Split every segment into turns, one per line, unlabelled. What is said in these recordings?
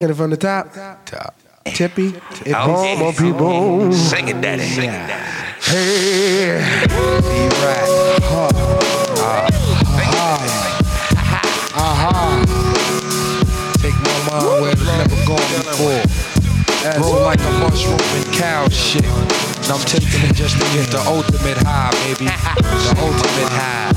Get it from the top.
Top.
Tippy. It
Oh,
boom,
yeah.
more people.
Sing it, daddy. Sing it, daddy.
Hey.
Take my mind where it's never gone before. Grow like a mushroom and cow shit. And I'm taking it just to get the ultimate high, baby. The ultimate high.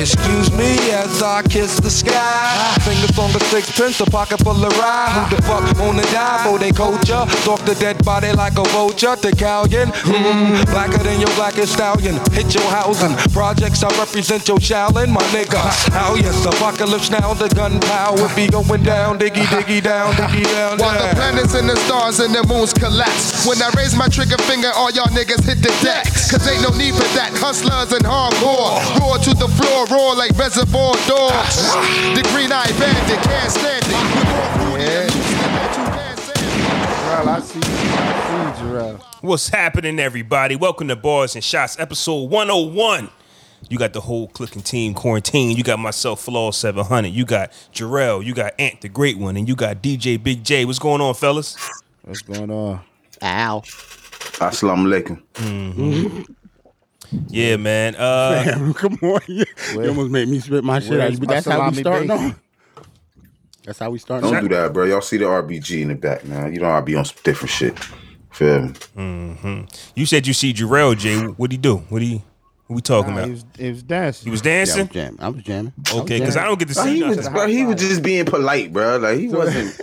Excuse me as I kiss the sky. Fingers on the sixpence, a pocket full of rye. Who the fuck wanna die for they culture? Stalk the dead body like a vulture. The Callion, mm, blacker than your blackest stallion. Hit your housing. Projects I represent your shallin', my nigga. How yes, apocalypse now, the gunpowder be going down. Diggy, diggy down, diggy down.
While the
down.
planets and the stars and the moons collapse. When I raise my trigger finger, all y'all niggas hit the deck. Cause ain't no need for that. Hustlers and hardcore. Roar to the floor, roar like reservoir dogs. The green eyed bandit can't stand it.
Jarrell, I see you. I see you, Jarrell.
What's happening, everybody? Welcome to Bars and Shots, episode 101. You got the whole clicking team quarantine. You got myself, Flaw 700. You got Jarrell. You got Ant, the great one. And you got DJ Big J. What's going on, fellas?
What's going on?
Ow.
Assalamu alaikum.
Yeah, man. Uh,
Damn, come on. You, you almost made me spit my shit out.
where's
But
my
that's how we
salami
starting
bacon?
on. That's how we starting
Don't
on.
do that, bro. Y'all see the RBG in the back, man. You know I be on some different shit. Feel me?
you said you see Jarrell, J. What'd he do? What he? What we talking
Nah,
about?
he,
He was,
was, he was dancing.
Yeah, I was
dancing.
jamming. I was jamming.
okay, because I don't get to see
he was,
nothing.
bro, he was just being polite, bro. Like he wasn't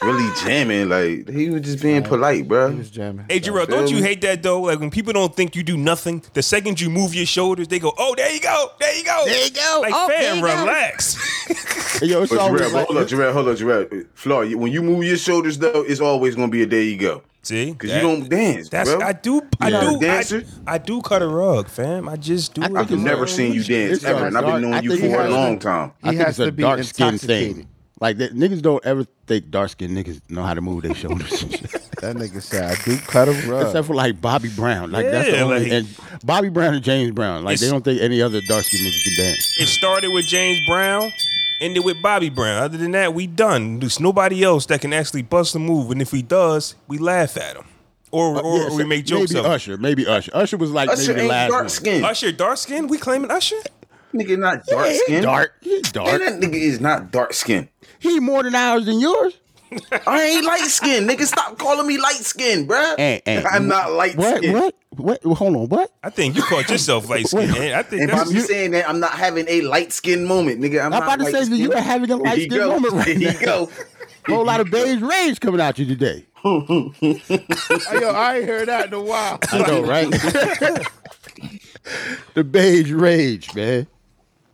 really jamming. Like he was just being polite,
He
bro.
was jamming.
Hey Jarrell, don't you hate that though? Like when people don't think you do nothing, the second you move your shoulders, they go, "Oh, there you go, there you go, there you go." Like,
Oh, there
fam,
you go.
relax.
Hey, Yo, it's
But Jarrell,
always like,
hold up, Jarrell, hold up, Jarrell. Flaw, you- when you move your shoulders though, it's always gonna be a there you go.
see,
Cause
That-
you don't dance,
That's
bro.
I do. I
not a
do.
dancer?
I, I do cut a rug, fam. I just do.
I
it.
think
I've never seen you dance
It's
ever, and I've been
dark. I
knowing you
think he
for a
has
long
to-
time.
I
He
think
has
it's a
to be
dark skin
intoxicated.
thing. Like that, niggas don't ever think dark skinned niggas know how to move their shoulders.
That nigga said, I do cut a rug.
Except for like Bobby Brown. Like that's the
Yeah,
only
like-
and Bobby Brown and James Brown. Like they
It's-
don't think any other dark skinned niggas can dance.
It started with James Brown, ended with Bobby Brown. Other than that, we done. There's nobody else that can actually bust a move, and if he does, we laugh at him, or
Uh,
or
Yeah,
we
so
make jokes
Maybe
of. him.
Usher. Maybe Usher. Usher was like
Usher
maybe the
ain't
last
dark
one.
skinned.
Usher dark skin. We claiming Usher.
Nigga not dark skinned.
Dark. He
And
dark.
that nigga is not dark skinned.
He more than ours than yours.
I ain't light skinned. Nigga, stop calling me light skinned, bruh.
Hey, hey,
I'm not light
What?
skinned.
What? What? Hold on. What?
I think you called yourself light skin. man. I think
And by
that's
me saying that, I'm not having a light skinned moment, nigga. I'm,
I'm
not
about to say that
light-skinned.
you are having a
There
light
you
skin
go.
moment right
There you
now.
go.
Whole lot of beige rage coming out you today.
Hey, yo, I ain't heard that in a while.
I know, right? the beige rage, man.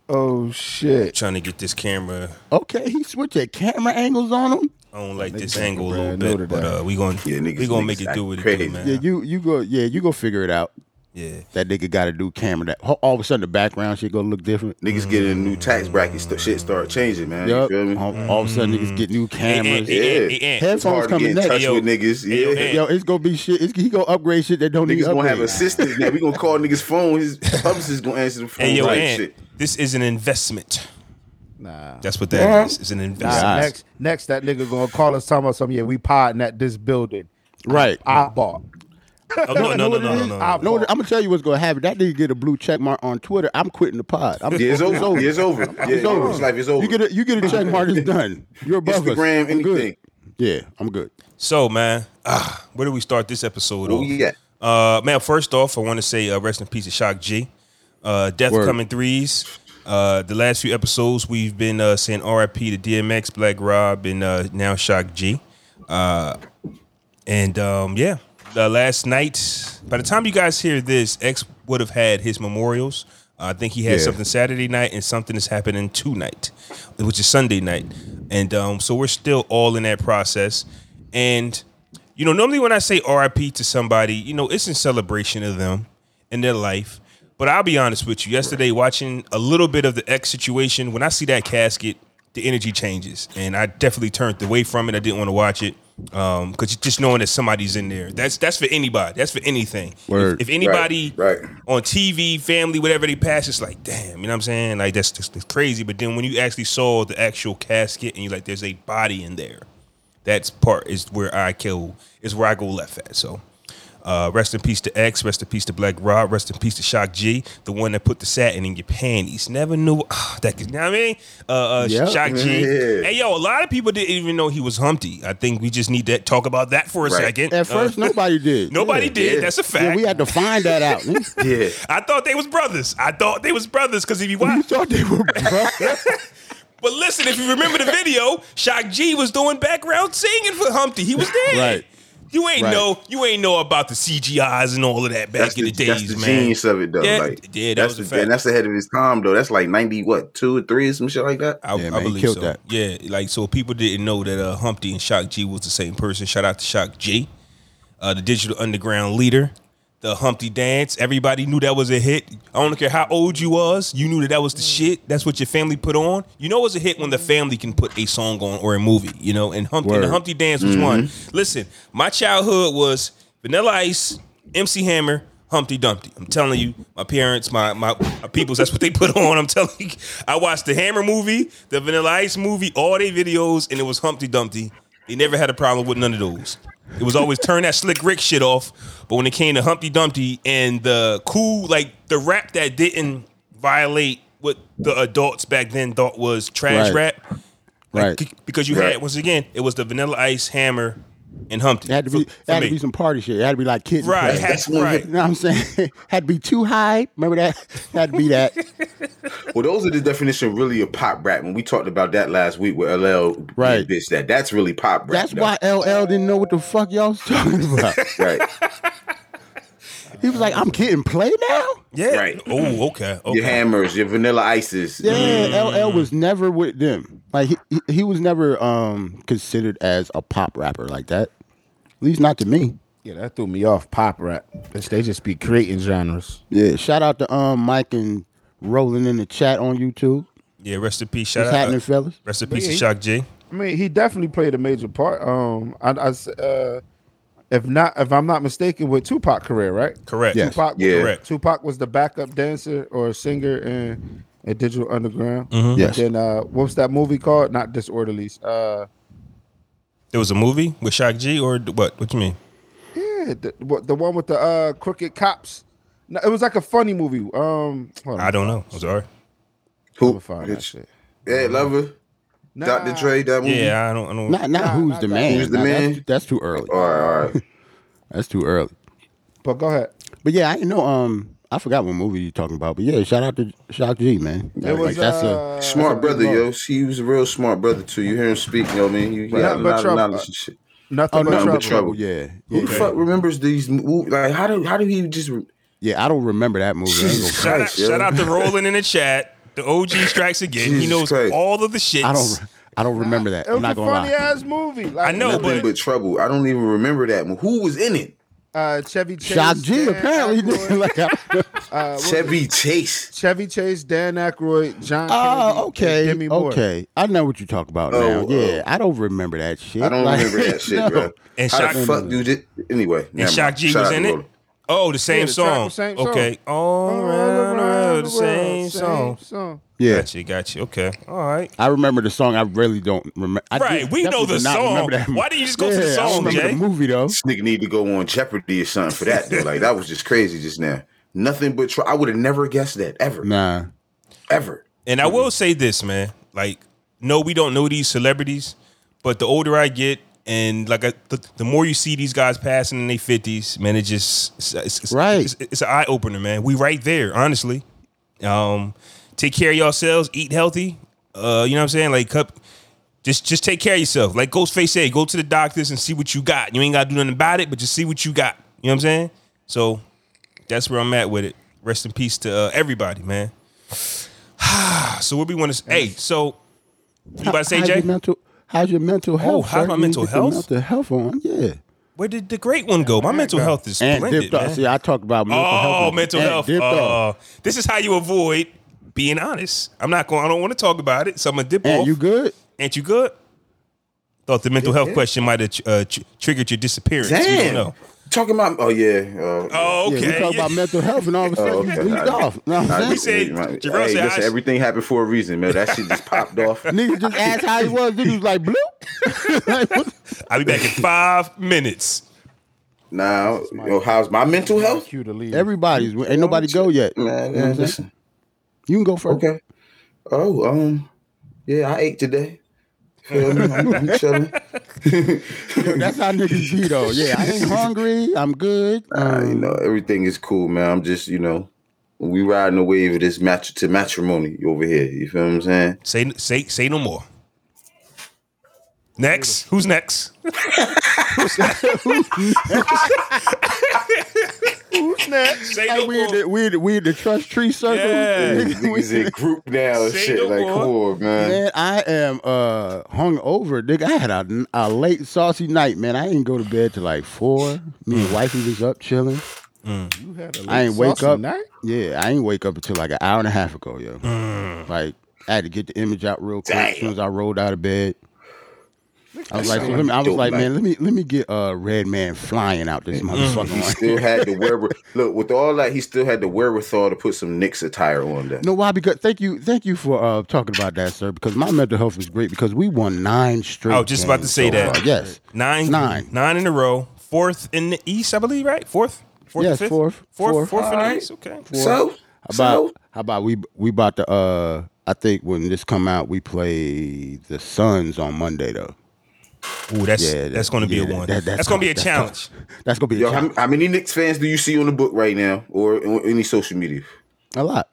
Oh, shit.
trying to get this camera
Okay, he switched the camera angles on him.
on like this
niggas
angle a
ain't
little
gonna
bit,
brand know
but
that.
uh, we gonna
Yeah, niggas-
we gonna
niggas
make it do
act
what it do,
crazy.
man.
Yeah, you you go. Yeah, you go figure it out.
yeah.
That nigga got a new camera. That all of a sudden the background shit gonna look different.
Niggas get in a new tax bracket, st- shit start changing, man.
Yup. Um,
You feel me?
All, all of a sudden niggas get
Mm-hmm.
new cameras.
Hey, hey, hey,
Yeah.
hey, hey.
Headphones
it's hard to
coming
get in
next.
touch
Yo.
with niggas.
Yo,
Yeah.
hey.
Yo, it's gonna be shit. It's, he gonna upgrade shit that don't need
Niggas gonna have
upgrade.
assistants now. We gonna call niggas' phone. His publicist gonna answer the phone.
Hey, yo,
type
Ant,
shit.
this is an investment.
Nah.
That's what that is. It's an investment.
Nah.
Next, next, that nigga gonna call us talking about something. Yeah, we podding at this building.
Right.
I bought.
Oh, no, no, no, no, no, no, no.
I-
No, I'm gonna tell you what's gonna happen. That nigga get a blue check mark on Twitter. I'm quitting the pod. I'm
Yeah, it's over. Yeah, it's over. Yeah,
It's over.
His life is over.
You get a you get a check mark. It's done. You're above
Instagram,
us. I'm good.
anything.
Yeah, I'm good.
So, man, ah, where do we start this episode?
Oh
off?
yeah.
Uh, man, first off, I want to say uh, rest in peace to Shock G. Uh, death
Word.
coming threes. Uh, the last few episodes, we've been uh, saying RIP to DMX, Black Rob, and uh, now Shock G. Uh, and um, yeah, the last night. By the time you guys hear this, X would have had his memorials. Uh, I think he had
Yeah.
something Saturday night, and something is happening tonight, which is Sunday night. And um, so we're still all in that process. And you know, normally when I say RIP to somebody, you know, it's in celebration of them in their life. But I'll be honest with you. Yesterday, watching a little bit of the X situation, when I see that casket, the energy changes, and I definitely turned away from it. I didn't want to watch it. Um, cause you just knowing that somebody's in there. That's that's for anybody. That's for anything. If-
Word.
If, anybody
Right, right.
on TV, family, whatever they pass, it's like, damn, you know what I'm saying? Like that's just that's crazy. But then when you actually saw the actual casket and you like, there's a body in there. That's part is where I kill is where I go left at. So uh, rest in peace to X, rest in peace to Black Rob, rest in peace to Shock G, the one that put the satin in your panties. Never knew ah, that. You know what I mean? Uh, uh,
Yeah.
Shock G.
Yeah.
Hey, yo, a lot of people didn't even know he was Humpty. I think we just need to talk about that for a
Right.
second.
At first,
Uh,
nobody did.
nobody
Yeah.
did.
Yeah.
That's a fact.
Yeah, we had to find that out. you
Yeah.
I thought they was brothers. I thought they was brothers because if you watch,
thought they were brothers?
but listen, if you remember the video, Shock G was doing background singing for Humpty. He was there.
Right.
You ain't
Right.
know. You ain't know about the CGIs and all of that back
That's
in
the,
the, days,
that's the
man.
genius of it, though.
Yeah,
like,
yeah, that
that's
was a
the,
fact.
and that's ahead of his time, though. That's like ninety, what, two or three, or some shit like that.
I,
Yeah,
I
man, he
believe
killed
so.
that.
Yeah, like so people didn't know that uh, Humpty and Shock G was the same person. Shout out to Shock G, uh, the digital underground leader, the Humpty dance. Everybody knew that was a hit. I don't care how old you was, you knew that that was the shit. That's what your family put on. You know, it's a hit when the family can put a song on or a movie. You know, and Humpty and the
Word.
Humpty dance was one.
Mm-hmm.
Listen, my childhood was Vanilla Ice, MC Hammer. Humpty Dumpty. I'm telling you, my parents, my my, my peoples, that's what they put on. I'm telling you, I watched the Hammer movie, the Vanilla Ice movie, all their videos, and it was Humpty Dumpty. They never had a problem with none of those. It was always turn that slick Rick shit off. But when it came to Humpty Dumpty and the cool, like the rap that didn't violate what the adults back then thought was trash
Right.
rap,
right.
c- because you
Right.
had once again, it was the Vanilla Ice, Hammer, and Humpty.
It had to be,
For-
it
for
had to
me.
be some party shit. It had to be like kids. and
right,
play.
had-
That's one
right.
You know what I'm saying? had to be too high. Remember that? Had to be that.
Well, those are the definition really of pop rap. When we talked about that last week with LL, being
Right.
Bitch, that that's really pop rap.
That's
though.
why LL didn't know what the fuck y'all was talking about.
Right.
He was like, I'm getting play now?
Yeah.
Right.
Oh, okay. okay.
Your hammers, your vanilla ices.
Yeah, LL was never with them. Like he, he- he was never um considered as a pop rapper like that. At least not to me.
Yeah, that threw me off. Pop rap. Bitch, They just be creating genres.
Yeah. Shout out to um Mike and Rolling in the chat on YouTube.
Yeah, rest in peace. Shout
Uh,
What's
out. uh,
happening, fellas?
Rest in peace to Shock G.
I mean, he definitely played a major part. Um, I, I s- uh, if not, if I'm not mistaken, with Tupac career, right?
Correct.
Yes.
Tupac,
Yeah.
Correct.
Tupac was the backup dancer or singer in, in Digital Underground.
Mm-hmm.
Yes.
Then uh, what's that movie called? Not Disorderlies. Uh,
There was a movie with Shock G or th- what? What you mean?
yeah, the, what, the one with the uh, crooked cops. No, it was like a funny movie. Um, hold on.
I don't know. I'm sorry.
Mm-hmm.
I'm
Who?
gonna find that shit.
Yeah, lover. Dr. Dre, that movie.
Mm-hmm. Yeah, I don't. I don't.
Not not
Nah,
who's
not
the
that.
man.
Who's the
Nah,
man?
That's, that's too early.
All right, all right.
That's too early.
But go ahead.
But yeah, I didn't know um I forgot what movie you talking about. But yeah, shout out to Shock G, man.
It was
that's
uh,
smart brother,
low.
yo. She was a real smart brother too. You hear him speak, you know what I mean? You he
Yeah,
got a
but
lot of
Trump-
knowledge and
uh,
shit.
Nothing
no,
but
but
trouble.
a
Trouble.
oh, yeah.
Who
Yeah,
the fuck remembers these? mo- Like, how do how do he just?
yeah, I don't remember that movie. I ain't gonna-
Jesus
Shout,
Christ,
out,
yo.
shout out to Roland in the chat. The OG strikes again. he
Jesus
knows
Christ.
all of the shits.
I don't I don't remember that.
It was
I'm
a
not gonna lie.
funny ass movie. Like,
I know,
Nothing
but-
but, trouble. I don't even remember that. mo- Who was in it?
uh, Chevy Chase.
Shock G
Dan
apparently
Aykroyd,
like I,
uh, what-
Chevy Chase.
Chevy Chase, Dan Aykroyd, John. Kennedy,
Oh,
and
okay.
Demi Moore.
Okay. I know what you're talking about
Oh,
now. Yeah.
oh.
I don't remember that shit.
I don't
Like,
remember that shit,
no.
bro.
And
How
Shock,
the fuck, dude? It, anyway,
and
never
Shock
mind.
G
Shout
was
out
in
to
it.
Roland.
Oh, the same
the track
song.
was same
okay.
song.
All
All
around,
around
the
the
same
world,
song.
song.
Yeah.
Gotcha, gotcha. Okay. All right.
I remember the song. I really don't remember. I
Right,
did-
we know
definitely
the
did not
song.
remember that
Why
movie.
didn't you just go to the
Yeah, I
song,
remember
Jay?
the movie though.
This nigga need to go on Jeopardy or something for that. Though. Like that was just crazy just now. Nothing but trouble. I would have never guessed that ever,
Nah.
ever.
And I will say this, man. Like, no, we don't know these celebrities, but the older I get, and like I, the, the more you see these guys passing in their fifties, man, it just it's, it's, it's-
Right.
It's, it's an eye opener, man. We right there, honestly. Um, take care of yourselves, eat healthy. Uh, you know what I'm saying? Like, cup, just just take care of yourself. Like Ghostface said, go to the doctors and see what you got. You ain't got to do nothing about it, but just see what you got. You know what I'm saying? So that's where I'm at with it. Rest in peace to uh, everybody, man. so what we want to hey, so you about to say
how's
Jay? Oh,
Your mental, how's your mental health?
how's
sir?
my
You
mental
get your
health?
Mental health on. Yeah.
Where did the great one go? My mental health is
And
splendid,
dipped off. See,
man.
I talk about mental health.
Oh,
and-
mental
and
health.
Dipped off.
Oh, this is how you avoid being honest. I'm not going. I don't want to talk about it, so I'm gonna dip
And
Uh, off.
you good?
Ain't you good? Thought the mental health question might have uh, tr- triggered your disappearance. We don't
Damn.
know.
Talking about oh yeah. Oh,
Oh,
Yeah,
okay.
we talk
yeah.
about mental health and all of a
Oh,
sudden
okay.
we leaked off. Know what
Nah,
I'm
We
saying?
said-
right.
Jerome
hey,
said
listen,
I-
everything happened for a reason, man. That shit just popped off.
Niggas just asked how he was. Niggas was like, bloop. like, what?
I'll be back in five minutes.
Now, yo, how's my mental health?
Cue to leave.
Everybody's. Ain't nobody go yet.
Man,
You know what I'm saying?
listen.
You can go first.
Okay. Oh, um, yeah, I ate today. Feel me? I'm, I'm chilling.
That's how niggas be though. Yeah, I ain't hungry. I'm good.
Uh, you
Um,
know, everything is cool, man. I'm just, you know, we riding the wave of this match to matrimony over here. You feel what I'm saying?
Say say say no more. Next, who's next?
Who's next?
Say
like
no
we in
more.
the we in the, we in the trust tree circle.
Yeah.
Niggas in group now and
Say
shit.
no
Like,
more.
come on, man.
Man, I am uh hung over, nigga. I had a, a late saucy night, man. I didn't go to bed till like four. Me and wifey was up chilling.
You had a
I ain't
little
wake
saucy
up.
night?
Yeah, I ain't wake up until like an hour and a half ago, yo.
Mm.
Like I had to get the image out real quick as soon as I rolled out of bed. I was like,
sound
let me, I was
dope,
like,
man.
man, let me let me get uh red man flying out
Mm.
this
He
motherfucker.
still had the wherewithal. Look, with all that, he still had the wherewithal to put some Knicks attire on there.
No, why? Because thank you, thank you for uh, talking about that, sir. Because my mental health is great because we won nine straight.
I was just about to
games
say
so
that.
far. Yes,
Nine,
Nine.
nine in a row. Fourth in the East, I believe, right? Fourth, fourth,
Yes,
fifth?
fourth,
fourth,
fourth.
fourth in the
Alright.
East. Okay.
So,
How about
so
how about we we about to? Uh, I think when this come out, we play the Suns on Monday though.
Ooh, that's
Yeah, that-
that's going to be
yeah,
a one.
that-
that's
that's
going to be a
tough. That's
challenge.
That's gonna be a,
yo, how,
challenge.
how many Knicks fans do you see on the book right now or on any social media?
a lot.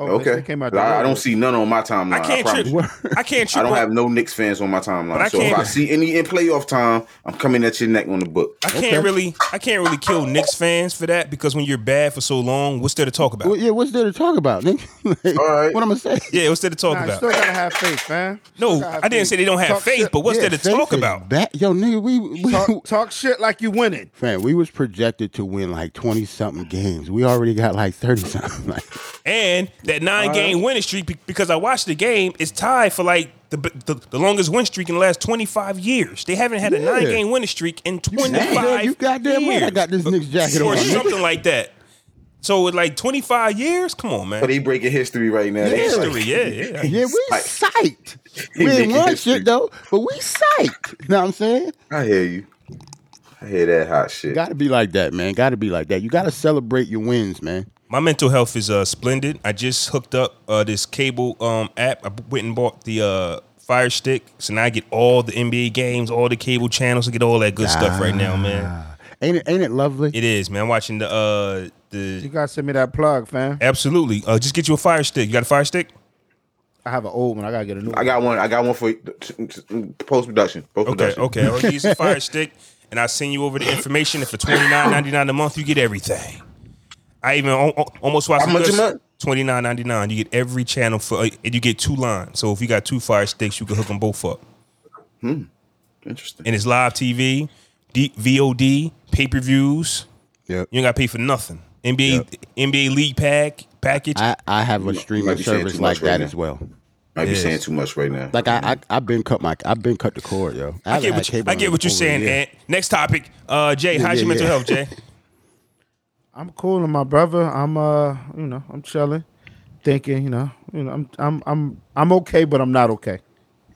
Oh,
Okay,
They came out the
I, I
woodwork.
don't see none on my timeline.
I can't
promise you.
trip. I can't trip.
I don't
on-
have no Knicks fans on my timeline.
But I
so if
can't-
I see any in playoff time, I'm coming at your neck on the book.
I can't really, I can't really kill Knicks fans for that because when you're bad for so long, what's there to talk about?
Well, yeah, what's there to talk about, nigga? Like,
All right.
What I'm gonna say?
Yeah, what's there to talk
Nah, you
about?
still gotta have faith, man.
no,
Still gotta have
I didn't say they don't have
Talk
faith,
shit-
but what's
Yeah,
there to
faith
talk
is
about?
Back, yo, nigga, we, we
Talk, talk shit like you winning.
man, we was projected to win like twenty something games. We already got like thirty something. Like,
And that nine game winning streak, be- because I watched the game, is tied for like the, the the longest win streak in the last 25 years. They haven't had a
Yeah.
nine game winning streak in 25
goddamn- you goddamn
years.
right I got this Knicks jacket
or
on.
something like that. So with like 25 years, come on,
But
man.
they breaking history right now. They
Yeah.
History, yeah, yeah.
Yeah, we psyched. We
making
didn't want
history.
shit though, but we psyched. Know what I'm saying?
I hear you. I hear that hot shit.
Got to be like that, man. Got to be like that. You got to celebrate your wins, man.
My mental health is uh, splendid. I just hooked up uh, this cable um, app. I went and bought the uh, Fire Stick, so now I get all the NBA games, all the cable channels. I get all that good stuff right now,
Ah.
man.
Ain't it? Ain't it lovely?
It is, man. I'm watching the uh,
You
the
gotta send me that plug, fam.
absolutely. Uh, just get you a Fire Stick. You got a Fire Stick?
I have an old one. I gotta get a new.
I
one.
got one. I got one for post production.
Okay,
Post production.
okay. I'll use the Fire Stick, and I will send you over the information. And for twenty nine ninety nine a month, you get everything. I even al- al- almost watched
How much a month?
Twenty nine ninety nine. You get every channel for, uh, and you get two lines. So if you got two Fire Sticks, you can hook them both up.
Interesting.
and it's live TV, D- VOD, pay per views.
Yep.
You ain't got to pay for nothing. NBA NBA league pack package.
I, I have a
might
streaming
be saying
service
too much
like
right
that
now.
as well.
Might be
Yes.
saying too much right now.
Like I, I I've been cut my I've been cut the cord, yo. I,
I get
haven't had
what you,
cable
I get
in
what you're
over a
saying.
year.
Ant. Next topic. Uh, Jay,
Yeah,
how's
yeah,
your mental
yeah.
health, Jay?
I'm cool with my brother. I'm uh, you know, I'm chilling, thinking, you know, you know, I'm I'm I'm I'm okay, but I'm not okay.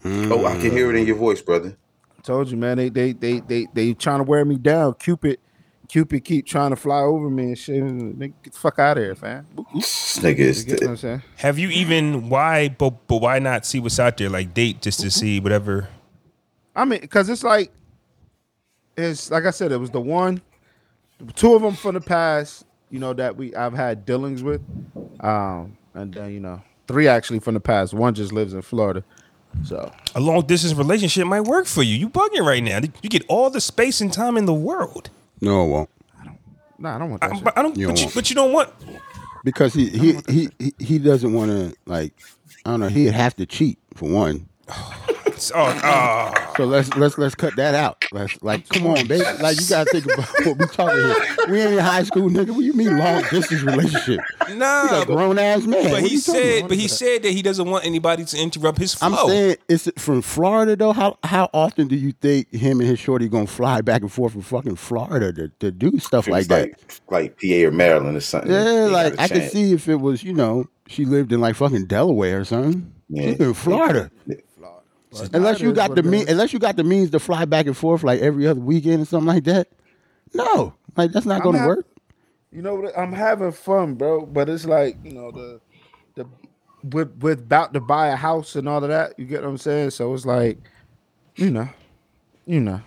oh, I can hear it in your voice, brother.
Told you, man. They they they they they trying to wear me down. Cupid, Cupid keep trying to fly over me and shit. Nigga, Get the fuck out of here, fam.
This nigga is.
You get what I'm saying?
Have you even why? But but why not see what's out there? Like date just
Mm-hmm.
to see whatever.
I mean, because it's like, it's like I said, it was the one, two of them from the past, you know, that we I've had dealings with, um, and then you know, three actually from the past. One just lives in Florida, so
A long distance relationship might work for you. You bugging right now. You get all the space and time in the world.
No, it won't.
nah, I don't want
I,
that. shit.
but I don't.
You
but,
don't
you,
want-
but you don't want.
Because he he he he, he doesn't want to like I don't know. He'd have to cheat for one.
It's- Oh, oh.
So let's let's let's cut that out. Let's like come on, baby. Like you gotta think about what we talking here. We ain't in high school, nigga. What you mean long distance relationship?
nah. But,
Grown ass man.
but
What
he
you talking
said,
about?
but he said that he doesn't want anybody to interrupt his flow.
I'm
Oh.
saying it's from Florida though. How how often do you think him and his shorty gonna fly back and forth from fucking Florida to, to do stuff like
Like,
that?
like like PA or Maryland or something.
Yeah,
They
like
gotta
I could
change.
see if it was, you know, she lived in like fucking Delaware or something.
Yeah.
She in Florida. Unless
Florida
you
is
got
what
the
it
mean,
is.
unless you got the means to fly back and forth like every other weekend or something like that. No, like that's not going to
hap-
work.
you know what i'm having fun bro but it's like you know the the with with about to buy a house and all of that you get what i'm saying so it's like you know you know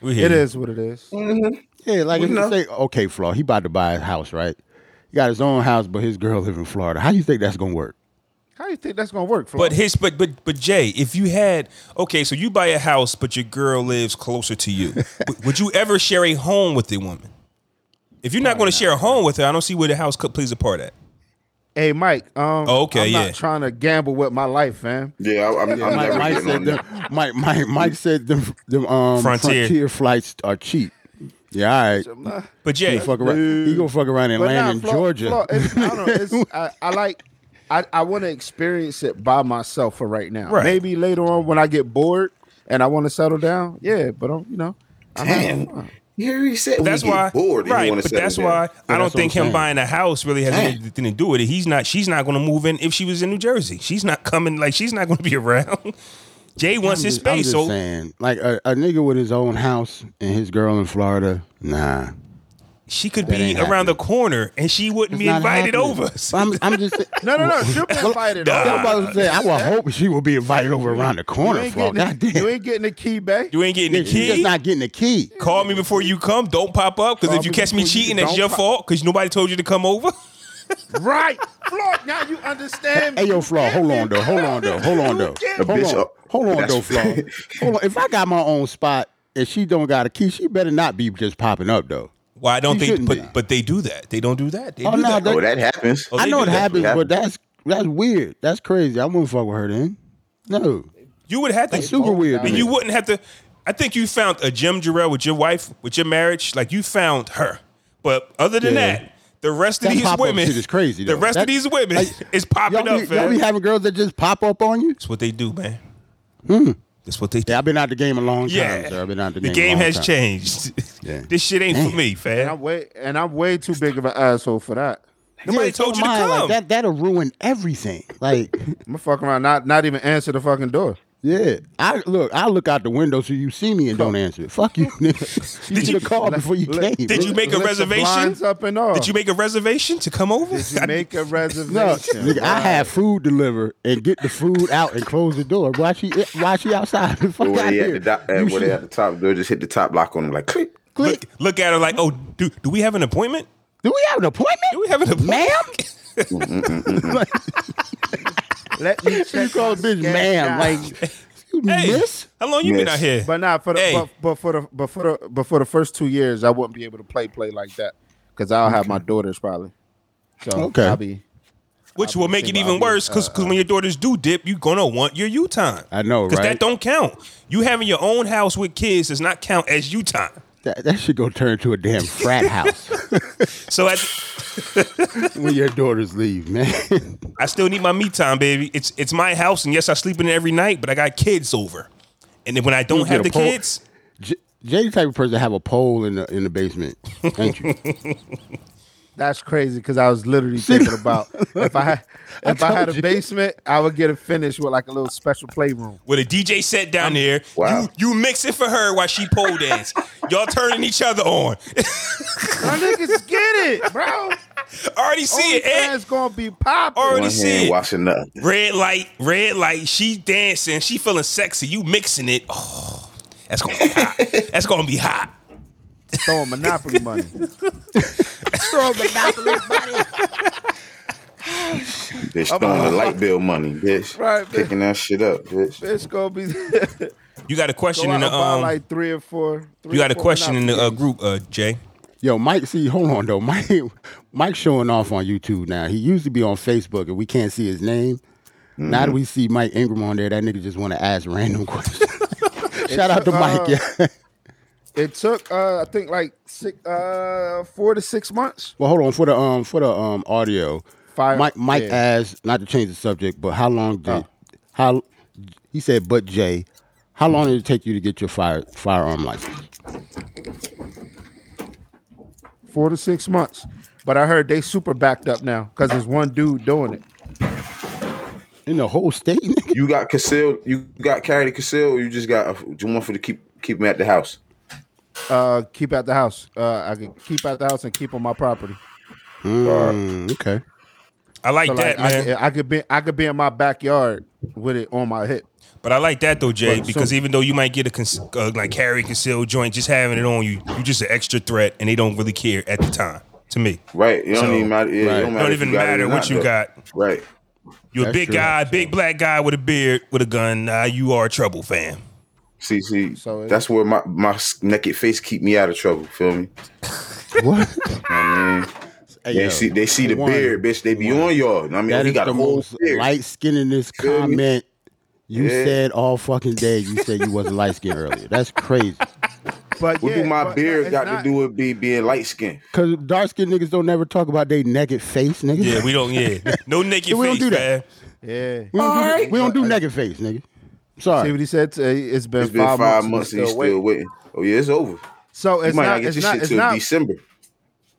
We hear
it
you.
is what it is
Yeah, like if
know.
you say, okay, Flaw, he about to buy a house, right? He got his own house, but his girl live in Florida. How you think that's going to work?
how do you think that's gonna work for
But his, but but but Jay, if you had okay, so you buy a house, but your girl lives closer to you. W- would you ever share a home with the woman? If you're not going to share a home with her, I don't see where the house could plays a part at.
hey mike um
Oh, okay,
i'm
yeah.
not trying to gamble with my life fam
Yeah, I, I'm, I'm
Mike,
never
Mike
getting on
said
that.
them, Mike, Mike, Mike said them, them um,
Frontier.
frontier. flights are cheap. Yeah, all right.
But
He
Jay,
gonna fuck around. He gonna fuck around and
But
land
nah,
in
Flo-
Georgia.
Flo, it's- I, don't know, it's- I- I like. I, I want to experience it by myself for right now.
Right.
Maybe later on when I get bored and I want to settle down. Yeah, but I'm you know. I'm
Uh-huh.
having fun.
Damn. You already said
that's
when you get
why,
bored and
right?
you want
But
to settle
that's
down.
why I don't
that's what
think
I'm
him
saying.
buying a house really has
Damn.
anything to do with it. He's not, she's not going to move in if she was in New Jersey. She's not coming, like she's not going to be around. Jay wants
I'm
his
just- I'm
space,
just
so
saying, like a, a nigga with his own house and his girl in Florida, nah.
she could be
ain't
around the corner and she wouldn't
It's
be
not
invited
happening.
over.
But I'm, I'm just.
No, no, no. She'll be invited.
That's
over.
what I was saying. I would hope she will be invited over around the
You
corner.
ain't
For
getting
God
the- you
damn,
ain't getting the key back.
you ain't getting the
she's just
key.
not getting the key.
Call me before you come. Don't pop up because
Call
if you
me
catch me
before you-
cheating, that's
don't
your
pop-
fault because nobody told you to come over.
Right, Floyd. Now you understand.
Hey yo, Flaw, hold on though, hold on though, hold on though,
A
hold
bitch
on,
up.
uh,
hold on
That's-
though, Flaw. Hold on. If I got my own spot and she don't got a key, she better not be just popping up though.
Why I don't
You
think?
shouldn't
But
be.
but they do that. They don't do that. They
Oh,
do
no,
that.
they-
Oh, that happens.
Oh,
I
they
know
do
it
that.
happens,
happen.
but that's that's weird. That's crazy. I wouldn't fuck with her then. No,
You would have to.
that's super weird.
And
to
you
me.
wouldn't have to. I think you found a Jim Jarrell with your wife, with your marriage. Like you found her. But other than
Yeah.
that, the rest of
That
these
pop-up
women
shit is crazy,
The
though.
rest of
That-
these women
like,
is popping
y'all be,
up,
y'all
fam.
be having girls that just pop up on you.
That's what they do, man.
Hmm.
That's what they do.
Yeah, I've been out the game a long time.
Yeah,
sir. I've been out the,
the
game. a
game
long
has
time.
changed.
Yeah.
This shit ain't for me,
And I'm
fam.
way and I'm way too big of an asshole for that.
Nobody
Yeah, so
told you
am
to
I. Like,
come.
that that'll ruin everything. Like,
I'm gonna fuck around, not not even answer the fucking door.
yeah. I look. I look out the window so you see me and don't answer it. Fuck you. nigga. you should have called before you
Look,
came.
Did you
nigga.
make a
Lift the
reservation?
blinds up and all.
Did you make a reservation to come over?
Did you make a reservation?
No, nigga, I had food delivered and get the food out and close the door. Why she? Why she outside? The fuck
But
out
when they at
here.
the, do- uh,
You
when
should-
they at the top, they'll just hit the top lock on them like click.
click.
look, look at her like, oh, do, do we have an appointment?
Do we have an appointment?
Do we have an appointment?
Let me check.
You call a
my
bitch
schedule.
ma'am. Like, you
Hey,
miss?
how long you been
Miss.
out here?
But not for the
Hey.
but, but for the but for the but for the first two years, I wouldn't be able to play play like that because I'll have my daughters probably. So
Okay.
I'll be
Which will make it
thinking
even
about
worse because when your daughters do dip, you're gonna want your U time.
I know,
Because that
right?
don't count. You having your own house with kids does not count as U time.
That, that should go turn to a damn frat house
So I,
when your daughters leave, man.
I still need my me time, baby. It's it's my house, and yes, I sleep in it every night, but I got kids over. And then when I don't
get
have
a
the
pole.
kids,
J- Jay the type of person to have a pole in the in the basement, ain't you?
that's crazy because I was literally thinking about if I had if I, had
told
a
you.
basement, I would get it finished with like a little special playroom.
with a DJ set down there,
Wow.
you, you mix it for her while she pole dance. Y'all turning each other on.
My niggas get it, bro.
Already see it. eh? Ed.
It's gonna be popping.
Already
One
see
hand
it.
washing the other.
Red light, red light. She dancing. She feeling sexy. You mixing it. Oh, that's gonna be hot. That's gonna be hot.
throwing Monopoly money. throwing Monopoly money.
Bitch throwing the light bill money, bitch.
Right, bitch.
Picking that shit up, bitch.
It's gonna be.
You got a question
Go out
in
and
the
buy
um.
like three or four. three
you got
or
a
four
question in the uh,
Monopoly games.
group, uh, Jay.
Yo, Mike. See, hold on though. Mike, Mike's showing off on YouTube now. He used to be on Facebook, and we can't see his name. Now that we see Mike Ingram on there, that nigga just want to ask random questions. Shout out to Mike. Yeah.
It took uh, I think like six, uh, four to six months.
Well, hold on for the um for the um audio.
Fire-
Mike Mike
yeah.
asked not to change the subject, but how long did how he said? But Jay, how long did it take you to get your fire firearm license?
Four to six months. But I heard they super backed up now because there's one dude doing it.
In the whole state, nigga.
You got concealed. You got carried concealed. Or you just got a, you want for to keep keep him at the house.
Uh, keep out the house. Uh, I can keep out the house and keep on my property.
Mm, okay.
I like
So,
that,
like, I
man.
could- I, could be I could be in my backyard with it on my hip.
But I like that though, Jay,
But
because
so-
even though you might get a cons- uh, like carry concealed joint, just having it on you, you just an extra threat, and they don't really care at the time. To me,
Right. It don't
So-
even matter. yeah,
Right. Don't
It don't,
it don't
matter if
even
you got it or
matter what
not,
you
though.
got.
Right.
You're a
That's
big
true.
guy, big black guy with a beard, with a gun. Nah, you are trouble, fam.
See, see.
So it-
that's where my my s- naked face keep me out of trouble. Feel me?
What?
I mean,
Hey,
they
yo,
see they see the
one-
beard, bitch. They be on y'all. I mean,
That
he
is
got
the
a whole
most
beard.
light skinnedest
Feel me?
comment you
Yeah.
said all fucking day. You said you wasn't light skinned earlier. That's crazy.
But
What
yeah,
do my
but
beard
it's
got
not-
to do with be being light skinned?
Cause dark skinned niggas don't never talk about they naked face, nigga.
Yeah, we don't. Yeah, no naked
We don't
face,
do that.
man.
Yeah.
We don't, do, we don't do naked face, nigga.
See
Sorry.
what he said? Uh, It's been,
It's been five, months
and
and he's
he's
still
waiting.
waiting. Oh yeah, it's over.
So
You
it's
might not
not
get
it's
your
not
shit
it's
till
not
December.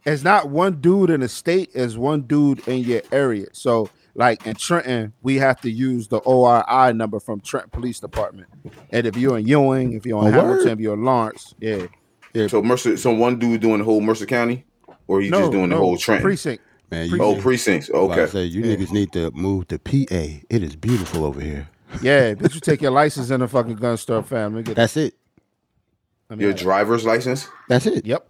it's not one dude in the state, it's one dude in your area. So like in Trenton, we have to use the ORI number from Trenton Police Department. And if you're in Ewing, if you're in
Oh, word?
Hamilton, if you're in Lawrence, yeah.
So Mercer, so one dude doing the whole Mercer County, or he just doing the whole Trenton
precinct.
Man, you,
Oh,
precinct.
precincts.
I was about to
Okay.
say, you niggas need to move to PA. It is beautiful over here.
Yeah, but you take your license in the fucking gun store, fam. Let me Get
That's it.
let me
Your
have it.
driver's license,
That's it.
Yep.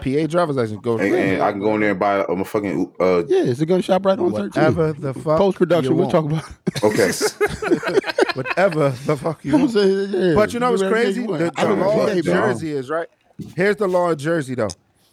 PA driver's license. Go
and, and I can go in there and buy a, a fucking. Uh,
Yeah, it's a gun shop right on 13.
whatever the fuck.
Post
you
production, we'll
want.
talk about it.
okay.
whatever the fuck you
I'm
want.
saying, yeah,
But you know what's
do whatever
crazy?
you want.
The,
I
the
don't
know
law
what
in
care,
they
dog.
do.
Jersey is right. Here's the law in Jersey though.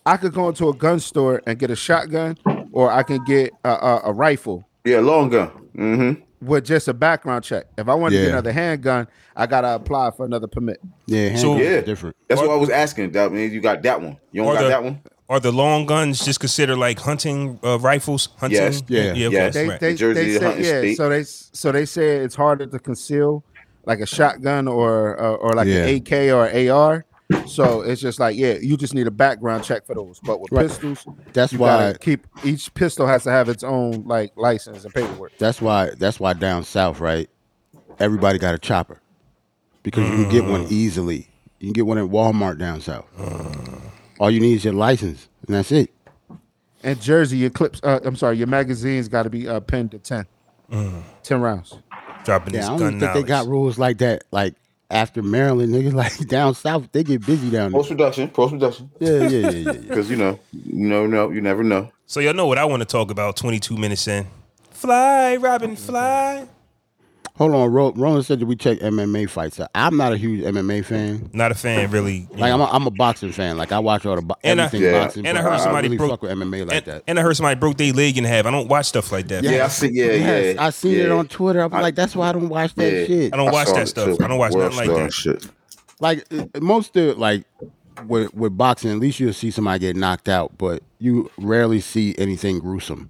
I could go into a gun store and get a shotgun, or I can get a, a, a rifle
yeah, long gun. Mm-hmm.
with just a background check. If I want to
Yeah.
get another handgun, I gotta apply for another permit.
Yeah, handguns
So-
are
Yeah.
different.
That's what I was asking. That means you got that one. You don't
Or
got
the-
that one.
Are the long guns just considered like hunting uh, rifles? Hunting?
Yes.
yeah,
Yeah.
okay,
Yes.
that's
They
right.
they,
Jersey is
they
a
say
hunting
yeah.
state.
So they so they say it's harder to conceal like a shotgun or uh, or like
Yeah.
an AK or AR. So it's just like yeah, you just need a background check for those. But with
Right.
pistols,
That's
you
why
gotta keep each pistol has to have its own like license and paperwork.
That's why. That's why down south, right? Everybody got a chopper because you can get one
Mm.
easily. You can get one at Walmart down south.
Mm.
All you need is your license, and that's it.
And Jersey, your clips. Uh, I'm sorry, your magazine's got to be uh, pinned to ten.
Mm.
Ten rounds.
Dropping
Yeah,
this
I don't
gun
even think they got
knowledge.
rules like that. Like after Maryland, niggas like down south, they get busy down there.
Post production. Post production.
Yeah, yeah, yeah, yeah. yeah.
Because you know, you know, no, you never know.
So y'all know what I want to talk about. Twenty two minutes in. Fly, Robin, fly.
Hold on, Ro- Roland said that we check MMA fights. I'm not a huge MMA fan.
Not a fan, really. you
Like
know.
I'm a, I'm a boxing fan. Like I watch all the bo-
And I-
everything
Yeah.
boxing.
and I
but
heard somebody
really
broke
fuck with MMA like
and,
that.
and I heard somebody broke their leg in half. I don't watch stuff like that.
Yeah.
Yeah, I see. Yeah,
Yes,
yeah.
I seen it
yeah.
on Twitter. I was
I-
like, that's why I don't watch that
Yeah.
shit.
I don't watch
saw
that
it,
stuff.
too.
I don't watch
World
nothing like
Star
that.
and Shit.
like uh, most of like with with boxing, at least you'll see somebody get knocked out, but you rarely see anything gruesome.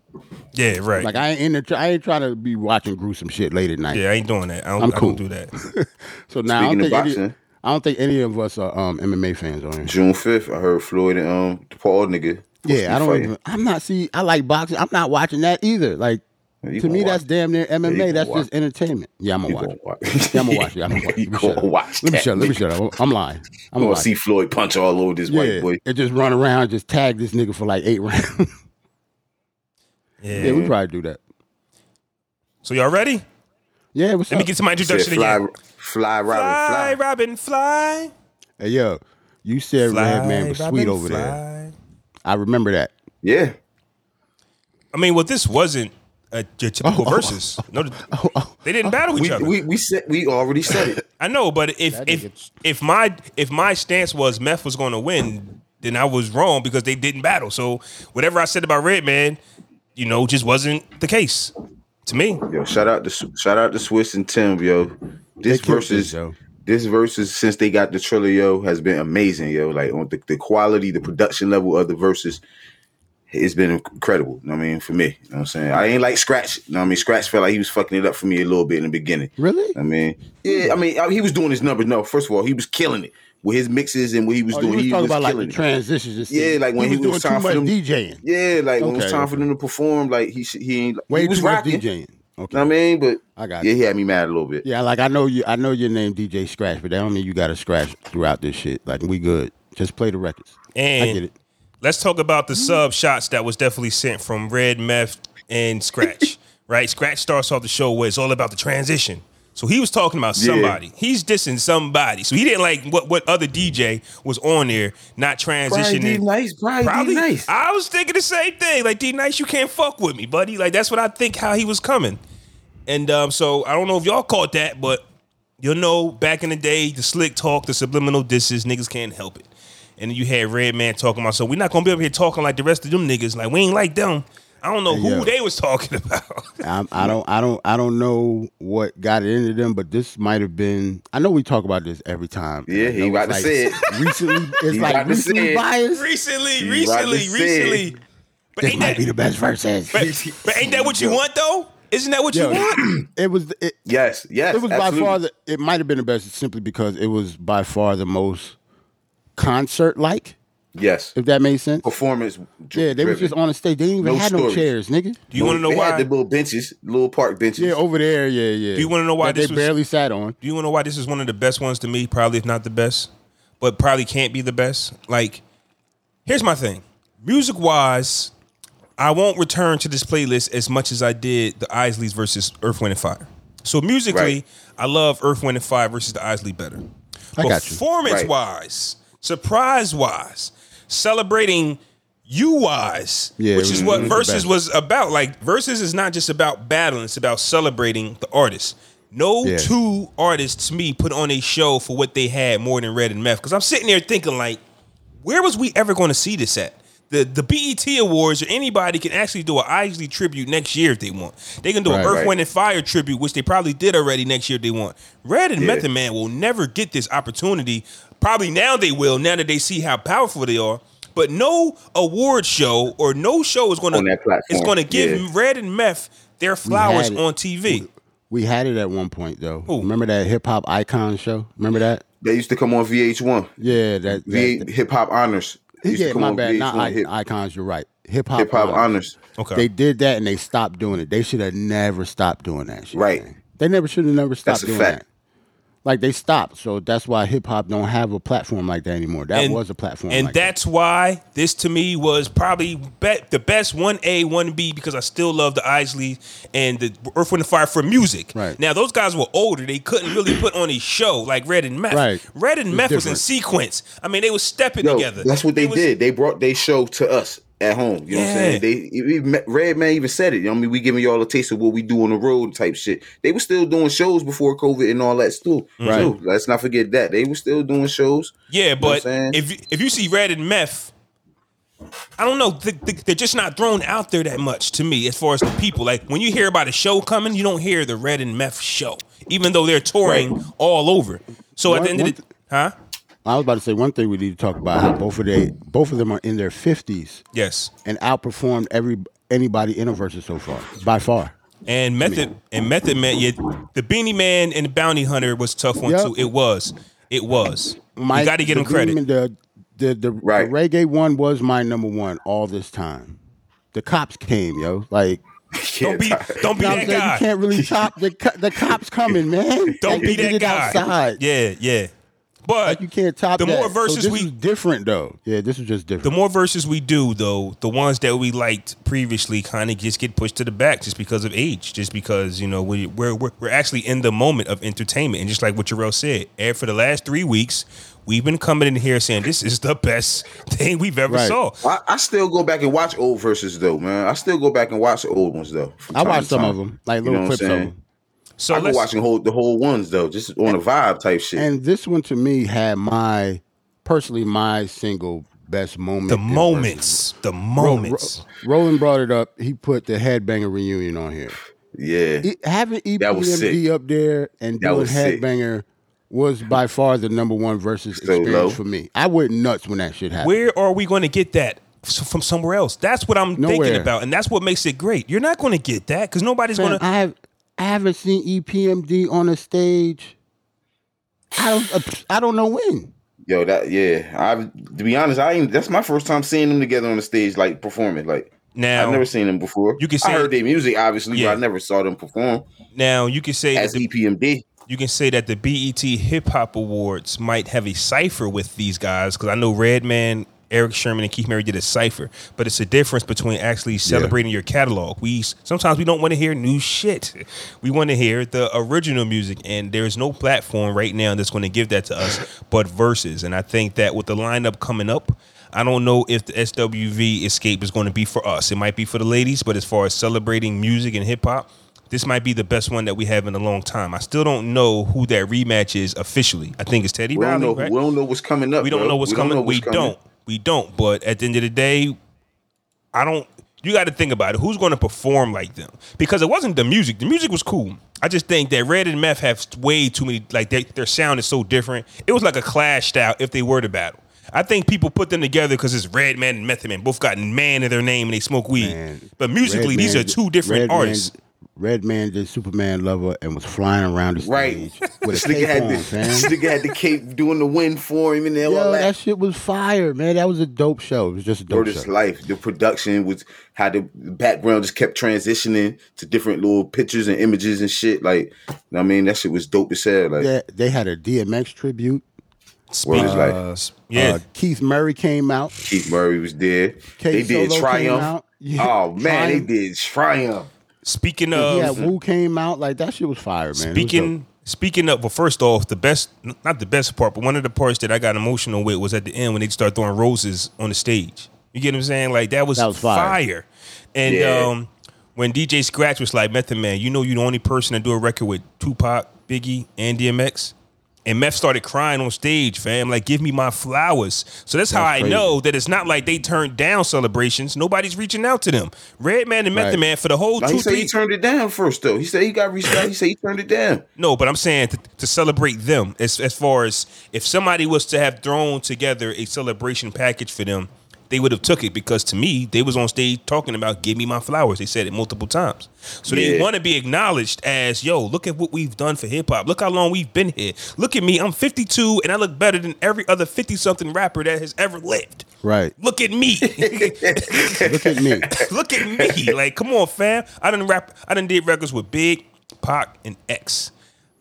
Yeah, right.
Like I ain't in the, tr- I ain't trying to be watching gruesome shit late at night.
yeah, I ain't doing that. I don't,
I'm
I
cool.
don't do that.
So now I don't,
Speaking
think
of
any,
boxing.
I don't think any of us are um, MMA fans on here.
June fifth, I heard Floyd and um the Paul nigga. supposed to be
Yeah, I don't.
fighting.
Even, I'm not see. I like boxing. I'm not watching that either. Like
you
to
gonna
me,
watch
that's
it.
damn near MMA.
gonna
that's
watch
just entertainment. Yeah, I'm gonna
You
watch.
gonna
it.
watch?
Yeah, I'm gonna watch. it. I'm gonna watch. it.
You
Let me shut
gonna
up.
watch
Let me
that,
shut. up. Let me
nigga.
shut up. I'm lying. I'm
I'm
lying.
gonna see Floyd punch all over this
yeah,
white boy.
it just run around, just tag this nigga for like eight rounds.
Yeah.
yeah, we probably do that.
So y'all ready?
Yeah, what's
Let me
up?
get to my
Said
introduction
fly,
again.
fly,
Fly,
Robin, fly.
Robin, fly.
hey, yo, you said
Fly,
Redman was
Robin,
sweet over there.
fly.
I remember that.
Yeah.
I mean, well, this wasn't a, your typical
Oh, oh,
versus. No, they didn't battle each
We,
other.
we we said we already said it.
I know, but if if if my if my stance was Meth was going to win, then I was wrong because they didn't battle. So whatever I said about Redman, you know, just wasn't the case. to me.
Yo, shout out to Sw- shout out to Swiss and Tim, yo. This
killed
versus
this, yo.
this versus since they got the trailer, yo, has been amazing, yo. Like on the, the quality, the production level of the verses, it's been incredible. You know what I mean, for me, you know what I'm saying I ain't like Scratch. You know what I mean, Scratch felt like he was fucking it up for me a little bit in the beginning.
Really?
I mean, yeah. I mean, I- he was doing his numbers. No, first of all, he was killing it with his mixes and what he was
Oh, you
doing.
was
he
talking about like the
killing it.
transitions. and
Yeah,
shit.
like when
you
he
was doing
was time
too
for
much
them-
DJing.
Yeah, like when it was
Okay,
time
okay.
for them to perform, like he sh- he ain't
Way
he was
too much
rocking.
DJing. Okay.
Know what I mean, but
I got
yeah,
you.
he had me mad a little bit.
Yeah, like I know you. I know your name, DJ Scratch, but that don't mean you got to scratch throughout this shit. Like we good. Just play the records. I
And-
get it.
Let's talk about the sub shots that was definitely sent from Red Meth and Scratch. right? Scratch starts off the show where it's all about the transition. So he was talking about
Yeah.
somebody. He's dissing somebody. So he didn't like what, what other DJ was on there, not transitioning.
nice, Brian
Probably I was thinking the same thing. Like D Nice, you can't fuck with me, buddy. Like that's what I think how he was coming. And um, so I don't know if y'all caught that, but you'll know back in the day, the slick talk, the subliminal disses, niggas can't help it. And then you had Red Man talking about, so we're not gonna be up here talking like the rest of them niggas. Like we ain't like them. I don't know who
Yeah.
they was talking about.
I'm, I don't. I don't. I don't know what got it into them, but this might have been. I know we talk about this every time.
Yeah, he
I know
about
it's like
to say it.
Recently, it's
He about
like
to
recently
say it.
biased.
recently,
You
recently,
rightly said.
recently. But
This
ain't
might
that
be the best verses.
but, but ain't that what you want though? Isn't that what you
Yo,
want?
it was. It,
Yes, yes.
it was
absolutely.
by far the it might have been the best simply because it was by far the most concert like
yes
if that made sense
performance. dri-
yeah they was
driven.
just on the stage they didn't even
Oh, No
have no
stories.
chairs nigga
Do you wanna know
they
why?
Had the little benches, little park benches.
yeah oh. over there yeah yeah
Do you wanna know why
that they
this was-
barely sat on
Do you want to know why this is one of the best ones to me? Probably, if not the best, but probably can't be the best. Like, here's my thing music wise, I won't return to this playlist as much as I did the Isleys versus Earth, Wind, and Fire. So, musically,
Right.
I love Earth, Wind, and Fire versus the Isley better.
I got you.
Performance wise, surprise wise, celebrating you wise,
Yeah,
which
it
is
was-
what
it was the
versus
best.
was about. Like, versus is not just about battling, it's about celebrating the artist. No
Yeah.
two two artists to me put on a show for what they had more than Red and Meth. Because I'm sitting there thinking, like, where was we ever going to see this at? The the BET Awards or anybody can actually do an Isley tribute next year if they want. They can do
Right,
an Earth,
right.
Wind, and Fire tribute, which they probably did already next year if they want. Red and
Yeah.
Method Man will never get this opportunity. Probably now they will, now that they see how powerful they are. But no award show or no show is going
On
to
that platform,
is going to give
yeah.
Red and Meth their flowers
it.
on TV.
we had it at one point though
Who?
remember that hip-hop icon show remember that
They used to come on VH1,
yeah that,
V
that-
Hip Hop Honors. They used
yeah
to come
my
on
bad not
VH1
I,
Hip
icons you're right hip-hop
Hip Hop Honors.
Okay.
They did that and they stopped doing it. They should have never stopped doing that shit.
Right.
man. They never should have never stopped
That's a
doing
fact.
that. Like they stopped. So that's why hip hop don't have a platform like that anymore. That was a platform
And
like that.
that's why this to me was probably be- the best 1A, 1B because I still love the Isley and the Earth, Wind, and Fire for music.
Right.
Now, those guys were older. They couldn't really put on a show like Red and Meth.
Right.
Red and
It's
Meth was in
different.
sequence. I mean, they were stepping
Yo,
together.
that's what
It
they
was-
did. They brought their show to us at home. You know what
Yeah.
I'm saying? They even, Red Man even said it. You know what I mean? We giving y'all a taste of what we do on the road type shit. They were still doing shows before COVID and all that too. Right. let's not forget that. They were still doing shows.
Mm-hmm. Yeah,
what I'm
but
saying?
if you- if you see Red and Meth, I don't know. th- th- They're just not thrown out there that much to me as far as the people. Like when you hear about a show coming, you don't hear the Red and Meth show, even though they're touring
Right.
all over. So at
One-
the end of
one
the huh?
I was about to say one thing we need to talk about how both of they both of them are in their fifties
Yes.
and outperformed every anybody in a versus so far. By far.
And Method and Method Man, yeah, the Beanie Man and the Bounty Hunter was a tough one
Yep.
too. It was, it was.
My-
you got to give
the
him credit.
Demon- the, the, the,
Right.
the reggae one was my number one all this time. The cops came, yo. Like
don't be, don't be
You
that
know what I'm saying? You
guy.
can't really top the co- the cops coming, man.
Don't
Like,
be
they did
that
it
guy.
Outside.
Yeah, yeah. But
Like you can't top
the
that.
more
So
verses
this
we
is different though. Yeah, this is just different.
the more verses we do though, the ones that we liked previously kind of just get pushed to the back just because of age, just because you know we, we're, we're we're actually in the moment of entertainment, and just like what Jarrell said, and for the last three weeks we've been coming in here saying this is the best thing we've ever
Right.
saw.
I, I still go back and watch old verses though, man. I still go back and watch the old ones though. from
I
time
watched
to
some
time.
of them, like
You
little
know what
clips
I'm
of
saying?
them.
So
I go
let's
watching whole the whole ones though, just on a vibe type shit.
And this one to me had my personally my single best moment.
the
in verses.
moments, the
Ro-
moments.
Ro- Roland brought it up. He put the Headbanger reunion on here.
Yeah.
E- having
That was
EPMD
sick.
up there and
That
doing
was sick.
Headbanger was by far the number one versus
So
experience
low.
for me. I went nuts when that shit happened.
Where are we going to get that? S- From somewhere else. That's what I'm thinking
Nowhere.
about, and that's what makes it great. You're not going to get that because nobody's
Fam,
going to.
I have I haven't seen E EPMD on a stage. I don't uh, I don't know when.
Yo, that yeah. I've to be honest, I ain't, that's my first time seeing them together on the stage, like performing. Like
Now,
I've never seen them before.
You can
I
say-
heard their music, obviously,
Yeah.
but I never saw them perform E
now you can say
as
that the-
EPMD.
you can say that the BET Hip Hop Awards might have a cipher with these guys because I know Redman, Eric Sherman, and Keith Mary did a cipher, but it's a difference between actually celebrating your catalog. We sometimes we don't want to hear new shit. We want to hear the original music, and there's no platform right now that's going to give that to us but verses. And I think that with the lineup coming up. I don't know if the SWV escape is going to be for us. It might be for the ladies, but as far as celebrating music and hip hop, this might be the best one that we have in a long time. I still don't know who that rematch is officially. I think it's Teddy
We don't
Riley.
know.
right?
We don't know what's coming up.
We don't
bro.
know what's
We
coming.
know
we
what's coming.
don't. We don't. But at the end of the day, I don't. You got to think about it. Who's going to perform like them? Because it wasn't the music. The music was cool. I just think that Red and Meth have way too many. Like they, their sound is so different. It was like a clashed out if they were to battle. I think people put them together because it's Red Man and Method Man. Both got man in their name and they smoke weed.
Man,
but musically,
Redman-
these are two different
Redman-
artists.
Redman did Superman Lover and was flying around the
Right.
stage with
This
a
nigga
cape
had
on,
the this
fam.
nigga had the cape doing the wind for him and all
Yo,
that.
that shit was fire, man. That was a dope show. It was just a
Bro,
dope
this
show.
life, the production was how the background just kept transitioning to different little pictures and images and shit. Like, you know what I mean, that shit was dope as hell. Like,
They, they had a DMX tribute.
Speak-
it's like-
uh, yeah,
Uh, Keith Murray came out.
Keith Murray was there.
K
they did
Solo came
Triumph.
out. Yeah,
oh man,
Triumph.
they did Triumph.
speaking of
Yeah, Wu came out. Like that shit was fire, man. It was dope.
Speaking speaking of, well, first off, the best not the best part, but one of the parts that I got emotional with was at the end when they started throwing roses on the stage. You get what I'm saying? Like that was,
That was fire.
And
Yeah.
um, when DJ Scratch was like, Method Man, you know you're the only person to do a record with Tupac, Biggie, and DMX. And Meth started crying on stage, fam. Like, give me my flowers. So that's, how I
crazy.
know that it's not like they turned down celebrations. Nobody's reaching out to them. Redman and Method
Right.
Man for the whole
Now,
two,
he said
three,
he turned it down first though. He said he got reached out. He said he turned it down.
No, but I'm saying to, to celebrate them as as far as if somebody was to have thrown together a celebration package for them, they would have took it because to me they was on stage talking about "Give me my flowers." They said it multiple times, so they
Yeah.
want to be acknowledged as "Yo, look at what we've done for hip hop. Look how long we've been here. Look at me. I'm 52 and I look better than every other 50 something rapper that has ever lived.
right.
Look at me."
Look at me.
Look at me. Like, come on, fam. I done rap I done did records with Big, Pac, and X.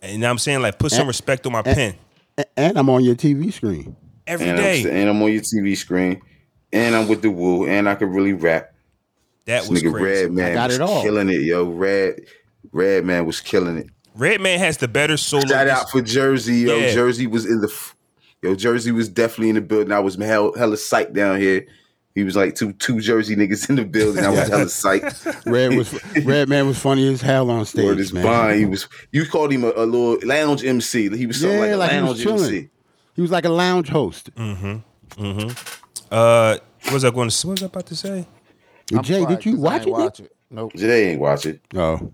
And I'm saying, like, put some respect on my pen
A- And I'm on your TV screen.
every
And I'm,
day.
and I'm on your TV screen. And I'm with the Wu. And I can really rap.
That
This
was
nigga
crazy.
Red Man
got
was
it all.
killing it, yo. Red Red Man was killing it.
Redman has the better solo.
Shout out for Jersey, yo.
Yeah.
Jersey was in the f- yo. Jersey was definitely in the building. I was hell, hella psyched down here. He was like two two Jersey niggas in the building. I was hella psyched.
Red was Red Man was funny as hell on
Word
stage,
is
man.
bond. He was. You called him a, a little lounge MC. He was something
Yeah,
like a
like he was
lounge
chilling.
MC.
He was like a lounge host.
Mm. Uh, what was I going to? What was I about to say?
I'm
Jay,
fried
did you
'cause I ain't
watch it? Nick?
Watch it. Nope.
Jay ain't watch it.
Oh,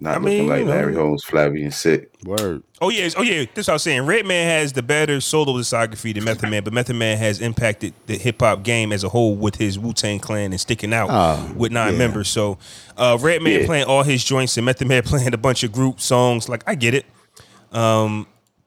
Not
I mean,
looking like
you know.
Larry Holmes, flabby and sick.
word.
Oh yeah, oh yeah. That's what I was saying. Redman has the better solo discography than Method Man, but Method Man has impacted the hip hop game as a whole with his Wu Tang Clan and sticking out
Oh,
with nine members. So, uh, Redman
Yeah.
playing all his joints and Method Man playing a bunch of group songs. Like I get it, um,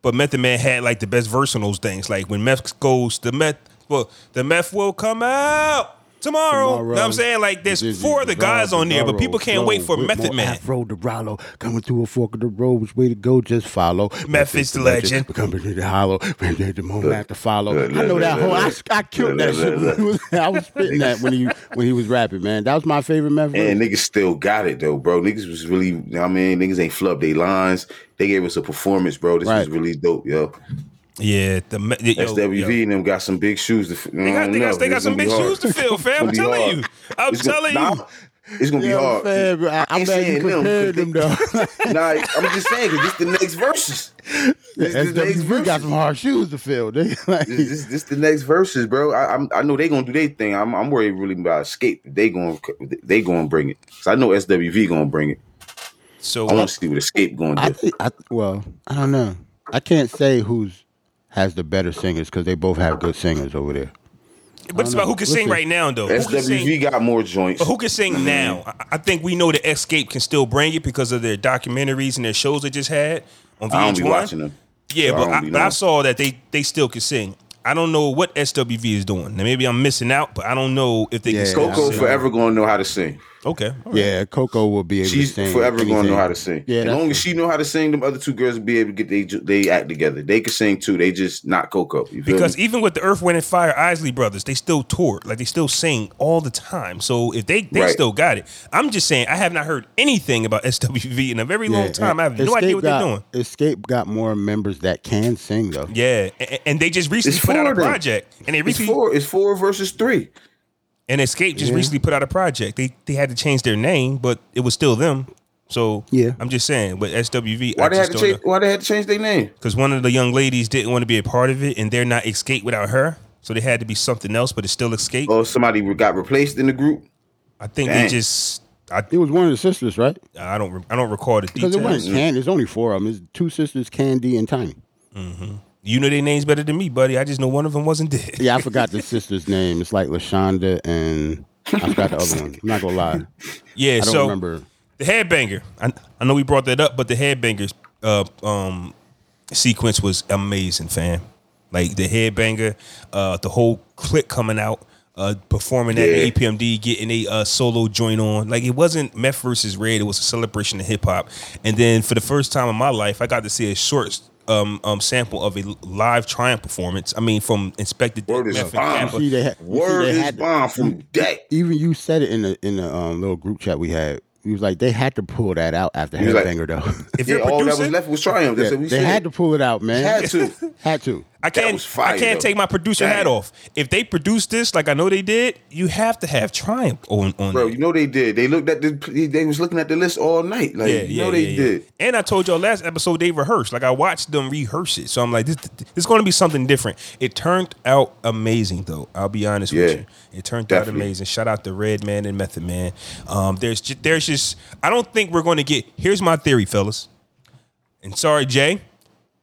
but Method Man had like the best verse on those things. Like when Meth goes, the Meth, well, the Meth will come out. Tomorrow, Know what I'm saying like there's
Dizzy,
four other
Bizarro,
guys on there, but
Bizarro,
people can't wait for
Flo,
Method
Whitmore,
Man.
Afro Dorado coming through a fork of the road. Which way to go? Just follow.
Memphis the legend.
We're coming to the hollow. We're there the moment after follow.
look,
I know
look,
that
look,
whole. I,
look.
I killed
Look,
that
look,
shit. When he was, I was spitting that when he when he was rapping, man. That was my favorite Memphis.
And niggas still got it though, bro. Niggas was really, you know what I mean, niggas ain't flubbed they lines. They gave us a performance, bro. This was
Right.
really dope, yo.
Yeah, the Me- yo, yo.
SWV and them got some big shoes to. f-
They got, they got, they got some big shoes to fill, fam. I'm telling you. I'm telling you.
It's gonna
You know
be
what
hard.
saying, bro? I, am
ain't
glad you
saying them,
compared
'cause they-
them though.
nah, I'm just saying because this the next verses. This, this next
SWV got
verses.
some hard shoes to fill. They like,
This, this, this the next verses, bro. I, I'm, I know they gonna do their thing. I'm, I'm worried really about escape. They going to they gonna bring it. 'Cause I know SWV gonna bring it.
So
I want to see what escape gonna
I
do.
think, I, well, I don't know. I can't say who's has the better singers because they both have good singers over there.
But it's about who can sing
Listen.
right now, though. Who can
SWV
sing,
got more joints.
but who can
Mm-hmm.
sing now? I, I think we know that Escape can still bring it because of their documentaries and their shows they just had on VH1.
I don't be watching them.
Yeah,
So I
but
don't
I,
be
but I
knowing.
saw that they they still can sing. I don't know what SWV is doing. Now, maybe I'm missing out, but I don't know if they
Yeah.
can still
Coco
sing.
forever gonna know how to sing.
Okay. all right.
Yeah, Coco will be able
She's
to sing.
forever gonna
anything.
know how to sing.
Yeah,
as
that's
long as she know how to sing, them other two girls will be able to get they they act together. They can sing too. They just not Coco. You feel
Because
me?
even with the Earth, Wind, and Fire Isley brothers, they still tour. Like, they still sing all the time. So, if they, they
Right.
still got it. I'm just saying, I have not heard anything about SWV in a very
Yeah,
long time. I have no
Escape
idea what
got,
they're doing.
Escape got more members that can sing though.
Yeah, a- a- and they just recently
It's
put out a
four of them.
project, and they
it's
recently
four. It's four versus three.
and Escape just recently put out a project. They they had to change their name, but it was still them. So
Yeah.
I'm just saying. But SWV,
Why
I
they had
just
to
don't
change? Why they had to change their name?
because one of the young ladies didn't want to be a part of it, and they're not Escape without her. So they had to be something else, but it's still Escape.
Oh, somebody got replaced in the group.
I think they
dang.
just I
It was one of the sisters, right?
I don't re- I don't recall the
Because
details.
it wasn't Can. There's only four of them. It's two sisters, Candy and Tiny.
You know their names better than me, buddy. I just know one of them wasn't dead.
Yeah, I forgot the sister's name. It's like Lashonda and I forgot the other one. I'm not gonna lie.
Yeah,
I don't
so
remember.
the headbanger. I, I know we brought that up, but the headbangers uh, um, sequence was amazing, fam. Like the headbanger, uh, the whole clip coming out, uh, performing at
Yeah.
the APMD, getting a uh, solo joint on. Like it wasn't Meth versus Red; it was a celebration of hip hop. And then for the first time in my life, I got to see a short. Um, um, sample of a live Triumph performance. I mean, from Inspected
Word is
Meth and
bomb.
Kappa.
See, they had,
Word
see, they
is
had to- Mm.
bomb from deck.
even you said it in the in the um, little group chat we had. He was like, they had to pull that out after
was like-
Headbanger though.
If
Yeah,
you're
all that was
producing-
left was Triumph. That's
Yeah,
what we
they
said.
had to pull it out, man.
Had to.
had to.
I
That
can't.
was fire,
I can't
though.
take my producer
Damn.
hat off. If they produce this, like I know they did, you have to have Triumph on. on
Bro,
it.
you know they did. They looked at the. They was looking at the list all night. Like you know they
yeah.
did.
And I told y'all last episode they rehearsed. Like I watched them rehearse it, so I'm like, this, this is going to be something different. It turned out amazing, though. I'll be honest
Yeah.
with you, it turned out
Definitely.
amazing. Shout out to Red Man and Method Man. Um, there's ju- there's just I don't think we're going to get. Here's my theory, fellas. And sorry, Jay.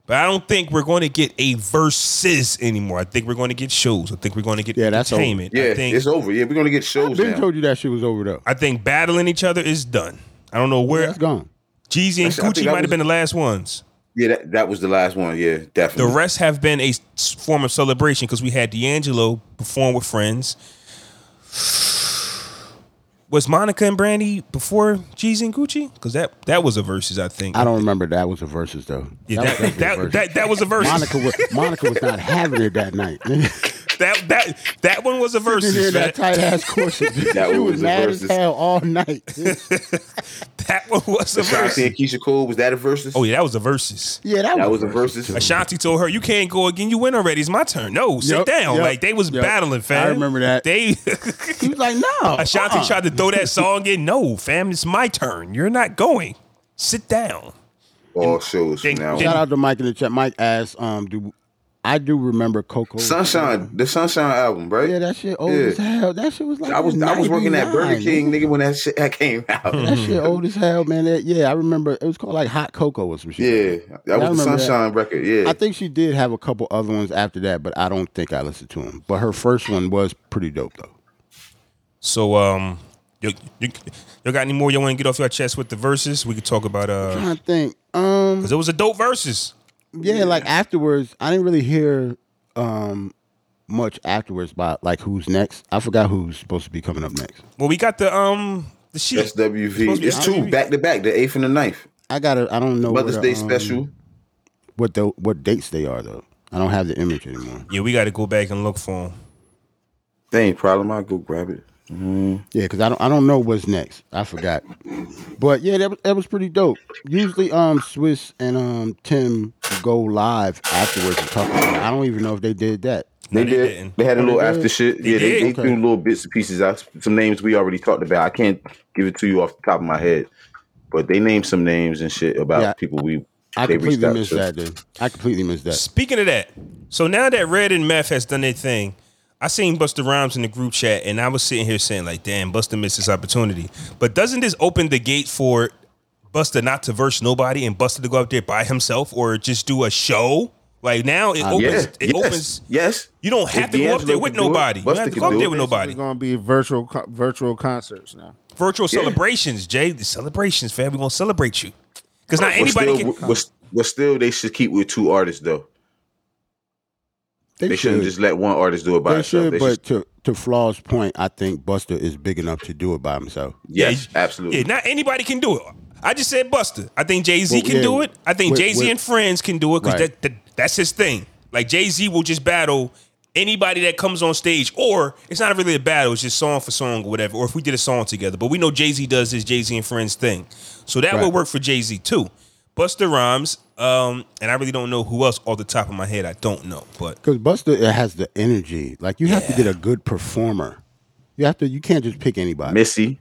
But I don't think we're going to get a versus anymore. I think we're going to get shows. I think we're going to get
Yeah, that's over.
entertainment.
Yeah,
I think
it's over. Yeah, we're gonna get shows
Ben
now.
told you that shit was over though.
I think battling each other is done. I don't know where
That's gone.
Jeezy and
Actually, I think
Gucci
that
might have
was-
been the last ones.
Yeah, that, that was the last one. Yeah,
The
definitely.
rest have been a s- form of celebration because we had D'Angelo perform with friends. Was Monica and Brandy before Jeezy and Gucci? Because that that was a versus, I think.
I don't remember that was a versus though.
Yeah, that,
was
that,
definitely a
that,
versus.
that, was a versus.
Monica was Monica was not having it that night.
That that that one was a
You hear
versus. man.
that tight ass question.
That
she
was
was
a
mad
versus.
as hell all night.
That one was a
Ashanti
versus.
and Keisha Cole was that a versus?
Oh yeah, that was a versus.
yeah, that,
that
was,
was a versus.
Ashanti told her, "You can't go again. You win already. It's my turn. No, sit
Yup,
down."
yup,
like they was
yup.
battling, fam.
I remember that.
They
He was like, no.
Ashanti
uh-uh.
tried to throw that song in. No, fam, it's my turn. You're not going. Sit down.
All shows from
Ding,
now.
ding.
on.
Shout out to Mike in the chat. Mike asked, um, do I do remember Coco?
Sunshine, the Sunshine album, right?
Yeah, that shit old
Yeah.
as hell. That shit was like
I was I was working at Burger
99,
King, nigga, when that shit that came
That
out.
shit old as hell, man. That- yeah, I remember it was called like Hot Cocoa or some
yeah,
shit.
that
I
was the
remember
Sunshine record. Yeah,
I think she did have a couple other ones after that, but I don't think I listened to them. But her first one was pretty dope though.
So um, you you, you got any more you want to get off your chest with the verses? We could talk about uh,
I think, um,
because it was a dope verses.
yeah, like afterwards, I didn't really hear um much afterwards about like who's next. I forgot who's supposed to be coming up next.
Well, we got the um the sheet. Supposed
SWV.
to be
It's two
SWV.
back to back, the eighth and the ninth.
I gotta. I don't know
Mother's
what,
Day
um,
special.
What the what dates they are though? I don't have the image anymore.
Yeah, we got to go back and look for them.
They ain't problem. I'll go grab it.
Yeah, because I don't I don't know what's next. I forgot. But yeah, that was that was pretty dope. Usually, um, Swiss and um Tim go live afterwards and talk. About it. I don't even know if they did that.
They
they
did.
didn't.
They had a little after shit. yeah, they,
did?
they threw little bits and pieces out. Some names we already talked about. I can't give it to you off the top of my head, but they named some names and shit about
Yeah,
people we.
I
they reached
completely
out
missed
to.
that, dude. I completely missed that.
Speaking of that, so now that Red and Meth has done their thing, I seen Buster Rhymes in the group chat, and I was sitting here saying, like, damn, Buster missed his opportunity. But doesn't this open the gate for Buster not to verse nobody and Buster to go out there by himself or just do a show? Like now it opens
Uh, Yeah.
it
yes.
opens
yes.
you don't have
If
to go up
D'Angelo
there with
can do it,
nobody. You don't
Busta
have to
can
go up
do
there
it.
with nobody.
It's going to be virtual co- virtual concerts now.
Virtual
Yeah.
celebrations, Jay. The celebrations, fam. We're gonna celebrate you. Because not
But
anybody
still,
can
But, but still, they should keep with two artists though. They shouldn't just let one artist do it by
They
itself.
should,
They
but
should-
to to Flaw's point, I think Buster is big enough to do it by himself.
yes,
Yeah,
absolutely.
Yeah, not anybody can do it. I just said Buster. I think Jay Z
Well,
can
yeah,
do it. I think
with-
Jay Z
with-
and friends can do it because
Right.
that, that- that's his thing. Like Jay Z will just battle anybody that comes on stage, or it's not really a battle. It's just song for song or whatever. Or if we did a song together, but we know Jay Z does his Jay Z and friends thing, so that
Right.
would work for Jay Z too. Buster Rhymes, um, and I really don't know who else off the top of my head. I don't know, but
Because Buster it has the energy. Like you have to get a good performer. You have to. You can't just pick anybody.
Missy.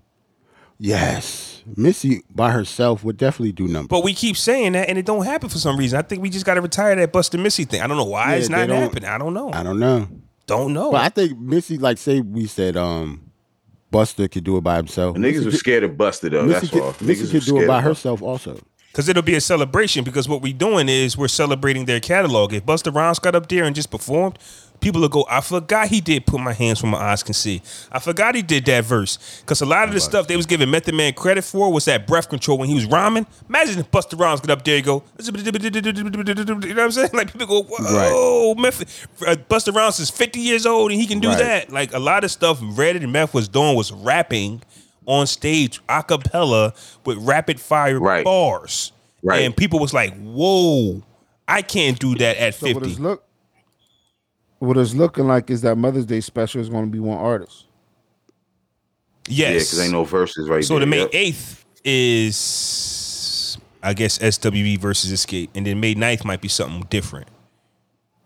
yes, Missy by herself would definitely do numbers.
But we keep saying that, and it don't happen for some reason. I think we just got to retire that Buster Missy thing. I don't know why
Yeah,
it's
they
not
don't-
happening. I don't know.
I don't know.
don't know.
But I think Missy, like, say we said, um, Buster could do it by himself.
Niggas was scared of Buster though.
Missy
That's all.
could, Missy
Niggas
could
was
do it
scared
by
of Busta.
herself also.
Because it'll be a celebration. Because what we're doing is we're celebrating their catalog. If Buster Rhymes got up there and just performed, people will go, I forgot he did Put My Hands Where My Eyes Can See. I forgot he did that verse. Because a lot of the stuff they was giving Method Man credit for was that breath control when he was rhyming. Imagine if Buster Rhymes got up there and go, you know what I'm saying? Like people go, whoa, Method. uh, Buster Rhymes is 50 years old and he can do
Right.
that. Like a lot of stuff Reddit and Meth was doing was rapping on stage a cappella with rapid fire
Right.
bars.
Right.
And people was like, whoa, I can't do that at
So what
50.
it's look what it's looking like is that Mother's Day special is going to be one artist.
yes.
Yeah, because ain't no verses right
so
there.
the May
Yep.
8th is, I guess, SWE versus Escape. And then May 9th might be something different.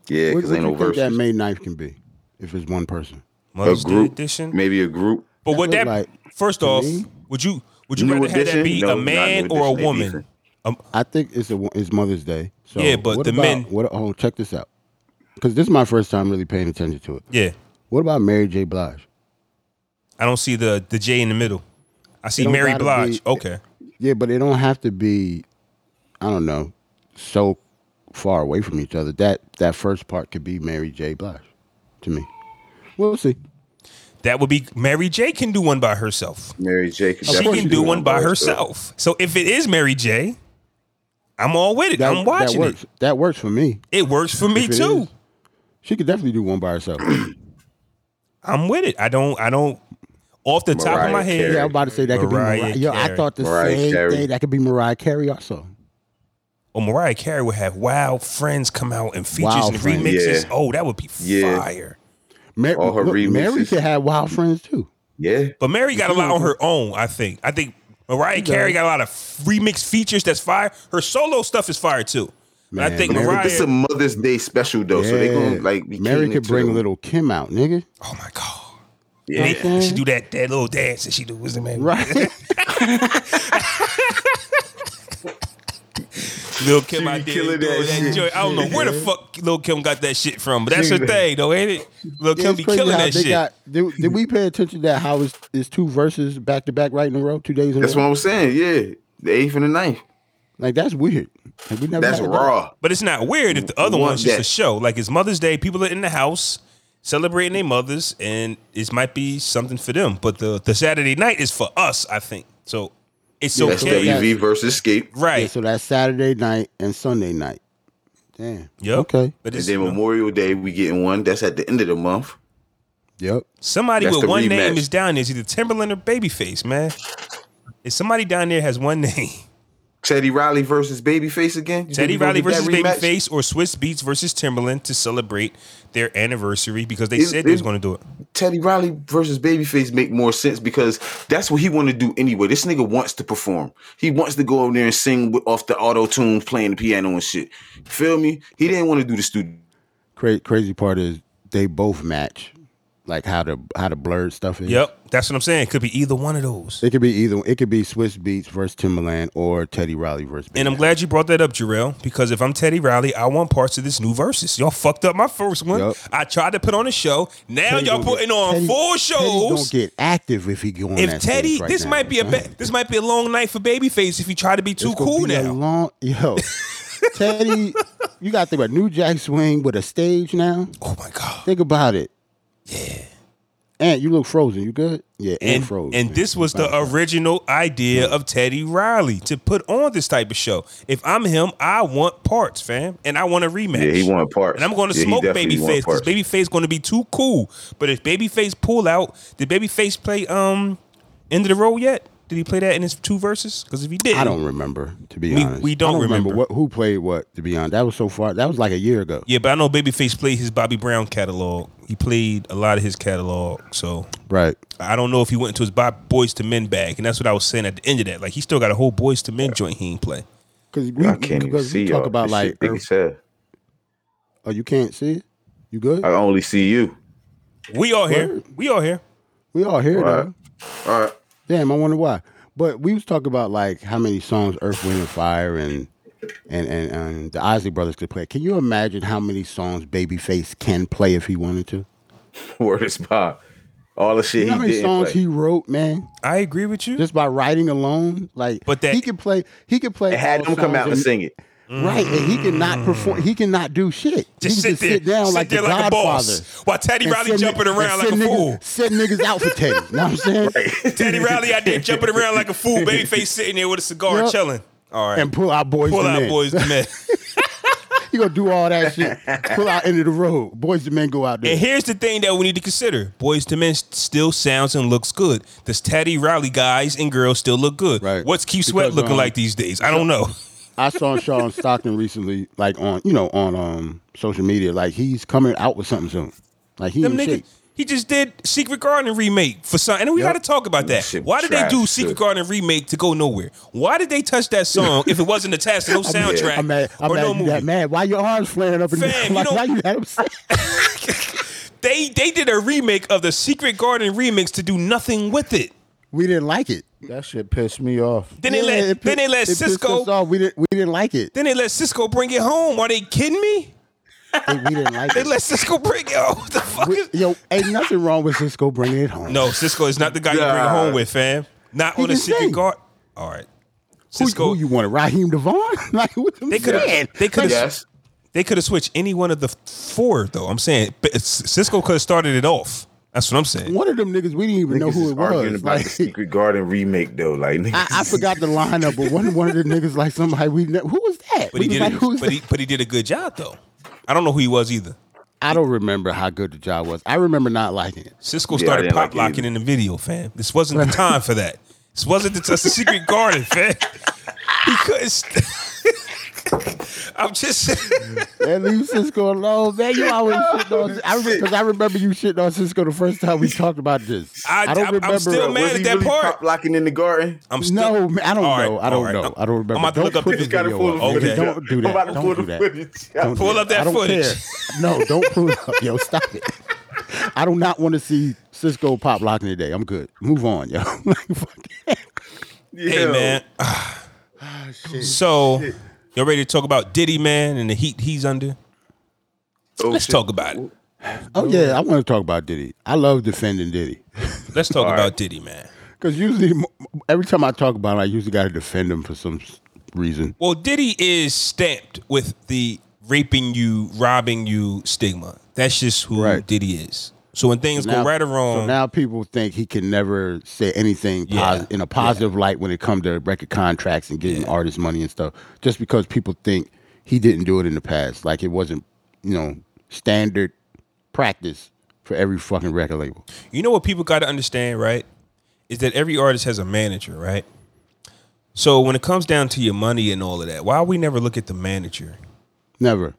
Yeah,
What-
because
what
ain't
you
no
think that
verses.
May 9th can be if it's one person.
A
Mother's Day
group,
edition.
maybe a group.
But
That
would
look
that,
like-
first
to
off,
me-
would you would you
New
rather have that
edition?
be
No,
a
not
man
new
or a
edition, they
woman?
beefing.
I think it's a, it's Mother's Day. So
Yeah, but
what
the
about-
men-
What, oh, check this out. Because this is my first time really paying attention to it.
Yeah.
What about Mary J. Blige?
I don't see the, the J in the middle. I see
don't
Mary
gotta
Blige.
be-
okay.
Yeah, but they don't have to be, I don't know, so far away from each other. That that first part could be Mary J. Blige, to me. We'll see.
That would be Mary J can do one by herself.
Mary J. could
she
definitely
can do
it
one
on
by
voice, though.
herself. So if it is Mary J, I'm all with it.
That,
I'm watching
that
it.
works. That works for me.
It works for me
If it
too.
is, she could definitely do one by herself.
I'm with it. I don't. I don't. Off the top of
Mariah
my head,
yeah, I'm about to say that could be
Mariah
Mariah. Yo, I
Carey.
thought the
Mariah
same
Carey.
thing. That could be Mariah Carey also.
oh, Mariah Carey would have Wild Friends come out and features
Wild
and
Friends.
remixes.
Yeah.
Oh, that would be
Yeah.
fire.
Mar-
All her
look, Mary
remixes.
could have Wild Friends too.
Yeah.
But Mary got a lot on her own. I think. I think Mariah Carey got a lot of remix features. That's fire. Her solo stuff is fire too. But I
Man,
think
Mary-
Mariah.
It's a Mother's Day special though, Oh, so they gonna like be
Mary
catering
could
to
bring
them.
little Kim out, nigga.
oh my god.
Yeah.
Make- she do that that little dance that she do. What's the name?
Right.
Lil Kim
be
out there doing
killing
that,
that shit.
joint. I don't know where the fuck Lil Kim got that shit from, but that's her
Dude.
thing, though, ain't it? Lil Kim
it's
be
crazy
killing
how
that
they
shit.
got- did, did we pay attention to that? How is is two verses back to back right in a row, two days in
That's
a row?
what I'm saying. Yeah, the eighth and the ninth.
Like that's weird. Like, we never
That's
had that.
raw.
but it's not weird if the other
Want
one's just a
that.
show. Like it's Mother's Day, people are in the house celebrating their mothers, and it might be something for them. But the the Saturday night is for us, I think. So it's
Yeah,
That's
so
okay,
that-
WV versus Escape,
right?
Yeah, so that's Saturday night and Sunday night. Damn.
Yep.
Okay.
But
and
it's,
then Memorial Day we getting one. That's at the end of the month.
Yep.
somebody
that's
with
the
one name
rematch.
is down there. It's either Timberland or Babyface, man. If somebody down there has one name,
Teddy Riley versus Babyface again. You think
Teddy
we gonna
Riley
get that
versus
rematch?
Babyface or Swiss Beats versus Timberland to celebrate their anniversary because they
Is-
said they was
is-
going to do it.
Teddy Riley versus Babyface make more sense because that's what he want to do anyway. This nigga wants to perform. He wants to go over there and sing with, off the auto tune, playing the piano and shit. Feel me? He didn't want to do the studio.
Cra- crazy part is they both match, like how the how the blurred stuff is.
Yep, that's what I'm saying. It could be either one of those.
It could be either. It could be Swiss Beats versus Timberland or Teddy Riley versus.
And I'm glad you brought that up, Jarrell, because if I'm Teddy Riley, I want parts of this new versus. Y'all fucked up my first one.
Yup.
I tried to put on a show. Now
Teddy
y'all
gonna get-
putting on
Teddy-
four shows.
Teddy don't get active if he go on
if
that
Teddy,
stage right
this
now.
might be a ba- this might be a long night for Babyface if you try to be too
It's gonna
cool
be a
now.
long- yo, Teddy, you got to think about New Jack Swing with a stage now.
oh my god!
Think about it. Yeah. And you look frozen. You good? Yeah, and,
And
frozen.
and this was the original idea of Teddy Riley to put on this type of show. If I'm him, I want parts, fam, and I want a rematch.
Yeah, he wanted parts.
And I'm going to
Yeah, he
smoke
definitely wanted
Babyface because
parts.
Babyface going to be too cool. But if Babyface pull out, did Babyface play um end of the road yet? Did he play that in his two verses? Because if he did,
I don't remember to be
We-
honest.
we don't
I
remember.
what who played what. To be honest, that was so far. That was like a year ago.
Yeah, but I know Babyface played his Bobby Brown catalog. He played a lot of his catalog, so
Right.
I don't know if he went into his Bob Boys to Men bag, and that's what I was saying at the end of that. Like he still got a whole Boys to Men joint he ain't play.
Because we,
I can't even
because
see
we talk
y'all.
about
This
like
shit big
Earth-
as hell.
oh you can't see it. You good?
I only see you.
We all here. We all here.
we all here
All
though.
right. All right.
Damn, I wonder why. But we was talking about like how many songs Earth, Wind and Fire and and and, and the Isley Brothers could play. Can you imagine how many songs Babyface can play if he wanted to?
Word is Bob. All the
You
shit
know how
he
many
did.
songs
Like,
he wrote, man,
I agree with you.
just by writing alone. Like,
But that-
he could play. He could play.
and had
all
him come
songs
out and sing it.
Right, and he could not perform. He cannot do shit.
Just
he
sit
can
there,
sit down
sit
like
there
the
like a
Godfather.
boss. While Teddy
and
Riley
send
jumping
ni-
around
and
like a
send niggas-
fool.
Send niggas out for Teddy. You know what I'm saying?
Teddy Riley out there jumping around like a fool. Babyface sitting there with a cigar and
Yep.
chilling. All right,
And pull out boys.
pull
to
out
men.
Boys to Men.
He gonna do all that shit. Pull out into the road. Boys and men go out there.
And here's the thing that we need to consider: Boys to Men s- still sounds and looks good. Does Teddy Riley guys and girls still look good?
Right.
What's Keith Sweat
Because,
looking
um,
like these days? I don't know.
I saw Sean Stockton recently, like on you know on um social media, like he's coming out with something soon. Like he
Them
in
niggas.
shape.
He just did Secret Garden remake for some, and we got to talk about that.
shit
Why did they
trash,
do
too.
Secret Garden remake to go nowhere? Why did they touch that song if it wasn't attached to no soundtrack
I'm mad. I'm
or
mad
no
you
movie?
got mad. Why your arms flaring up? And
Fam,
down?
you
like,
don't-
why you that upset?
They they did a remake of the Secret Garden remix to do nothing with it.
We didn't like it.
That shit pissed me off.
Then they let
it
then they
pi-
let
it pissed us
Cisco
off. We didn't. We didn't like it.
then they let Cisco bring it home. Are they kidding me?
we we didn't like
They
it.
let Cisco bring it home. What the fuck
We-
is
yo, ain't nothing wrong with Cisco bringing it home.
No, Cisco is not the guy you bring it
Nah.
home with, fam. Not
He
on a
just
secret
sang.
guard. All right,
who,
Cisco.
who you want? Raheem Devon? like what the
They could
man?
have. They could have.
Yes.
They could have switched any one of the four, though. I'm saying, but it's- Cisco could have started it off. That's what I'm saying.
One of them niggas. We didn't even know
Niggas
who
is
it
arguing
was.
about
Like,
the Secret Garden remake though. Like niggas,
I, I forgot the lineup, but one one of the niggas like somebody we know. Who was that?
But he
We
did.
was like,
A,
who's
but
that?
he but he did a good job though. I don't know who he was either.
I don't remember how good the job was. I remember not liking it.
Cisco
Yeah, I
started
didn't like
pop
it
locking
either.
in the video, fam. This wasn't the time for that. This wasn't the, that's the secret garden, fam. He couldn't. St- I'm just.
And leave Cisco alone, man. You always shitting on I remember because I remember you shitting on Cisco the first time we talked about this.
I-
I, don't
I- I'm
remember.
still mad
was
at
he
that
really
part.
pop locking in the garden?
I'm
no, man, I don't
All right,
know. I don't
all right.
know. I don't remember.
I'm about to
don't
look up
put
the-
the
Niggas
gotta
video
pull the
up. Okay,
footage
Don't do
I'm
that.
about to
Don't
pull
do
the
that.
footage.
Don't do
Pull up that
I don't
footage.
care. No, don't pull it up, yo. Stop it. I do not want to see Cisco pop locking today. I'm good. Move on, yo. like, fuck it.
Hey
Yo.
man.
Ah,
so, y'all ready to talk about Diddy man and the heat he's under?
Oh,
Let's
shit.
talk about it.
Oh yeah, I want to talk about Diddy. I love defending Diddy
Let's talk about Diddy man.
because usually, m- every time I talk about him, I usually got to defend him for some s- reason.
Well, Diddy is stamped with the raping you, robbing you stigma. That's just who
Right.
Diddy is. So when things
Now-
go right or
So
wrong,
now people think he can never say anything
Yeah,
posi- in a positive light when it comes to record contracts and getting artist money and stuff, just because people think he didn't do it in the past. Like it wasn't, you know, standard practice for every fucking record label.
you know what people got to understand, right? Is that every artist has a manager, right? So when it comes down to your money and all of that, why we never look at the manager?
Never.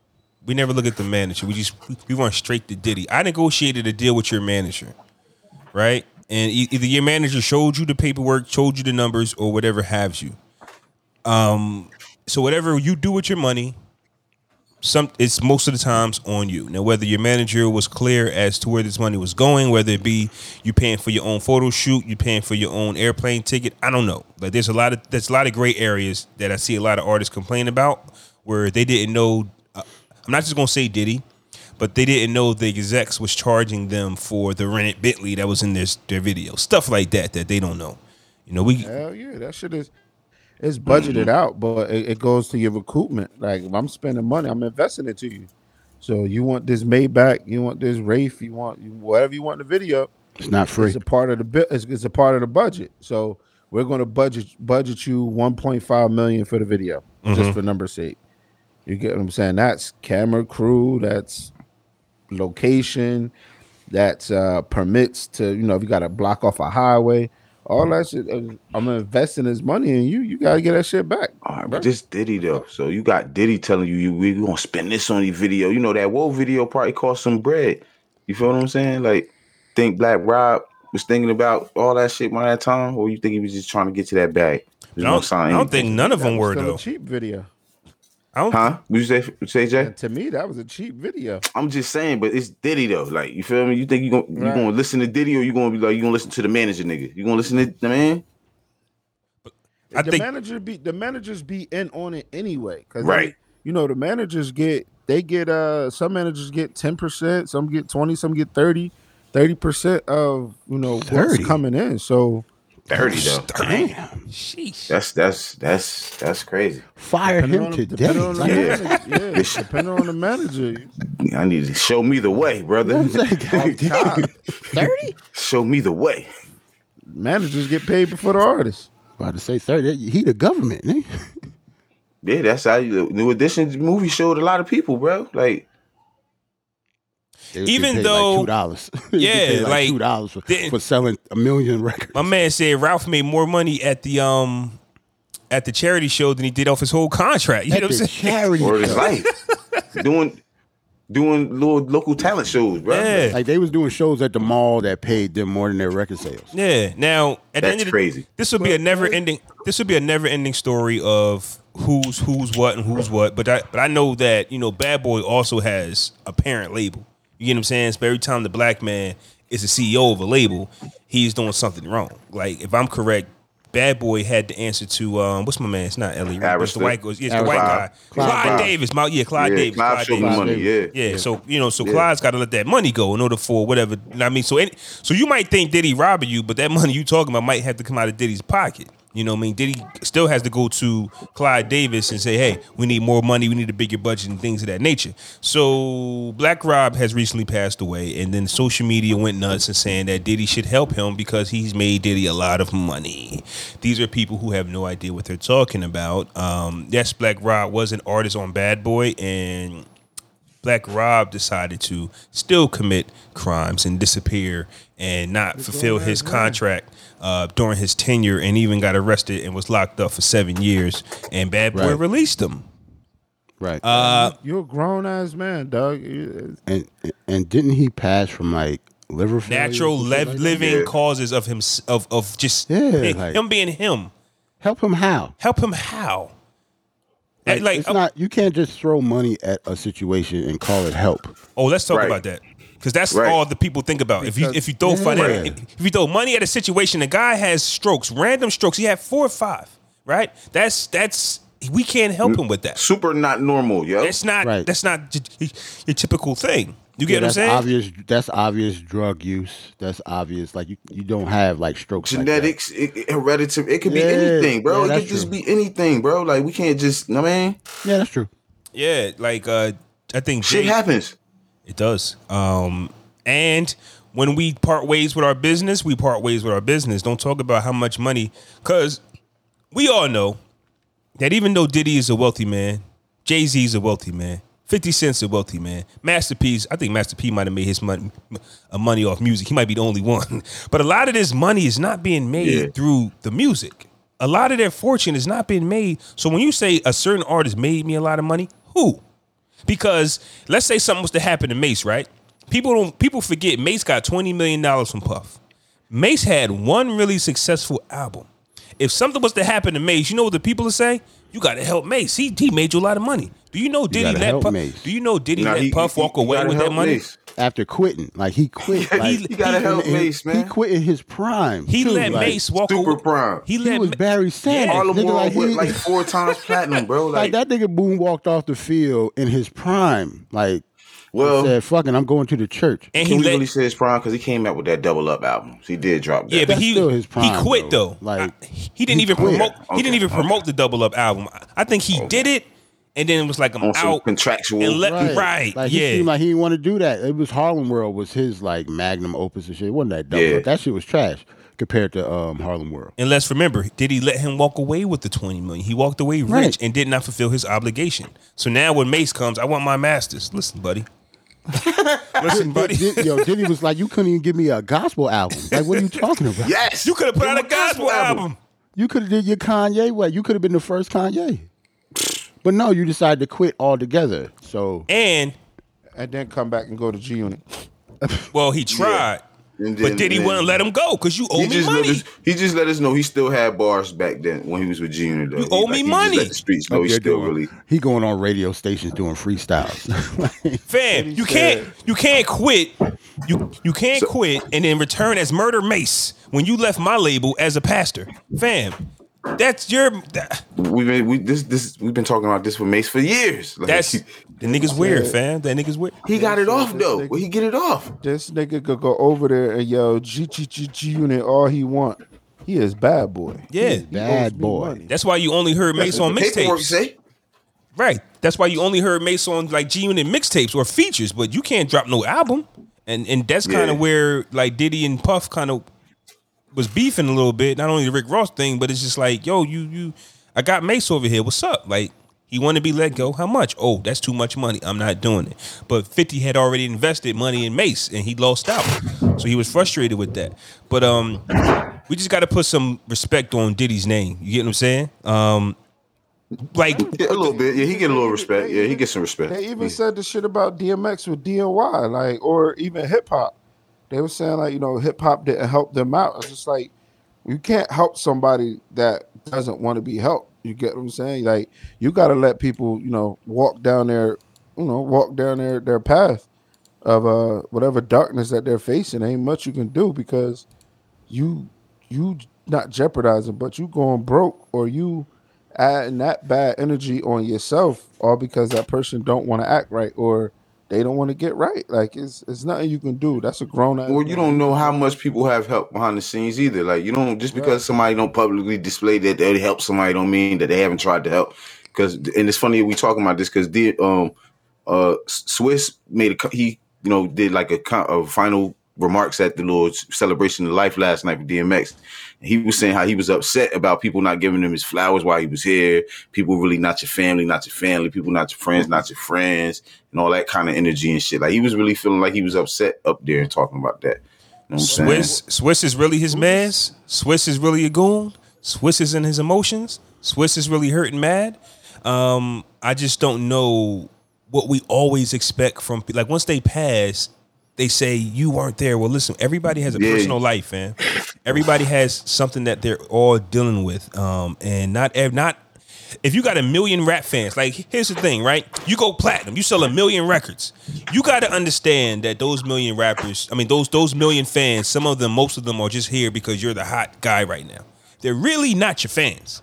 We never look at the manager. We just we run straight to Diddy. I negotiated a deal with your manager, right? And e- either your manager showed you the paperwork, showed you the numbers, or whatever have you. Um, so whatever you do with your money, some it's most of the times on you. Now, whether your manager was clear as to where this money was going, whether it be you paying for your own photo shoot, you paying for your own airplane ticket, I don't know. Like there's a lot of there's a lot of gray areas that I see a lot of artists complain about where they didn't know. Uh, I'm not just gonna say Diddy, but they didn't know the execs was charging them for the rented Bentley that was in their their video, stuff like that that they don't know. You know, we
Hell yeah, that shit is it's budgeted out, but it, it goes to your recoupment. Like if I'm spending money, I'm investing it to you. So you want this Maybach, you want this Wraith, you want you, whatever you want in the video.
It's not free.
It's a part of the bu- it's, it's a part of the budget. So we're going to budget budget you 1.5 million for the video, just for number's sake. You get what I'm saying? That's camera crew. That's location. That's uh, permits to you know if you got to block off a highway. All that shit. uh, I'm investing this money in you. You gotta get that shit back.
All right,
bro.
but this Diddy though. So you got Diddy telling you, you we gonna spend this on your video. You know that whoa video probably cost some bread. You feel what I'm saying? Like, think Black Rob was thinking about all that shit by that time, or you think he was just trying to get to that bag? Just
I
gonna
don't,
sign
I don't
anything.
think none of
That
them
was
were
still a
though.
cheap video.
I don't
Huh? Would you say, would you say Jay?
And to me, that was a cheap video.
I'm just saying, but it's Diddy though. Like, you feel me? You think you gonna you
Right.
gonna listen to Diddy, or you gonna be like you gonna listen to the manager nigga? You gonna listen to the man?
I
the
think
manager be the managers be in on it anyway. 'cause they-
Right.
you know the managers get they get uh some managers get ten percent, some get twenty, some get 30 30 percent of you know what's
30?
coming in. So
Dirty though.
Damn.
That's that's that's that's crazy.
Fire him
on-
today.
depending on the
Like,
manager, yeah, depending on the manager,
I need to show me the way, brother.
Thirty?
show me the way.
managers get paid before the artists.
About to say thirty. He the government, nigga.
Yeah, that's how you, the New Edition movie showed a lot of people, bro. Like,
They was getting
Even
paid
though-
like two dollars,
Yeah, like,
two dollars for,
didn't-
for selling a million records.
my man said Ralph made more money at the um at the charity show than he did off his whole contract. You
At
know what
the
I'm saying?
charity
or his
show.
life, doing doing little local talent shows, bro.
Yeah.
Like they was doing shows at the mall that paid them more than their record sales.
Yeah. Now at the
That's
end of the,
crazy.
This will be a never ending. This will be a never ending story of who's who's what and who's what. But I but I know that you know Bad Boy also has a parent label. You get what I'm saying? So every time the black man is the CEO of a label, he's doing something wrong. Like if I'm correct. Bad boy had the answer to um, what's my man? It's not Ellie. It's the
Arista.
white, it's the white
Clive.
guy, Clyde,
Clive. Clive.
Davis. My, yeah, Clyde
yeah,
Davis.
Clive showed me
Davis.
money. Yeah,
Yeah, so you know, so Clyde's got to let that money go in order for whatever. you know what I mean, so any, so you might think Diddy robbing you, but that money you talking about might have to come out of Diddy's pocket. You know, what I mean, Diddy still has to go to Clyde Davis and say, "Hey, we need more money. We need a bigger budget and things of that nature." So Black Rob has recently passed away, and then social media went nuts and saying that Diddy should help him because he's made Diddy a lot of money. These are people who have no idea what they're talking about. Um, yes, Black Rob was an artist on Bad Boy, and Black Rob decided to still commit crimes and disappear and not fulfill his contract uh, during his tenure and even got arrested and was locked up for seven years. And Bad Boy
Right.
released him.
Right.
You're a grown ass man, dog. You-
Uh, and and didn't he pass from like liver failure?
Natural lev- living
Yeah.
causes of him of of just
Yeah,
him,
like-
him being him.
Help him how?
Help him how? Like,
it's
oh,
not. You can't just throw money at a situation and call it help.
oh, let's talk
Right.
about that. Because that's
Right.
all the people think about. if you
Because-
if you throw
Yeah.
finan- if you throw money at a situation, the guy has strokes, random strokes. He had four or five, right? That's that's we can't help him with that.
super not normal, yo.
That's not
Right.
that's not j- j- your typical thing. You get
Yeah,
what I'm
that's
saying?
obvious. That's obvious drug use. That's obvious. Like you, you don't have like strokes. like that.
Genetics, it, it- hereditary, it could
Yeah,
be anything, bro.
yeah,
it
that's
could just
true.
be anything, bro. Like we can't just, no man.
yeah, that's true.
Yeah, like uh, I think
Shit
Jay-
happens.
It does. Um, and when we part ways with our business, we part ways with our business. Don't talk about how much money, because we all know that even though Diddy is a wealthy man, Jay Z is a wealthy man, Fifty Cent's a wealthy man, Master P's. I think Master P might have made his money, uh, money off music. He might be the only one. But a lot of this money is not being made
Yeah.
through the music. A lot of their fortune is not being made. So when you say a certain artist made me a lot of money, who? Because let's say something was to happen to Mace, right? People don't people forget Mace got twenty million dollars from Puff. Mace had one really successful album. If something was to happen to Mace, you know what the people would say? You got to help Mace. He, he made you a lot of money. Do you know Diddy
gotta
let
help
Puff?
Mace.
Do you know Diddy
Nah,
let Puff walk away
gotta
with that
help
money?
Mace.
after quitting. Like he quit. like,
You gotta help
and- and
Mace, man.
He quit in his prime.
He
too,
let
like,
Mace walk
super
away.
prime.
He
He
let
was
Ma-
Barry Sanders.
Harlem
nigga,
World
like,
went
he-
like four times platinum, bro.
like that
Like,
nigga Boone walked off the field in his prime. Like
well,
he said, "Fucking, I'm going to the church."
and he
can we
let
really say his prime? Because he came out with that double up album. He did drop that.
yeah, but
That's
he
still his
he
prime,
quit
though.
though.
Like,
I- he didn't even
quit.
promote. He didn't
Okay,
even promote the double up album. I, I think he did it, and then it was like I'm
on some
out
contractual.
and let right.
Like
yeah,
he seemed like he didn't want to do that. It was Harlem World was his like magnum opus and shit. It wasn't that double?
Yeah.
That shit was trash compared to um, Harlem World.
And let's remember, did he let him walk away with the 20 million? He walked away rich
Right.
and did not fulfill his obligation. So now when Mace comes, I want my masters. Listen, buddy. Listen, buddy.
Did- yo, Diddy was like, "You couldn't even give me a gospel album. Like, what are you talking about?
yes,
you could have put
It
out a
was
gospel album.
You could have did your Kanye way. You could have been the first Kanye." But no, you decided to quit altogether. So
And
uh, and then come back and go to G Unit.
well, he tried.
And
but
then-
Diddy
then-
wouldn't let him go because you owe
He
me
just, let
money.
us, he just let us know he still had bars back then when he was with G Unit. though.
You
He-
owe
like,
me
he just
money.
let the streets know he
They're
still
doing-
really.
he going on radio stations doing freestyles. Like,
Fam, you can't you can't quit. You you can't quit and then return as murder mace when you left my label as a pastor. Fam, that's your that-
We've been we, this this we've been talking about this with Mace for years. Like,
that's
he,
the nigga's weird, fam. That nigga's weird.
he got it off though. Well, he get it off.
This nigga could go over there and yell G G G G Unit all he want. He is bad boy.
Yeah.
bad boy.
money.
That's why you only heard Mace on
The paperwork
mixtapes.
say
Right. That's why you only heard Mace on like G Unit mixtapes or features, but you can't drop no album. And and that's kind of
Yeah.
where like Diddy and Puff kind of was beefing a little bit. Not only the Rick Ross thing, but it's just like, yo, you you I got Mace over here. What's up? Like he wanted to be let go. How much? Oh, that's too much money. I'm not doing it. But 50 had already invested money in Mace and he lost out. So he was frustrated with that. But um we just got to put some respect on Diddy's name. You get what I'm saying? Um like
yeah, a little bit. Yeah, he get a little respect. Yeah, he gets some respect.
They even
Yeah.
said the shit about DMX with DNY, like, or even hip hop. They were saying like, you know, hip hop didn't help them out. It's just like you can't help somebody that doesn't want to be helped. You get what I'm saying? Like, you got to let people, you know, walk down their, you know, walk down their their path of uh whatever darkness that they're facing. Ain't much you can do because you you not jeopardizing, but you going broke or you adding that bad energy on yourself all because that person don't want to act right or they don't want to get right. Like it's it's nothing you can do. That's a grown ass.
Well, you don't know how much people have help behind the scenes either. Like you don't just because somebody don't publicly display that they help somebody don't mean that they haven't tried to help. Because and it's funny we talking about this because the um uh Swiss made a co- he you know did like a, co- a final remarks at the little celebration of life last night with DMX. He was saying how he was upset about people not giving him his flowers while he was here. People really not your family, not your family. People not your friends, not your friends, and all that kind of energy and shit. Like he was really feeling like he was upset up there and talking about that. You know what I'm saying?
Swiss Swiss is really his mans. Swiss is really a goon. Swiss is in his emotions. Swiss is really hurt and mad. Um, I just don't know what we always expect from pe- like once they pass, they say you weren't there. Well, listen, everybody has a
Yeah.
personal life, man. Everybody has something that they're all dealing with, um, and not ev- not. If you got a million rap fans, like here's the thing, right? You go platinum, you sell a million records. You got to understand that those million rappers, I mean those those million fans, some of them, most of them are just here because you're the hot guy right now. They're really not your fans.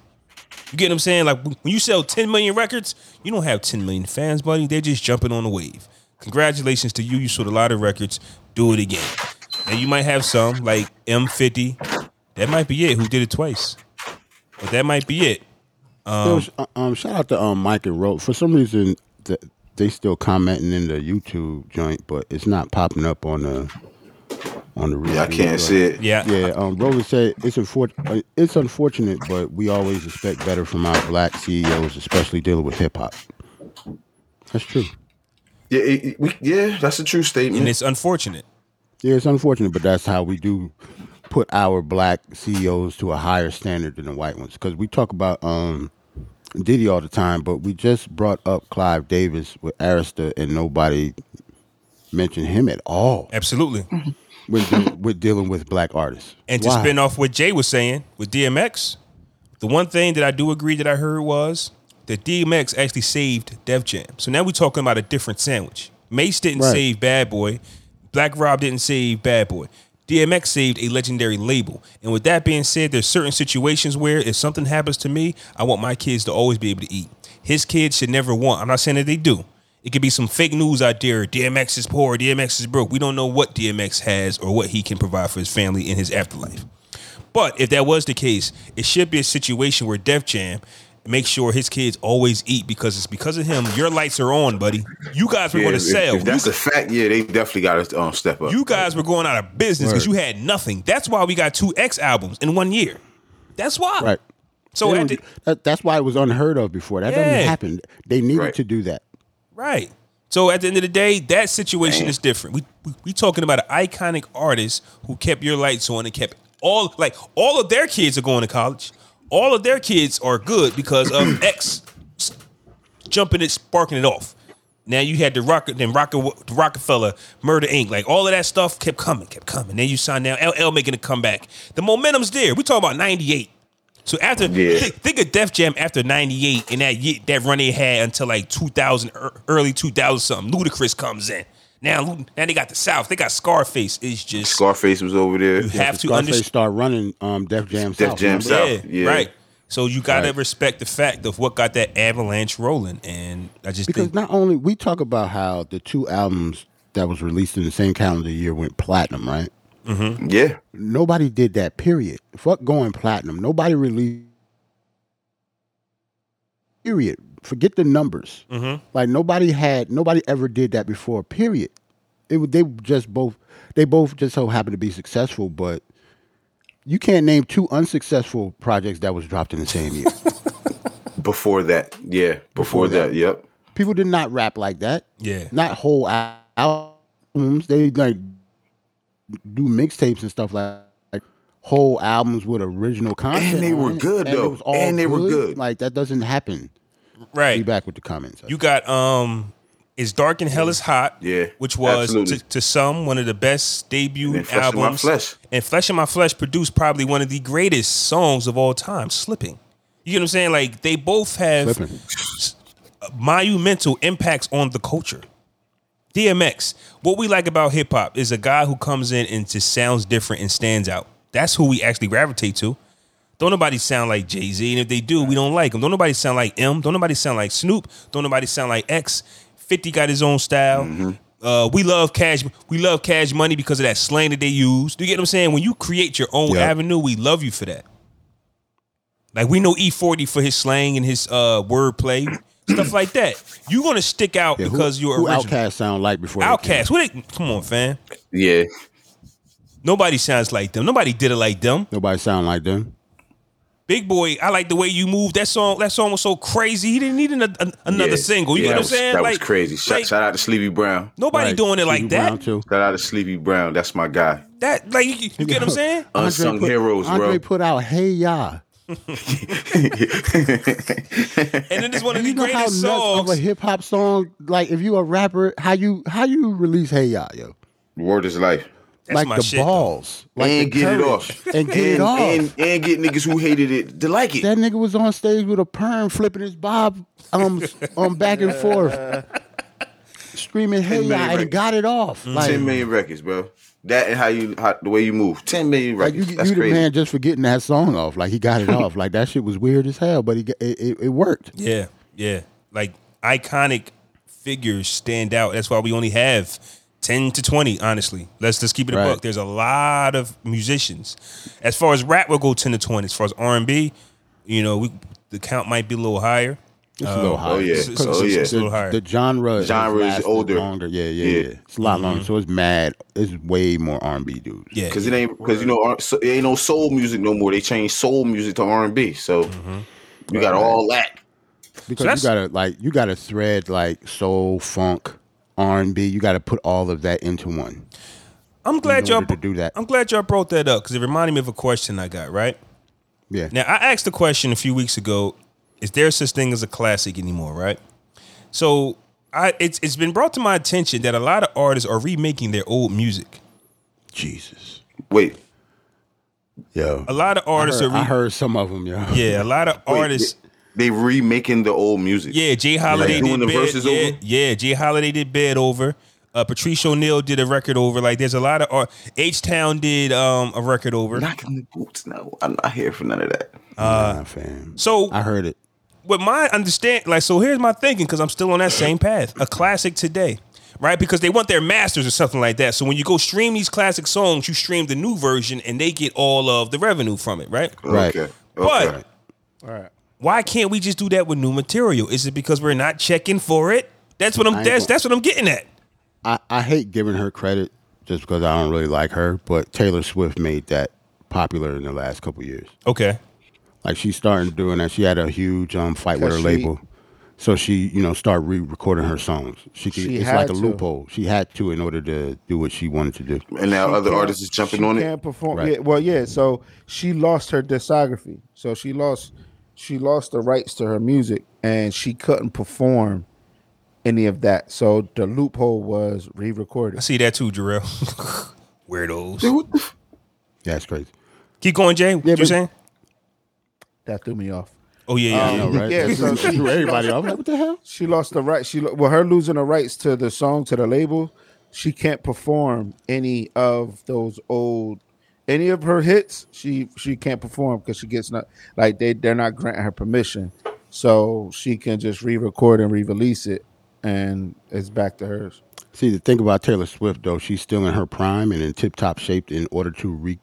You get what I'm saying? Like when you sell 10 million records, you don't have 10 million fans, buddy. They're just jumping on the wave. Congratulations to you. You sold a lot of records. Do it again. And you might have some like M50. That might be it. Who did it twice? But that might be it.
Yo, sh- uh, um, shout out to um, Mike and Rope. For some reason, th- they still commenting in the YouTube joint, but it's not popping up on the on the.
Yeah, I
rearview
can't
mirror.
see it.
Yeah.
Yeah, um, Roland said it's unfortunate. Uh, it's unfortunate, but we always expect better from our black CEOs, especially dealing with hip hop. That's true.
yeah, it- it- we, yeah. That's a true
And
statement.
it's unfortunate.
Yeah, it's unfortunate, but that's how we do put our black CEOs to a higher standard than the white ones. Because we talk about um, Diddy all the time, but we just brought up Clive Davis with Arista, and nobody mentioned him at all
Absolutely.
when de- with dealing with black artists.
And to
Why?
spin off what Jay was saying with DMX, the one thing that I do agree that I heard was that DMX actually saved Def Jam. So now we're talking about a different sandwich. Mace didn't
Right.
save Bad Boy. Black Rob didn't save Bad Boy. DMX saved a legendary label. And with that being said, there's certain situations where if something happens to me, I want my kids to always be able to eat. His kids should never want. I'm not saying that they do. It could be some fake news out there. DMX is poor. DMX is broke. We don't know what DMX has or what he can provide for his family in his afterlife. But if that was the case, it should be a situation where Def Jam makes sure his kids always eat because it's because of him. Your lights are on, buddy. You guys were
Yeah,
going to
if-
sell.
if that's a fact. Yeah, they definitely got to um, step up.
You guys were going out of business because
Word.
you had nothing. That's why we got two X albums in one year. That's why.
Right.
So at
They don't-
the,
that, that's why it was unheard of before. That
Oh, Yeah.
doesn't happen. They needed
Right.
to do that.
right. So at the end of the day, that situation is different. We, we we talking about an iconic artist who kept your lights on and kept all like all of their kids are going to college. All of their kids are good because of X jumping it, sparking it off. Now you had the Rock, then Rock, the Rockefeller, Murder Inc. Like all of that stuff kept coming, kept coming. Then you signed now LL making a comeback. The momentum's there. We talking about '98. So after
Yeah.
think, think of Def Jam after '98 and that ye that run they had until like 2000, er- early 2000 something. Ludacris comes in. Now, Lu- now they got the South. They got Scarface. It's just
Scarface was over there.
you have to
Scarface
understand.
started running um, Def Jam
Def
South.
Jam
remember?
South. yeah.
right. So you gotta
Right.
respect the fact of what got that avalanche rolling, and I just
Because
think
not only we talk about how the two albums that was released in the same calendar year went platinum, right?
Yeah,
Nobody did that. Period. Fuck going platinum. Nobody released. Period. Forget the numbers. Like nobody had. Nobody ever did that before. Period. It would. They just both. They both just so happened to be successful, but you can't name two unsuccessful projects that was dropped in the same year.
before that. Yeah, before, that. Yep.
People did not rap like that.
Yeah.
Not whole al- albums. They like do mixtapes and stuff like, like whole albums with original content.
they were
on it,
good,
and it
though.
was all
And they were good.
Like that doesn't happen. Be
right.
back with the comments.
You got um It's Dark and Hell is Hot.
Yeah,
Which was
absolutely.
to, to some one of the best debut
And Flesh in My
albums.
Flesh.
And Flesh in My Flesh produced probably one of the greatest songs of all time, Slipping. You get what I'm saying? Like they both have
Flipping.
monumental impacts on the culture. DMX, what we like about hip hop is a guy who comes in and just sounds different and stands out. That's who we actually gravitate to. Don't nobody sound like Jay Z, and if they do, we don't like them. Don't nobody sound like M. Don't nobody sound like Snoop. Don't nobody sound like X. Fifty got his own style.
Mm-hmm.
Uh, we love cash. We love cash money because of that slang that they use. Do you get what I'm saying? When you create your own
Yeah.
avenue, we love you for that. Like we know E40 for his slang and his uh wordplay, stuff like that. You're gonna stick out
Yeah, who-
because you're
who
original.
Outcast sound like before they came
Outcast.
out?
What they, come on, fam.
Yeah.
Nobody sounds like them. Nobody did it like them.
Nobody sound like them.
Big boy, I like the way you move. That song, that song was so crazy. He didn't need an, an- another
yeah.
single. You
yeah,
know what
that
I'm
was-
saying?
That
like
was crazy. Shout,
like,
shout out to Sleepy Brown.
Nobody
Right.
doing it like
Stevie
that.
Brown, too.
Shout out to Sleepy Brown. That's my guy.
That like you, you get what I'm saying?
Unsung
put,
heroes,
Andre
bro.
put out Hey Ya.
And it is one of the
You know how
greatest
nuts of a
songs.
hip hop song. Like if you a rapper, how you how you release Hey Ya, yo.
Word is life.
That's
like
my
the
shit, though.
balls, like the
and get it
courage,
off.
and get it
And-
off.
And, and get niggas who hated it to like it.
That nigga was on stage with a perm flipping his bob um s- um back and forth. Screaming hey
minute
ya and
break.
got it off. Like,
Ten million records, bro. That and how you how, the way you move. Ten million
like
records.
you,
That's
you the
crazy.
man just for getting that song off. Like he got it off. Like that shit was weird as hell, but he got, it, it, it worked.
Yeah, yeah. Like iconic figures stand out. That's why we only have ten to twenty. Honestly, let's let's keep it a
Right.
buck. There's a lot of musicians. As far as rap, we'll go ten to twenty. As far as R and B, you know, we the count might be a little higher.
It's a little higher.
oh yeah.
It's- it's-
Oh
it's-
yeah.
it's a little higher.
The genre has
Genre is
lasted
older.
longer. Yeah, yeah,
Yeah. Mm-hmm.
yeah, It's a lot longer. So it's mad. It's way more R and B dudes.
Yeah,
Cause it ain't because you know R- so- it ain't no soul music no more. They changed soul music to R and B. So
Mm-hmm.
we got all that.
So
because
that's-
you gotta like you gotta thread like soul, funk, R and B. You gotta put all of that into one.
I'm glad
in
y'all
order to do that.
I'm glad y'all brought that up because it reminded me of a question I got. Right
Yeah,
now, I asked the question a few weeks ago: Is there such thing as a classic anymore? Right. So I it's it's been brought to my attention that a lot of artists are remaking their old music.
Jesus,
Wait,
yo.
A lot of
I
artists
heard,
are re-
I heard some of them, yo.
yeah. A lot of
wait
artists
th- They remaking the old music.
Yeah, Jay Holiday
Like doing
did
the
bed.
verses
yeah,
over?
yeah, Jay Holiday did bed over. Uh, Patrice O'Neal did a record over. Like, there's a lot of art. H Town did um a record over.
Knocking the boots. No, I'm not here for none of that.
nah, fam.
Uh, So
I heard it.
with my understand, like, so here's my thinking because I'm still on that same path. A classic today, right? Because they want their masters or something like that. So when you go stream these classic songs, you stream the new version and they get all of the revenue from it, right?
Right.
Okay.
But
Okay.
All right.
why can't we just do that with new material? Is it because we're not checking for it? That's what I'm.
ain't
That's,
gon-
that's what I'm getting at.
I, I hate giving her credit just because I don't really like her, but Taylor Swift made that popular in the last couple years.
Okay.
Like she's starting doing that. She had a huge um fight with her
'Cause she-
label. So she, you know, started re-recording her songs. She, could,
She
it's like
had
a
to.
loophole. She had to in order to do what she wanted to do.
And now
She
other
can't-
artists is jumping
she
on it.
Can't perform.
Right.
Yeah, well, yeah. So she lost her discography. So she lost, she lost the rights to her music, and she couldn't perform any of that. So the loophole was
I
re-recorded.
see that too, Jarrell. Weirdos.
Dude, what the f-
Yeah, it's crazy.
Keep going, Jay. What
Yeah,
you
but-
saying?
That threw me off.
Oh yeah, yeah.
I
yeah.
know, right?
Yeah, so she-
threw everybody off. Like, what the hell?
She lost the right. She lo- well, her losing the rights to the song to the label. She can't perform any of those old, any of her hits. She she can't perform because she gets not like they they're not granting her permission. So she can just re-record and re-release it, and it's back to hers.
See, the thing about Taylor Swift, though, she's still in her prime and in tip-top shape in order to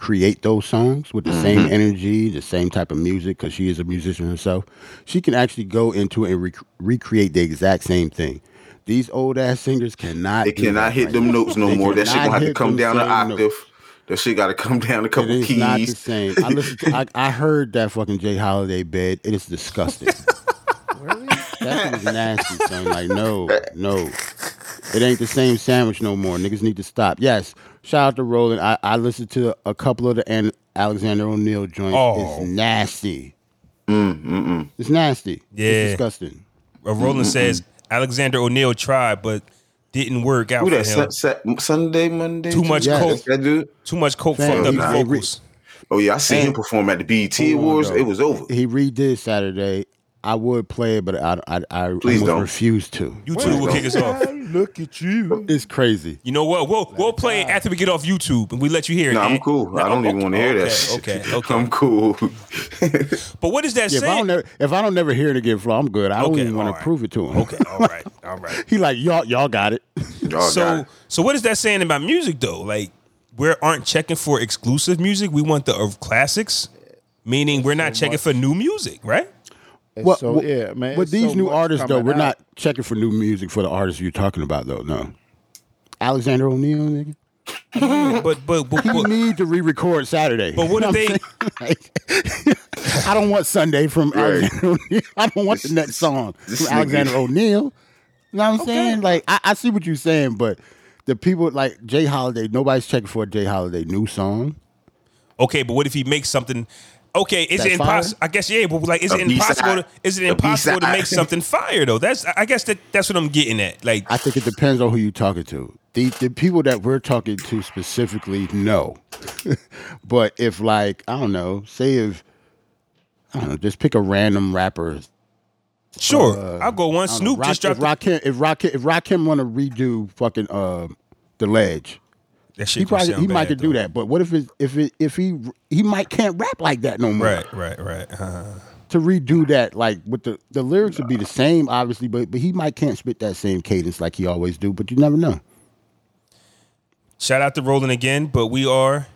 recreate those songs with the same energy, the same type of music, because she is a musician herself. She can actually go into it and rec- recreate the exact same thing. These old ass singers cannot.
They
do that
cannot hit
right
them
now.
notes no
They
more. That shit
cannot
gonna have to
hit them
come down an
same notes.
octave. That shit gotta come down a couple
It is
keys.
not the same. I listened. To, I, I heard that fucking Jay Holiday bed. It is disgusting. That shit is nasty, son. Like no, no. It ain't the same sandwich no more. Niggas need to stop. Yes. Shout out to Roland. I, I listened to a couple of the An- Alexander O'Neal joints.
Oh.
It's nasty.
Mm,
It's nasty.
Yeah.
It's disgusting.
Uh, Roland says Alexander O'Neal tried, but didn't work out
Who
for
that?
him.
Sun, Sun- Sunday, Monday.
Too much
Yes.
coke.
That dude.
Too much coke
Fam,
fucked up
he-
his
he re-
vocals.
Oh yeah, I seen him perform at the BET Awards. It was over.
Oh, He redid Saturday. I would play it, but I I, I
Please
almost
don't.
refuse to.
YouTube will kick us off.
Look at you.
It's crazy.
You know what? We'll we'll play it after we get off YouTube and we let you hear it.
No, I'm
man.
cool.
No,
I don't even
okay,
want to hear that.
okay,
shit.
Okay, okay.
I'm cool.
But what is that
Yeah, if I
saying?
don't never if I don't never hear it again, Flo, I'm good. I don't
Okay,
even want
all right.
to prove it to him.
okay, all right, all right.
He like y'all y'all got it.
Y'all got
so
it.
so what is that saying about music though? Like we aren't checking for exclusive music. We want the uh, classics, meaning we're not checking for new music, right?
And
Well,
so
well,
yeah, man.
With
it's
these
so
new
much
artists, though,
coming
we're
out.
not checking for new music for the artists you're talking about, though. No, Alexander O'Neal, nigga.
But but but,
You
but,
need to re-record Saturday.
but what if they?
they? I don't want Sunday from Alexander O'Neal. I don't want the next song
This
from
nigga-
Alexander O'Neal. You know what I'm saying? Like, I, I see what you're saying, but the people like Jay Holiday, nobody's checking for a Jay Holiday new song.
Okay, but what if he makes something? Okay, is it
That's
impossible? I
fire?
guess yeah, but like, is
A
it impossible?
B-side.
To, is it
A
impossible to
B-side.
make something fire though? That's I I guess that that's what I'm getting at. Like,
I think it depends on who you're talking to. The the people that we're talking to specifically, no. but if like I don't know, say if I don't know, just pick a random rapper.
sure, I'll go one.
uh, I don't know,
Snoop
Rock,
just
if
dropped
Rakim if Rakim if Rakim want to redo fucking uh the ledge,
that shit.
he
gonna
probably
sound
he might
bad,
could do
though.
that. But what if it, if it, if he he might can't rap like that no more
Right, right, right. Uh,
to redo that like with the the lyrics would be the same obviously, but but he might can't spit that same cadence like he always do. But you never know.
shout out to Roland again, but we are.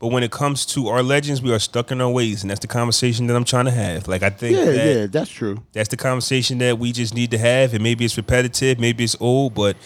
But when it comes to our legends, we are stuck in our ways, and that's the conversation that I'm trying to have. Like I think
Yeah,
that
yeah, that's true.
that's the conversation that we just need to have, and maybe it's repetitive, maybe it's old, but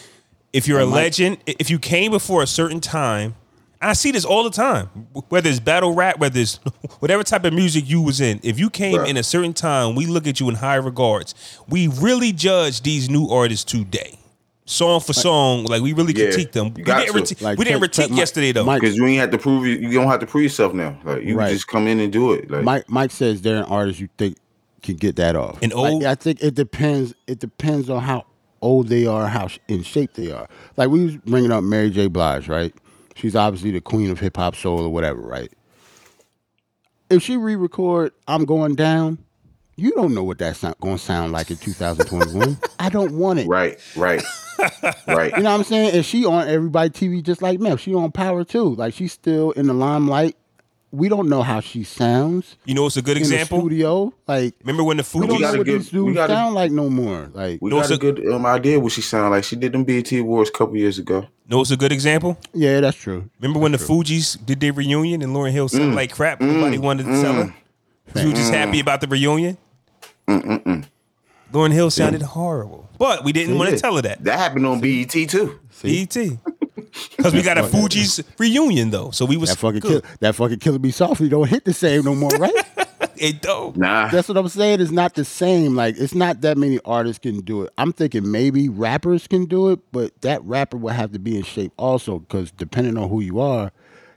if you're a legend, i- if you came before a certain time, I see this all the time, w- whether it's battle rap, whether it's whatever type of music you was in. If you came
Right.
in a certain time, we look at you in high regards. We really judge these new artists today, song for song. Like we really
Yeah,
critique them.
you
We
got
didn't,
to.
reti-
Like,
we didn't
check- check
critique
my-
yesterday though.
my-
Because you ain't have to prove you don't have to prove yourself now. Like you
Right.
just come in and do it. Like
Mike Mike says they're an artist you think can get that off.
An old-
I, I think it depends. It depends on how old they are, how sh- in shape they are. Like we was bringing up Mary J. Blige, right? She's obviously the queen of hip hop soul or whatever, right? If she re-record "I'm Going Down," You don't know what that's not going to sound like in 2021. I don't want it.
Right, right, right.
You know what I'm saying? And she on everybody TV just like Mel. She on Power too. Like she's still in the limelight. We don't know how she sounds
You know what's a good
in the
example?
studio. Like
Remember when the
we don't
Fugees?
know
gotta
what
get-
these
we
dudes
gotta-
sound like no more. Like
We
No,
got
so-
a good um, idea what she sounded like. She did them BET Awards a couple years ago.
know what's a good example?
yeah, that's true. Mm.
Remember when the Fugees did their reunion and Lauren Hill sounded like crap? Nobody wanted to sell her. She was just happy about the reunion. Lauren Hill sounded horrible, but we didn't want to
Yeah.
tell her that.
That happened on BET too.
Et because we got a Fugees reunion though, so we was
That fucking kill,
good.
that fucking killer be softly don't hit the same no more, right?
It though.
Nah,
That's what I'm saying. It's not the same. Like it's not that many artists can do it. I'm thinking maybe rappers can do it, but that rapper would have to be in shape also, because depending on who you are,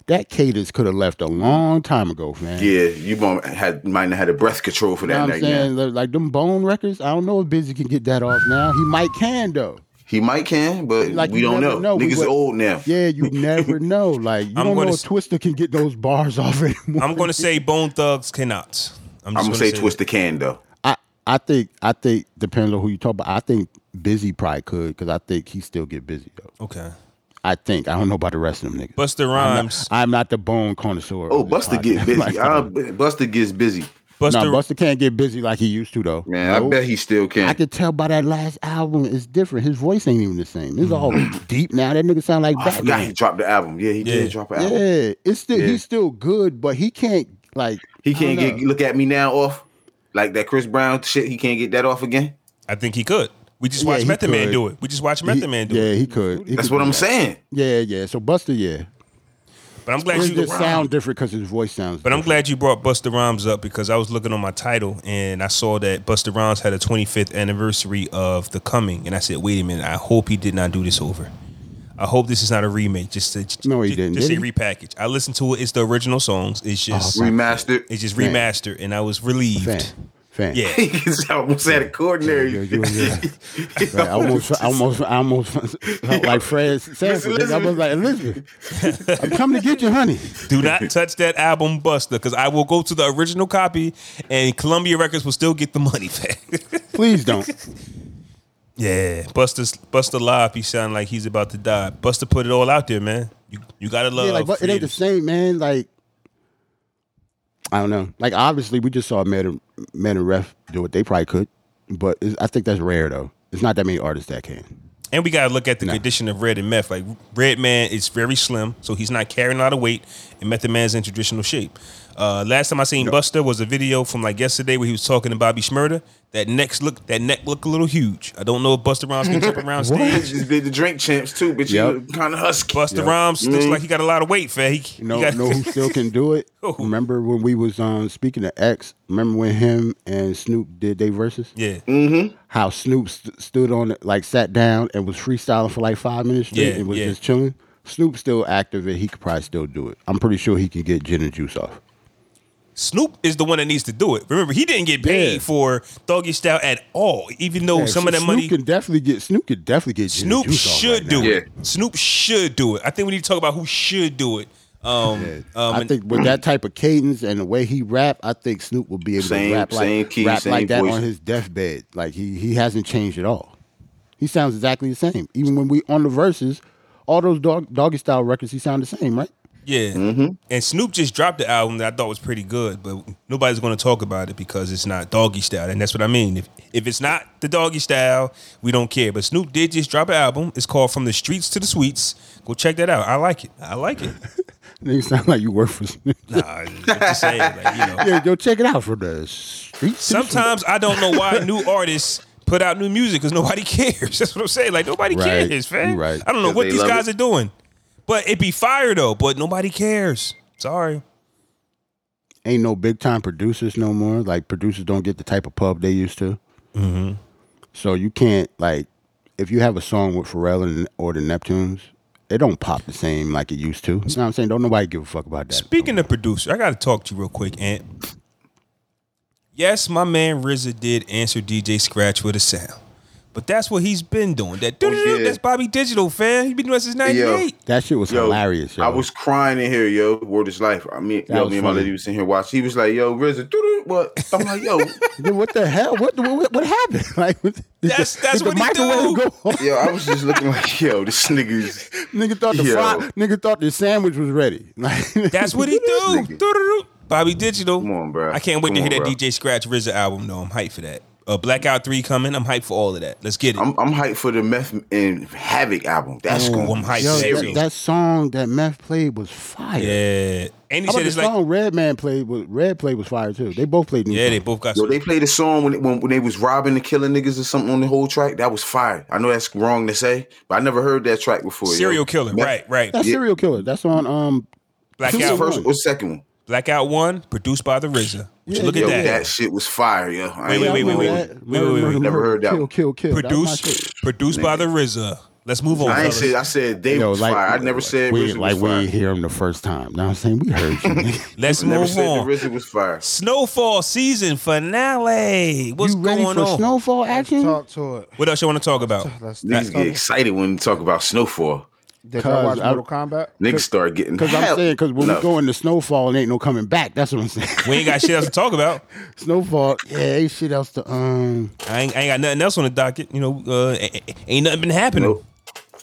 that cadence could have left a long time ago, man.
yeah, you might had might not had a breath control for
You know
that
what I'm
night. Now.
saying? Like- Like them bone records, I don't know if Busy can get that off now. He might can though.
He might can, but
Like
we
you
don't
never
know.
know. We
Niggas
would-
old now.
Yeah, you never know. Like you
I'm
don't know
gonna
if
s-
Twister can get those bars off anymore.
I'm gonna say Bone Thugs cannot. I'm,
I'm
just
gonna say twist the can though.
I I think I think depends on who you talk about. I think Busy probably could because I think he still get busy though.
that. Okay,
I think I don't know about the rest of them niggas.
Buster Rhymes.
I'm not the bone connoisseur.
Oh,
of this
Buster
podcast.
get
Like,
busy. I, Buster gets busy.
Buster.
no, Buster can't get busy like he used to though.
Man, I
Nope.
bet he still can.
I could tell by that last album it's different. His voice ain't even the same. It's all deep now. That nigga sound like
I forgot
Batman.
he dropped the album. Yeah, he
Yeah.
did drop an album.
Yeah, it's still
Yeah.
he's still good, but he can't like
He
I don't
can't get
know.
look at me now off like that Chris Brown shit. He can't get that off again.
I think he could. We just
Yeah,
watched
he
Method Man
could.
do it. We just watched
He-
Method Man do
yeah,
it.
he could. He
That's
could
what
do
I'm
that.
saying.
Yeah, yeah. So Buster, yeah,
But I'm glad
it
you.
just sound different because his voice sounds.
But I'm glad you brought Buster Rhymes up because I was looking on my title and I saw that Buster Rhymes had a 25th anniversary of The Coming, and I said, "Wait a minute! I hope he did not do this over. I hope this is not a remake. Just a,
No, he
ju-
didn't,
Just
did
a
he?
repackage. I listened to it. It's the original songs. It's just
Remastered.
it's just
Man.
remastered, and I was relieved.
fan, fan.
Yeah,
His album's out of ordinary.
Yeah, you- yeah. Right, I almost, I almost, I almost, like Fred Sanford. nigga. I was like, Elizabeth, I'm coming to get you, honey.
Do not touch that album, Buster, because I will go to the original copy, and Columbia Records will still get the money back.
Please don't.
yeah, Buster's Buster live. He sounding like he's about to die. Buster put it all out there, man. You you gotta love.
Yeah, like, but it ain't the
creators.
same, man. Like, I don't know. Like, obviously, we just saw Meta, Meta Ref do it. They probably could, but it's, I think that's rare, though. It's not that many artists that can.
And we gotta look at the
Nah.
condition of Red and Meth. Like Red Man is very slim, so he's not carrying a lot of weight, and Method Man's in traditional shape. Uh, last time I seen Buster was a video from like yesterday where he was talking to Bobby Schmurda. That neck look, that neck looked a little huge. I don't know if Buster Rhymes can jump around stage.
Just did the drink champs too, but
Yep.
you kind of husky.
Buster Rhymes looks like he got a lot of weight, fat. He,
You know,
he got,
know who still can do it?
Who?
Remember when we was um, speaking of X? Remember when him and Snoop did they verses?
yeah,
how Snoop st- stood on it, like sat down and was freestyling for like five minutes straight
Yeah,
and was
yeah.
just chilling. Snoop's still active and he could probably still do it. I'm pretty sure he can get gin and juice off.
Snoop is the one that needs to do it. Remember, he didn't get paid
Yeah.
for Doggy Style at all, even though some of that
Snoop
money.
can definitely get Snoop can definitely get gin and
Snoop
juice off
should
right
do
now.
now.
it. Snoop should do it. I think we need to talk about who should do it. Um, um,
I
and-
think with that type of cadence and the way he rap, I think Snoop will be able
Same-
to rap like
same key,
rap
same
like that
voice.
on his deathbed. Like he he hasn't changed at all. He sounds exactly the same. Even when we on the verses, all those dog, doggy style records, he sound the same, right?
yeah. And Snoop just dropped the album that I thought was pretty good, but nobody's going to talk about it because it's not Doggy Style, and that's what I mean. If if it's not the Doggy Style, we don't care. But Snoop did just drop an album. It's called From the Streets to the Suites. Go check that out. I like it. I like it.
They sound like you work for Snoop.
Nah, I'm just saying, like, you know.
yeah, yo, check it out for the streets. to the
Sometimes I don't know why new artists put out new music because nobody cares. That's what I'm saying. Like nobody
Right.
cares, man.
You right.
I don't know
'Cause
what
they
these
love
guys
it.
are doing, but it be fire though. But nobody cares. Sorry.
ain't no big time producers no more. Like producers don't get the type of pub they used to. Mm-hmm. So you can't like if you have a song with Pharrell and, or the Neptunes, it don't pop the same like it used to. You know what I'm saying? Don't nobody give a fuck about that.
Speaking of producer, I got to talk to you real quick, Ant. Yes, my man RZA did answer DJ Scratch with a sound, But that's what he's been doing. That
Oh, yeah.
that's Bobby Digital, fam. He's been doing it since '98.
That shit was
Yo,
hilarious. Yo.
I was crying in here, yo. Word is life. I mean,
That
yo,
was
me and my
funny.
lady was in here watching. He was like, "Yo, RZA, doo-doo, what?" I'm like, "Yo,
Then what the hell? What what, what happened? Like did
That's-
the,
that's
did
what he
the microwave
do.
Go off?
yo." I was just looking like, "Yo, this nigga's
Nigga thought the
Yo.
fry, nigga thought the sandwich was ready. Like,
That's what he do.
Nigga.
Doo-doo-doo. Bobby Digital.
Come on, bruh.
I can't wait to
Come
hear
on,
that
bruh.
DJ Scratch RZA album. though. I'm hyped for that. Uh, Blackout Three coming. I'm hyped for all of that. Let's get it.
I'm, I'm hyped for the Meth and Havoc album. That's
Ooh,
Mm.
cool.
I'm hyped.
Yo, that,
Serious.
that song that Meth played was fire.
yeah, and he
How about
said
the
it's like
song Red Man played was Red played was fire too. They both played. new
yeah, they
songs.
both got.
Yo, they played a song when, when when they was robbing and killing niggas or something on the whole track. That was fire. I know that's wrong to say, but I never heard that track before. yo.
Serial killer,
Meth-
right, right.
That's serial killer. That's on um
This is the
Blackout,
Super-
first or second one?
Blackout One, produced by the RZA. Would you
Yeah,
look at
Yo,
that.
that. shit was fire, yo. I ain't
Wait, wait, wait,
gonna
wait,
lie.
wait. wait, wait, wait.
Murder,
Never
murder,
heard that
Kill,
one.
kill, kill. That was my shit.
Produced, produced by the RZA. Let's move on.
I ain't
fellas.
said I said David was fire. I never said
we
RZA
like
was
we
fire.
ain't hear him the first time. Now I'm saying we heard you. nigga.
Let's
Never
move
said
on.
the RZA was fire.
Snowfall season finale. What's
you ready
going
for
on?
snowfall action?
Talk to it.
What else you want to talk about?
Let's
Niggas get excited when you talk about Snowfall.
Did y'all watch
Cuz I-
Mortal Kombat?
Niggas start getting
Because I'm
hell-
saying, because when
No.
we go into snowfall, it ain't no coming back. That's what I'm saying.
We ain't got shit else to talk about.
snowfall, yeah, ain't shit else to um.
I ain't, I ain't got nothing else on the docket. You know, uh, a- a- ain't nothing been happening.
Nope.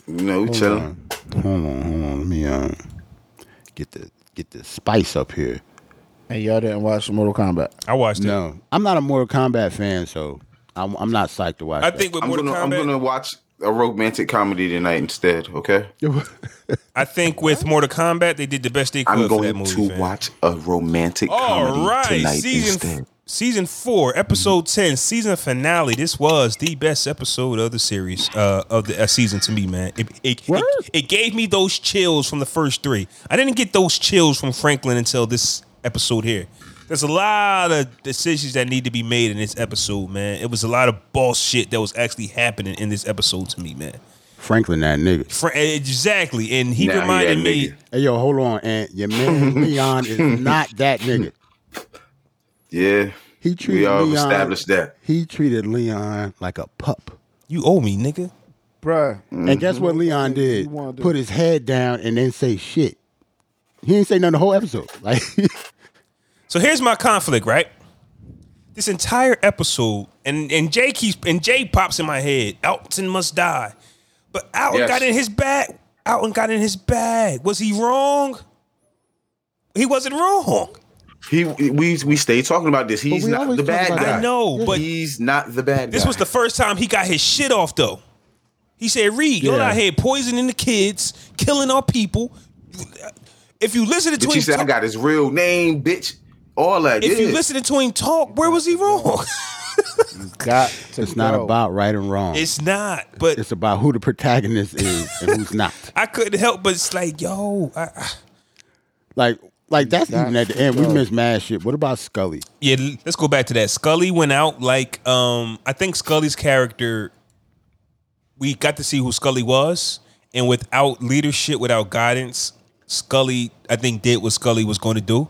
you know, we chilling.
Hold on, hold on. Let me um get the get the spice up here.
And y'all didn't watch Mortal Kombat.
I watched it.
No, I'm not a Mortal Kombat fan, so I'm, I'm not psyched to watch.
I
that.
think with
I'm
Mortal
gonna I'm
Kombat,
gonna watch a romantic comedy tonight instead. Okay,
I think with Mortal Kombat, they did the best they could
I'm
for that
going
movie.
to
fam.
watch a romantic
All
comedy
right,
tonight
season
instead.
f- season four, episode ten, season finale. This was the best episode of the series uh, of the uh, season to me, man. It it,
Word.
it it gave me those chills from the first three. I didn't get those chills from Franklin until this episode here. There's a lot of decisions that need to be made in this episode, man. It was a lot of boss shit that was actually happening in this episode to me, man.
Franklin that nigga.
Fra- exactly, and he
Nah, he
reminded
that
me.
nigga.
Hey yo, hold on, and your man Leon is not that nigga.
Yeah,
He treated uh,
we all
Leon,
established that.
He treated Leon like a pup.
You owe me, nigga.
Bruh.
And guess what Leon did?
you wanna do?
Put his head down and then say shit. He didn't say nothing the whole episode. Like
So here's my conflict, right? This entire episode, and and Jay keeps and Jay pops in my head. Alton must die, but Alton
Yes.
got in his bag. Alton got in his bag. Was he wrong? He wasn't wrong.
He we we stay talking about this. He's
we
not
always
the
talk
bad
about
guy.
that.
I know, but
he's not the bad guy.
this was the first time he got his shit off though. He said, "Reed, you're
Yeah.
out here poisoning the kids, killing our people. If you listen to
Bitch, he
him,
said I
talk,
got his real name, bitch. All that.
if
yeah.
you listen to him talk, where was he wrong?
Got to
it's not
go.
about right and wrong. It's,
it's not. But
about who the protagonist is and who's not.
I couldn't help but it's like, yo, I, I-
Like like that's
Got
even at the
to
end. We
go.
miss mad shit. What about Scully?
yeah. l- Let's go back to that. Scully went out like, um, I think Scully's character. We got to see who Scully was, and without leadership, without guidance, Scully, I think, did what Scully was going to do,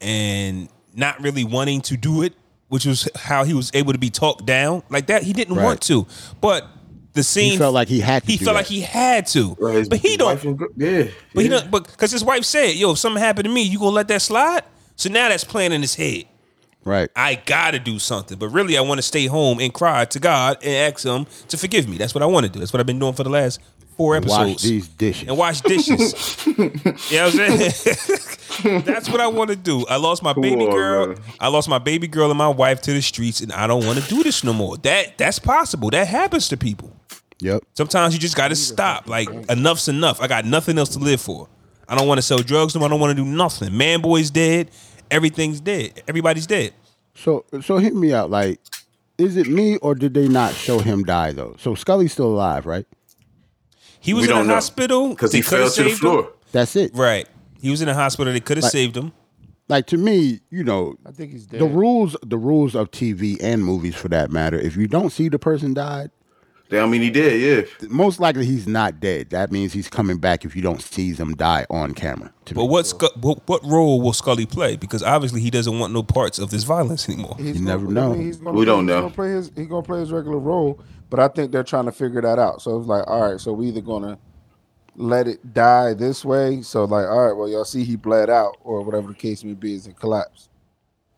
and not really wanting to do it, which was how he was able to be talked down like that. He didn't
Right.
want to, but the scene
felt like he had to
He
do
felt
that.
like he had to,
Well, his
but he don't.
wife and gr- yeah,
But he
yeah.
don't, but because his wife said, "Yo, if something happened to me, you gonna let that slide?" So now that's playing in his head.
Right.
I gotta do something, but really, I want to stay home and cry to God and ask Him to forgive me. That's what I want to do. That's what I've been doing for the last four episodes.
Wash these dishes.
and wash dishes. you know what I'm saying? That's what I want to do. I lost my baby
on,
girl.
brother.
I lost my baby girl and my wife to the streets, and I don't want to do this no more. That that's possible. That happens to people.
Yep.
Sometimes you just gotta stop. Like enough's enough. I got nothing else to live for. I don't want to sell drugs. No, more. I don't want to do nothing. Man, boy's dead. Everything's dead. Everybody's dead.
So so hit me out. Like, is it me or did they not show him die though? So Scully's still alive, right?
He was
We
in
don't
a
know.
hospital
because
They
he
coulda
fell to the
saved
floor.
Him.
That's it.
Right. He was in a hospital. They could have
Like-
saved him.
Like to me, you know,
I think he's dead.
the rules the rules of TV and movies for that matter. If you don't see the person died,
Yeah, I mean, he did, yeah.
Most likely, he's not dead. That means he's coming back if you don't see him die on camera. To
But
me.
what, Scu- what what role will Scully play? Because obviously he doesn't want no parts of this violence anymore.
He's
You
gonna-
never know.
he's gonna-
We don't
he's
know.
Gonna play his, he's gonna play his regular role, but I think they're trying to figure that out. So it's like, all right, so we either gonna let it die this way. So like, all right, well, y'all see he bled out, or whatever the case may be, is in collapse.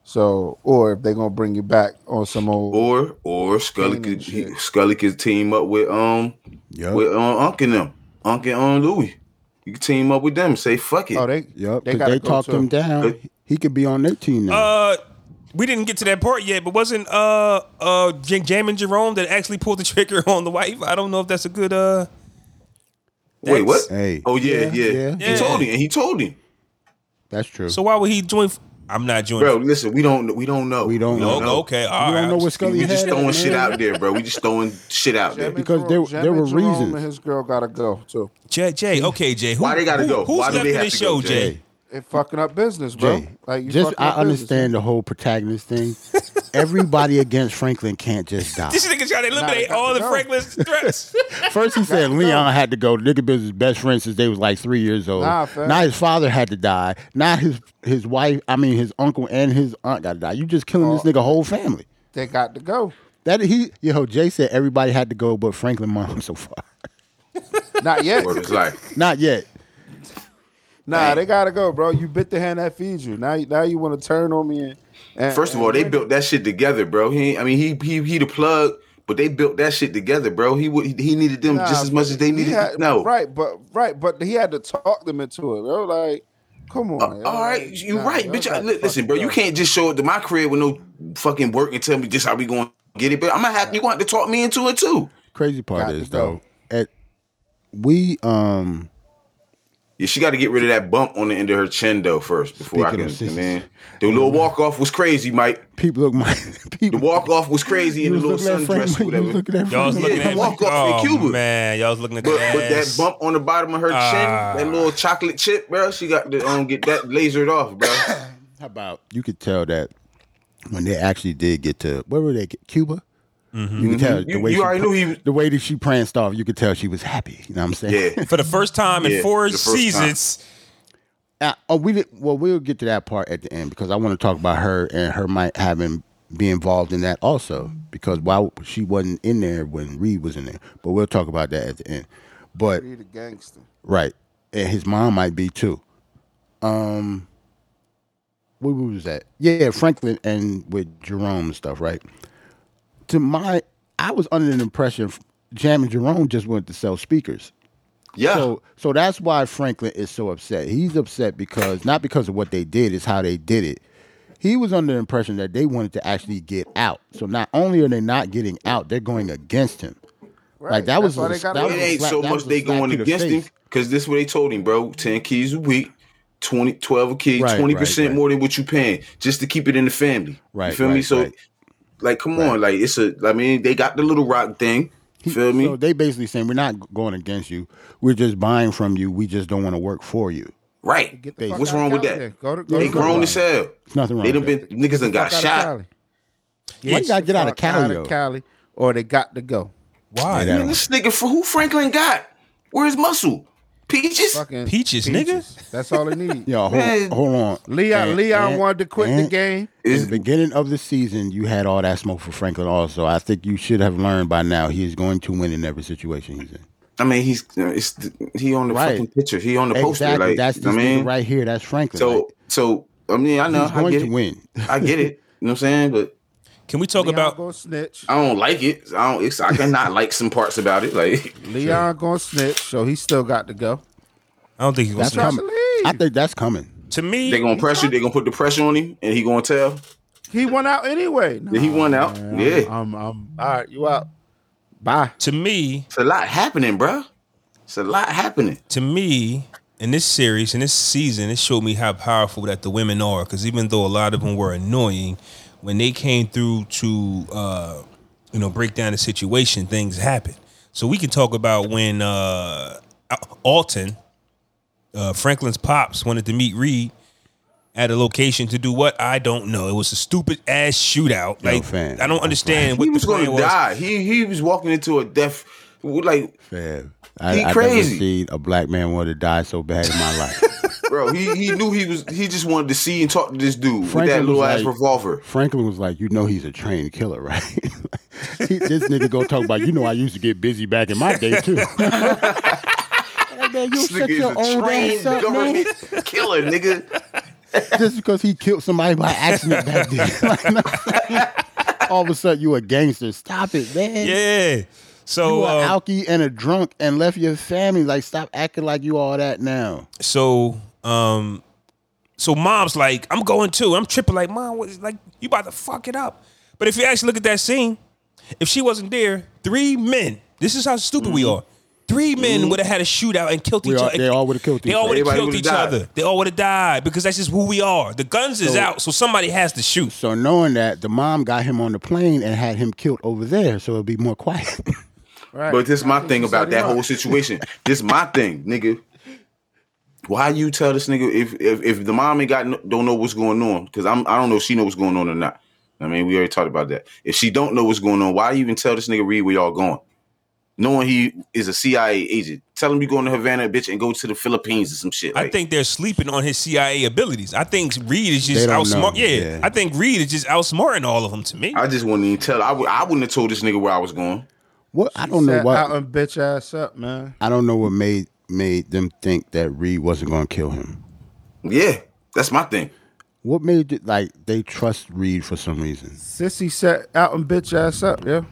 So, or if they're gonna bring it back on some old,
Or or Scully could he,
Shit.
Scully could team up with um
Yup.
with um, Unc and them, Unc and um, Louis. You could team up with them. Say fuck it.
oh, they,
Yup,
they
'cause
gotta
they
go
talked
to-
him down. He could be on their team now.
Uh, we didn't get to that part yet, but wasn't uh uh J- Jam and Jerome that actually pulled the trigger on the wife? I don't know if that's a good uh.
Wait, what?
that's-
Hey.
Oh yeah,
Yeah,
yeah.
yeah.
He told him, and he told him,
That's true.
So why would he join? f- I'm not joining.
bro. Listen, we don't, we don't know.
We don't
no,
know.
know.
okay, all
you
right.
don't know what Scully
We
had.
just
on
throwing
him.
shit out there, bro. We just throwing shit out there.
Jermaine
Because there-
Jerome-
there were
Jermaine Jerome
reasons.
And his girl gotta go too.
Jay, Jay, okay, Jay. Who,
Why they gotta
who-
go?
Who's
Why do
left
they
in
have
this
to go,
show, Jay?
Hey,
It fucking up business, bro.
Jay,
like, you
just
fucking
I
up business.
understand the whole protagonist thing. Everybody against Franklin can't just die.
This nigga trying to eliminate
got
all
to
the
go.
Franklin's threats.
First he said Leon had to go. Nigga been his best friend since they was like three years old.
Nah, fam.
now his father had to die. Now his his wife, I mean his uncle and his aunt got to die. You just killing
Oh.
this nigga whole family.
They got to go.
That he yo Jay said everybody had to go, but Franklin mom so far.
Not yet.
Word is life.
Not yet.
Nah, they gotta go, bro. You bit the hand that feeds you. Now, now you want to turn on me and, and
First of all, they built that shit together, bro. He, ain't- I mean, he, he, he the plug, but they built that shit together, bro. He, would- he needed them
Nah,
just as much as they
he
needed.
had-
no,
right, but right, but he had to talk them into it, bro. Like, come on. yo.
All right,
Like,
you're
nah,
Uh, right,
yo,
bitch. I,
got to
li- listen,
fucking
bro, you
go.
can't just show up to my crib with no fucking work and tell me just how we going to get it. But I'm gonna have you want to talk me into it too.
Crazy part
Got to
is
go.
though, at we um
Yeah, she got to get rid of that bump on the end of her chin though first before
Speaking
I
of
can.
sisters.
Man, the little walk off was crazy, Mike.
people look my
The
people
walk off was crazy in the
you
little
was looking at
sundress or
Franklin, you was
whatever.
looking at
Y'all was
Franklin.
looking
Yeah,
at
the walk off in
oh,
Cuba.
Man, y'all was looking at
But,
that.
but that bump on the bottom of her
Ah.
chin, that little chocolate chip, bro, she got to um, get that lasered off, bro.
How about you could tell that when they actually did get to where were they? Cuba. You could tell the
Mm-hmm. You-
way
you
she
already
pra-
knew he was-
the way that she pranced off. You could tell she was happy. You know what I'm saying?
Yeah,
for the first time in
Yeah,
four
the first time.
seasons.
Uh, oh, we did. Well, we'll get to that part at the end because I want to talk about her and her might having be involved in that also because why she wasn't in there when Reed was in there. But we'll talk about that at the end. But
He the gangster.
right, and his mom might be too. Um, where we was that? Yeah, Franklin and with Jerome and stuff, right? To my, I was under the impression Jam and Jerome just wanted to sell speakers.
yeah.
So, so that's why Franklin is so upset. He's upset because not because of what they did, it's how they did it. He was under the impression that they wanted to actually get out. So not only are they not getting out, they're going against him. Like that
That's
was
why
a-
they gotta
that
go.
was
it
a
ain't
slap-
so
that
much
was a
they
slap
going
to the
against him
face.
because this is what they told him, bro. Ten keys a week, 20, 12 a key,
Right,
twenty
right,
percent
right.
more than what you paying just to keep it in the family.
Right,
you feel me?
right,
So,
right.
like, come on, like it's a. I mean, they got the little rock thing. You feel me?
So they basically saying we're not going against you. We're just buying from you. We just don't want to work for you.
right.
Get the fuck
What's
out
wrong with
Cali then.
that?
Go to, go
They
to
grown
Cali.
as hell.
There's nothing wrong.
They done
with
been
it.
niggas done got
Fuck outta
shot.
Cali.
Why you gotta get out of
Fuck outta
Cali though?
Cali, or they got to go.
Why?
Yeah, that-
Man, this nigga for who Franklin got? Where's Muscle? Peaches?
Fucking
Peaches, nigga.
That's all they need.
Yo, hold,
Man.
hold on.
Leon,
Eh,
And-
Leon
and-
wanted to quit the
and-
game.
In
Is-
the beginning of the season, you had all that smoke for Franklin. Also, I think you should have learned by now he is going to win in every situation he's in.
I mean, he's uh, it's he on the
Right.
fucking picture. He on the poster.
Exactly,
Like,
that's
I
this
mean,
nigga right here. That's Franklin.
So,
Like,
so I mean, I know
he's
I
going
get
to
it.
win.
I get it. You know what I'm saying? But
Can we talk
Leon
about
gonna snitch.
I don't like it. I don't. It's, I cannot like some parts about it. Like,
Leon gonna snitch, so he still got to go.
I don't think he's gonna
That's
snitch.
Tries
coming.
to leave.
I think that's coming.
To me,
they're gonna pressure. They're gonna put the pressure on him, and he gonna tell
He went out anyway.
that he won out. yeah,
I'm, I'm, all right, you out. Bye.
to me,
it's a lot happening, bro. It's a lot happening.
to me, in this series, in this season, it showed me how powerful that the women are. Because even though a lot of them were annoying, when they came through to, uh, you know, break down the situation, things happened. So we can talk about when uh, Al- Alton, uh, Franklin's pops, wanted to meet Reed. at a location to do what? I don't know. It was a stupid ass shootout.
Yo,
Like
fam,
I don't
yo,
understand
He
what
was
the plan
gonna
was.
die. He he was walking into a death. Like,
Fam.
He
I, I never
crazy.
seen a black man want to die so bad in my life.
bro, he, he knew he was. He just wanted to see and talk to this dude with
Franklin
that little
was
ass
like-
revolver.
Franklin was like, you know, he's a trained killer, right? He- this nigga go talk about, you know, I used to get busy back in my day too. Like, man, you
This
shut
nigga
your
is a
old
trained
ass up, man.
government killer, nigga.
Just because he killed somebody by accident back then. Like, all of a sudden, you a gangster. Stop it, man.
Yeah. So
You are
um,
alky and a drunk and left your family. Like, stop acting like you all that now.
so um so mom's like, I'm going too. I'm tripping like mom was like, you about to fuck it up. But if you actually look at that scene, if she wasn't there, three men, this is how stupid we are. Three men would have had a shootout and killed
Mm-hmm. We
each
all-
other.
they all would've killed
They
each
all
other.
would have
Everybody
killed
would've
each
died.
other. They all would have died because that's just who we are. The guns is out, so somebody has to shoot.
So, knowing that, the mom got him on the plane and had him killed over there so it'd be more quiet.
Right.
But this is my thing
Just
about
set
that
him up.
whole situation. this is my thing, nigga. Why you tell this nigga if if, if the mom ain't got no, don't know what's going on? Because I'm I don't know if she know what's going on or not. I mean, we already talked about that. If she don't know what's going on, why you even tell this nigga read where y'all going? Knowing he is a CIA agent, tell him you going to Havana, bitch, and go to the Philippines or some shit.
I
like-
think they're sleeping on his CIA abilities. I think Reed is just
They don't
outsmart.
know.
Yeah,
Yeah.
I think Reed is just outsmarting all of them to me.
I just wouldn't even tell. I would. I wouldn't have told this nigga where I was going.
what? I don't know
Set
what.
out and bitch ass up, man.
I don't know what made made them think that Reed wasn't going to kill him.
Yeah, that's my thing.
What made it like they trust Reed for some reason?
Sissy set out and bitch ass up, yeah.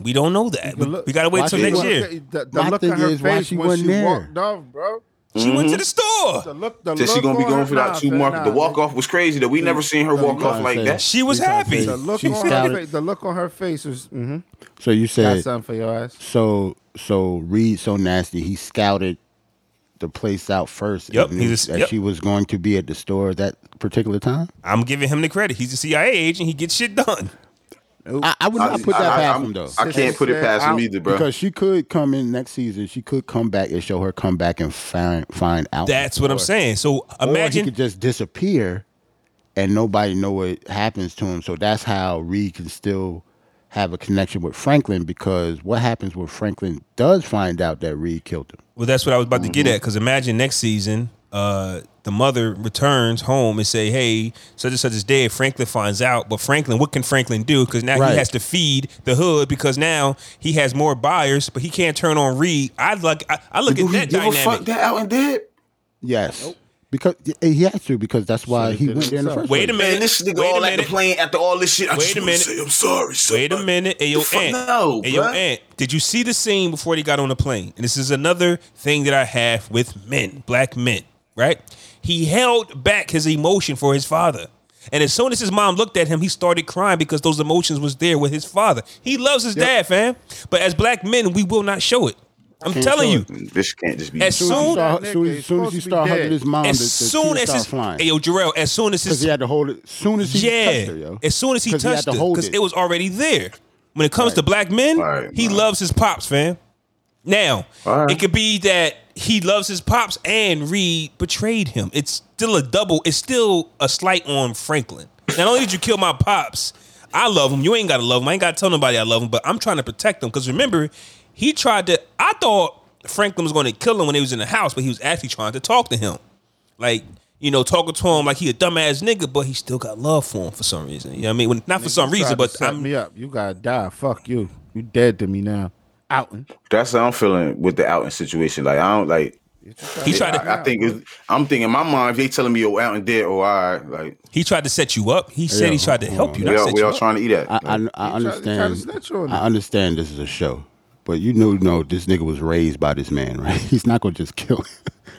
We don't know that. We,
look-
we gotta wait
Why
till
she
next
wasn't
year.
The, the
My
look
thing
on her
is why
face
she
when
wasn't
she
there.
walked off, bro.
She went to the
Mm-hmm.
The
store.
look, the
That
look
she gonna be
on
going
her-
for that
nah,
two
fam,
mark.
nah.
the walk off was crazy. That we never seen her walk off like that.
She was
You trying to
happy.
say
The look
she
on
scouted-
her face. The look on her face was. Mm-hmm.
So you
Got
said
something for your ass.
so so Reed so nasty he scouted the place out first.
Yep,
and
he
knew
just-
that
yep.
she was going to be at the store at that particular time.
I'm giving him the credit. He's a CIA agent. He gets shit done.
I, I would not put that past
I'm-
him though.
I can't put it past him
Out.
either, bro.
because she could come in next season. She could come back and show her come back and find find out.
That's what I'm saying. So
or he
imagine
could just disappear and nobody know what happens to him. So that's how Reed can still have a connection with Franklin because what happens when Franklin does find out that Reed killed him?
Well, that's what I was about to
Mm-hmm.
get at. Because imagine next season, uh, the mother returns home and say, "Hey, such and such is dead." Franklin finds out, but Franklin, what can Franklin do? Because now
Right.
he has to feed the hood. Because now he has more buyers, but he can't turn on Reed. I like, I, I look
Do
at
he
that
give a fuck
dynamic.
that out and dead?
Yes. Because eh, he has to because that's why
Should've
he
did
went
it
there in the
himself.
first
Wait a
place.
Man,
minute.
this nigga
Wait
all
a
at the
minute.
plane after all this shit. I
Wait
just
a
wanna
minute.
say I'm sorry. son.
Wait a minute. Hey, yo,
The fuck
aunt.
no,
hey, yo,
bruh.
aunt. Did you see the scene before they got on the plane? And this is another thing that I have with men, black men, right? He held back his emotion for his father. And as soon as his mom looked at him, he started crying because those emotions was there with his father. He loves his dad, fam. But as black men, we will not show it. I'm
Can't
telling
show
you.
it.
This can't just be.
As
Soon as you
soon,
start-
That
soon
nigga
as
is
soon as you
supposed to be
start hugging
dead.
his mom,
as
the, the
soon
tears
as
start
his,
flying.
hey, yo, Jarrell, as soon as
Because
his
he had to hold it. Soon as he
yeah.
touched her, yo.
As soon as he
'Cause
touched
had
her,
to hold
because
it.
it. was already there. When it comes to black men,
Right,
he
right.
loves his pops, fam. Now,
Right.
it could be that he loves his pops and Reed betrayed him. It's still a double, it's still a slight on Franklin. Not only did you kill my pops, I love him. You ain't gotta love him. I ain't gotta tell nobody I love him, but I'm trying to protect him. Because remember, he tried to I thought Franklin was gonna kill him when he was in the house, but he was actually trying to talk to him like you know talking to him like he a dumbass nigga but he still got love for him for some reason you know what i mean when, not for some
Tried
reason
to
but
set
i'm
me up. You gotta die. Fuck you. You dead to me now. Outing.
That's how I'm feeling with the outing situation. Like I don't like.
he tried to
I, I think it's, I'm thinking in my mind. If they telling me yo out and dead, oh, all right, like
he tried to set you up he said he
Yeah,
tried to help you
we
not
all,
set
we
you
all
up.
trying to eat at.
I, I, I
He tried- he tried to
understand.
snitch on
I
him.
understand this is a show, but you know, know this nigga was raised by this man, right? He's not gonna just kill. Him.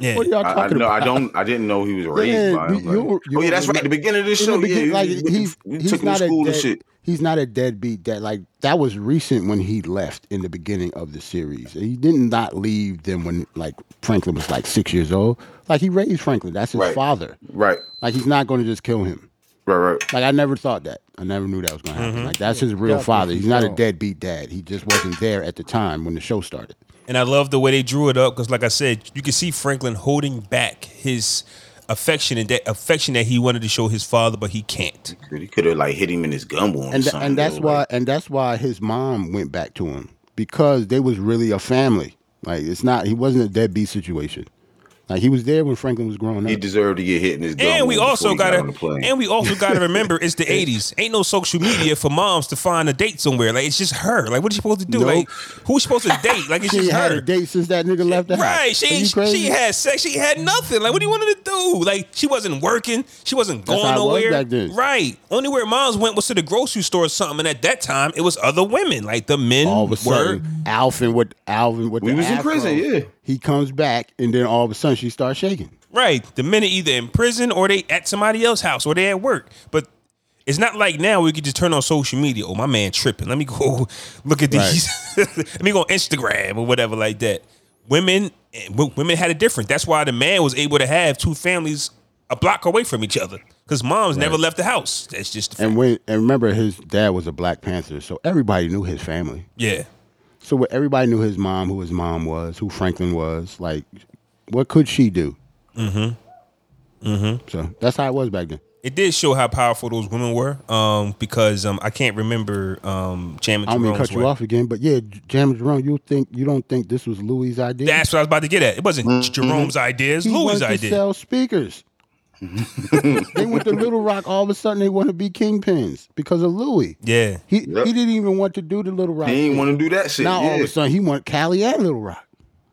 Yeah.
What are y'all
I, I,
talking
no, I
about?
don't. I didn't know he was raised
Yeah,
by him.
you-
Like,
you- you-
oh yeah, that's right. At the beginning of this
in
show,
the
yeah,
begin-
he-
like,
we,
he's,
we
he's
took him to
not a
school and
dead-
shit.
He's not a deadbeat. That like that was recent when he left in the beginning of the series. He didn't not leave them when like Franklin was like six years old. Like he raised Franklin. That's his
Right.
father.
Right,
Like he's not going to just kill him.
right, right.
Like I never thought that. I never knew that was going to
Mm-hmm.
happen. Like that's his real father. He's not a
No.
deadbeat dad. He just wasn't there at the time when the show started.
and i love the way they drew it up because like i said you can see franklin holding back his affection and that affection that he wanted to show his father, but he can't.
He could have like hit him in his gumbo or
and th-
something.
and that's
yo,
why
like,
and that's why his mom went back to him because they was really a family. Like it's not he wasn't a deadbeat situation. Like he was there when Franklin was growing
he
up.
deserved to get hit in his gumbo.
And we
before
also
he got
gotta
on the plane.
and we also gotta remember it's the eighties. Ain't no social media for moms to find a date somewhere. Like it's just her. Like what are you supposed to do?
Nope.
Like who's supposed to date? Like it's
She ain't
just
had
her.
a date since that nigga left the house.
Right. She
Are you
ain't-
crazy?
she had sex. She had nothing. Like what do you want her to do? Like she wasn't working. She wasn't
That's
going
how it was
nowhere.
back then.
Right. Only where moms went was to the grocery store or something. And at that time it was other women. Like the men
all of a
were
sudden, Alvin with Alvin with
We
the
was in
afro,
prison, yeah.
He comes back and then all of a sudden she starts shaking.
Right. The men are either in prison or they at somebody else's house or they at work. But it's not like now we could just turn on social media. Oh, my man tripping. Let me go look at these. Let me go on Instagram or whatever like that. Women, eh, w- women had it different. That's why the man was able to have two families a block away from each other because moms never left the house. That's just the
And
fact.
when and remember his dad was a Black Panther, so everybody knew his family.
yeah.
So what everybody knew his mom, who his mom was, who Franklin was, like what could she do? Mm-hmm. Mm-hmm. So that's how it was back then.
It did show how powerful those women were, um, because um, I can't remember um, Jam and
I don't mean to
Jerome's
cut you
way.
off again, but yeah, J- Jam Jerome, you think you don't think this was Louis' idea?
That's what I was about to get at. It wasn't Jerome's idea; it's
Mm-hmm. he
Louis'
wanted to
idea.
sell speakers. they went to Little Rock. All of a sudden, they want to be kingpins because of Louis.
Yeah.
He
Yep.
he didn't even want to do the Little Rock.
He ain't
thing.
want to do that shit.
now all of
yeah.
a sudden, he want Cali and Little Rock.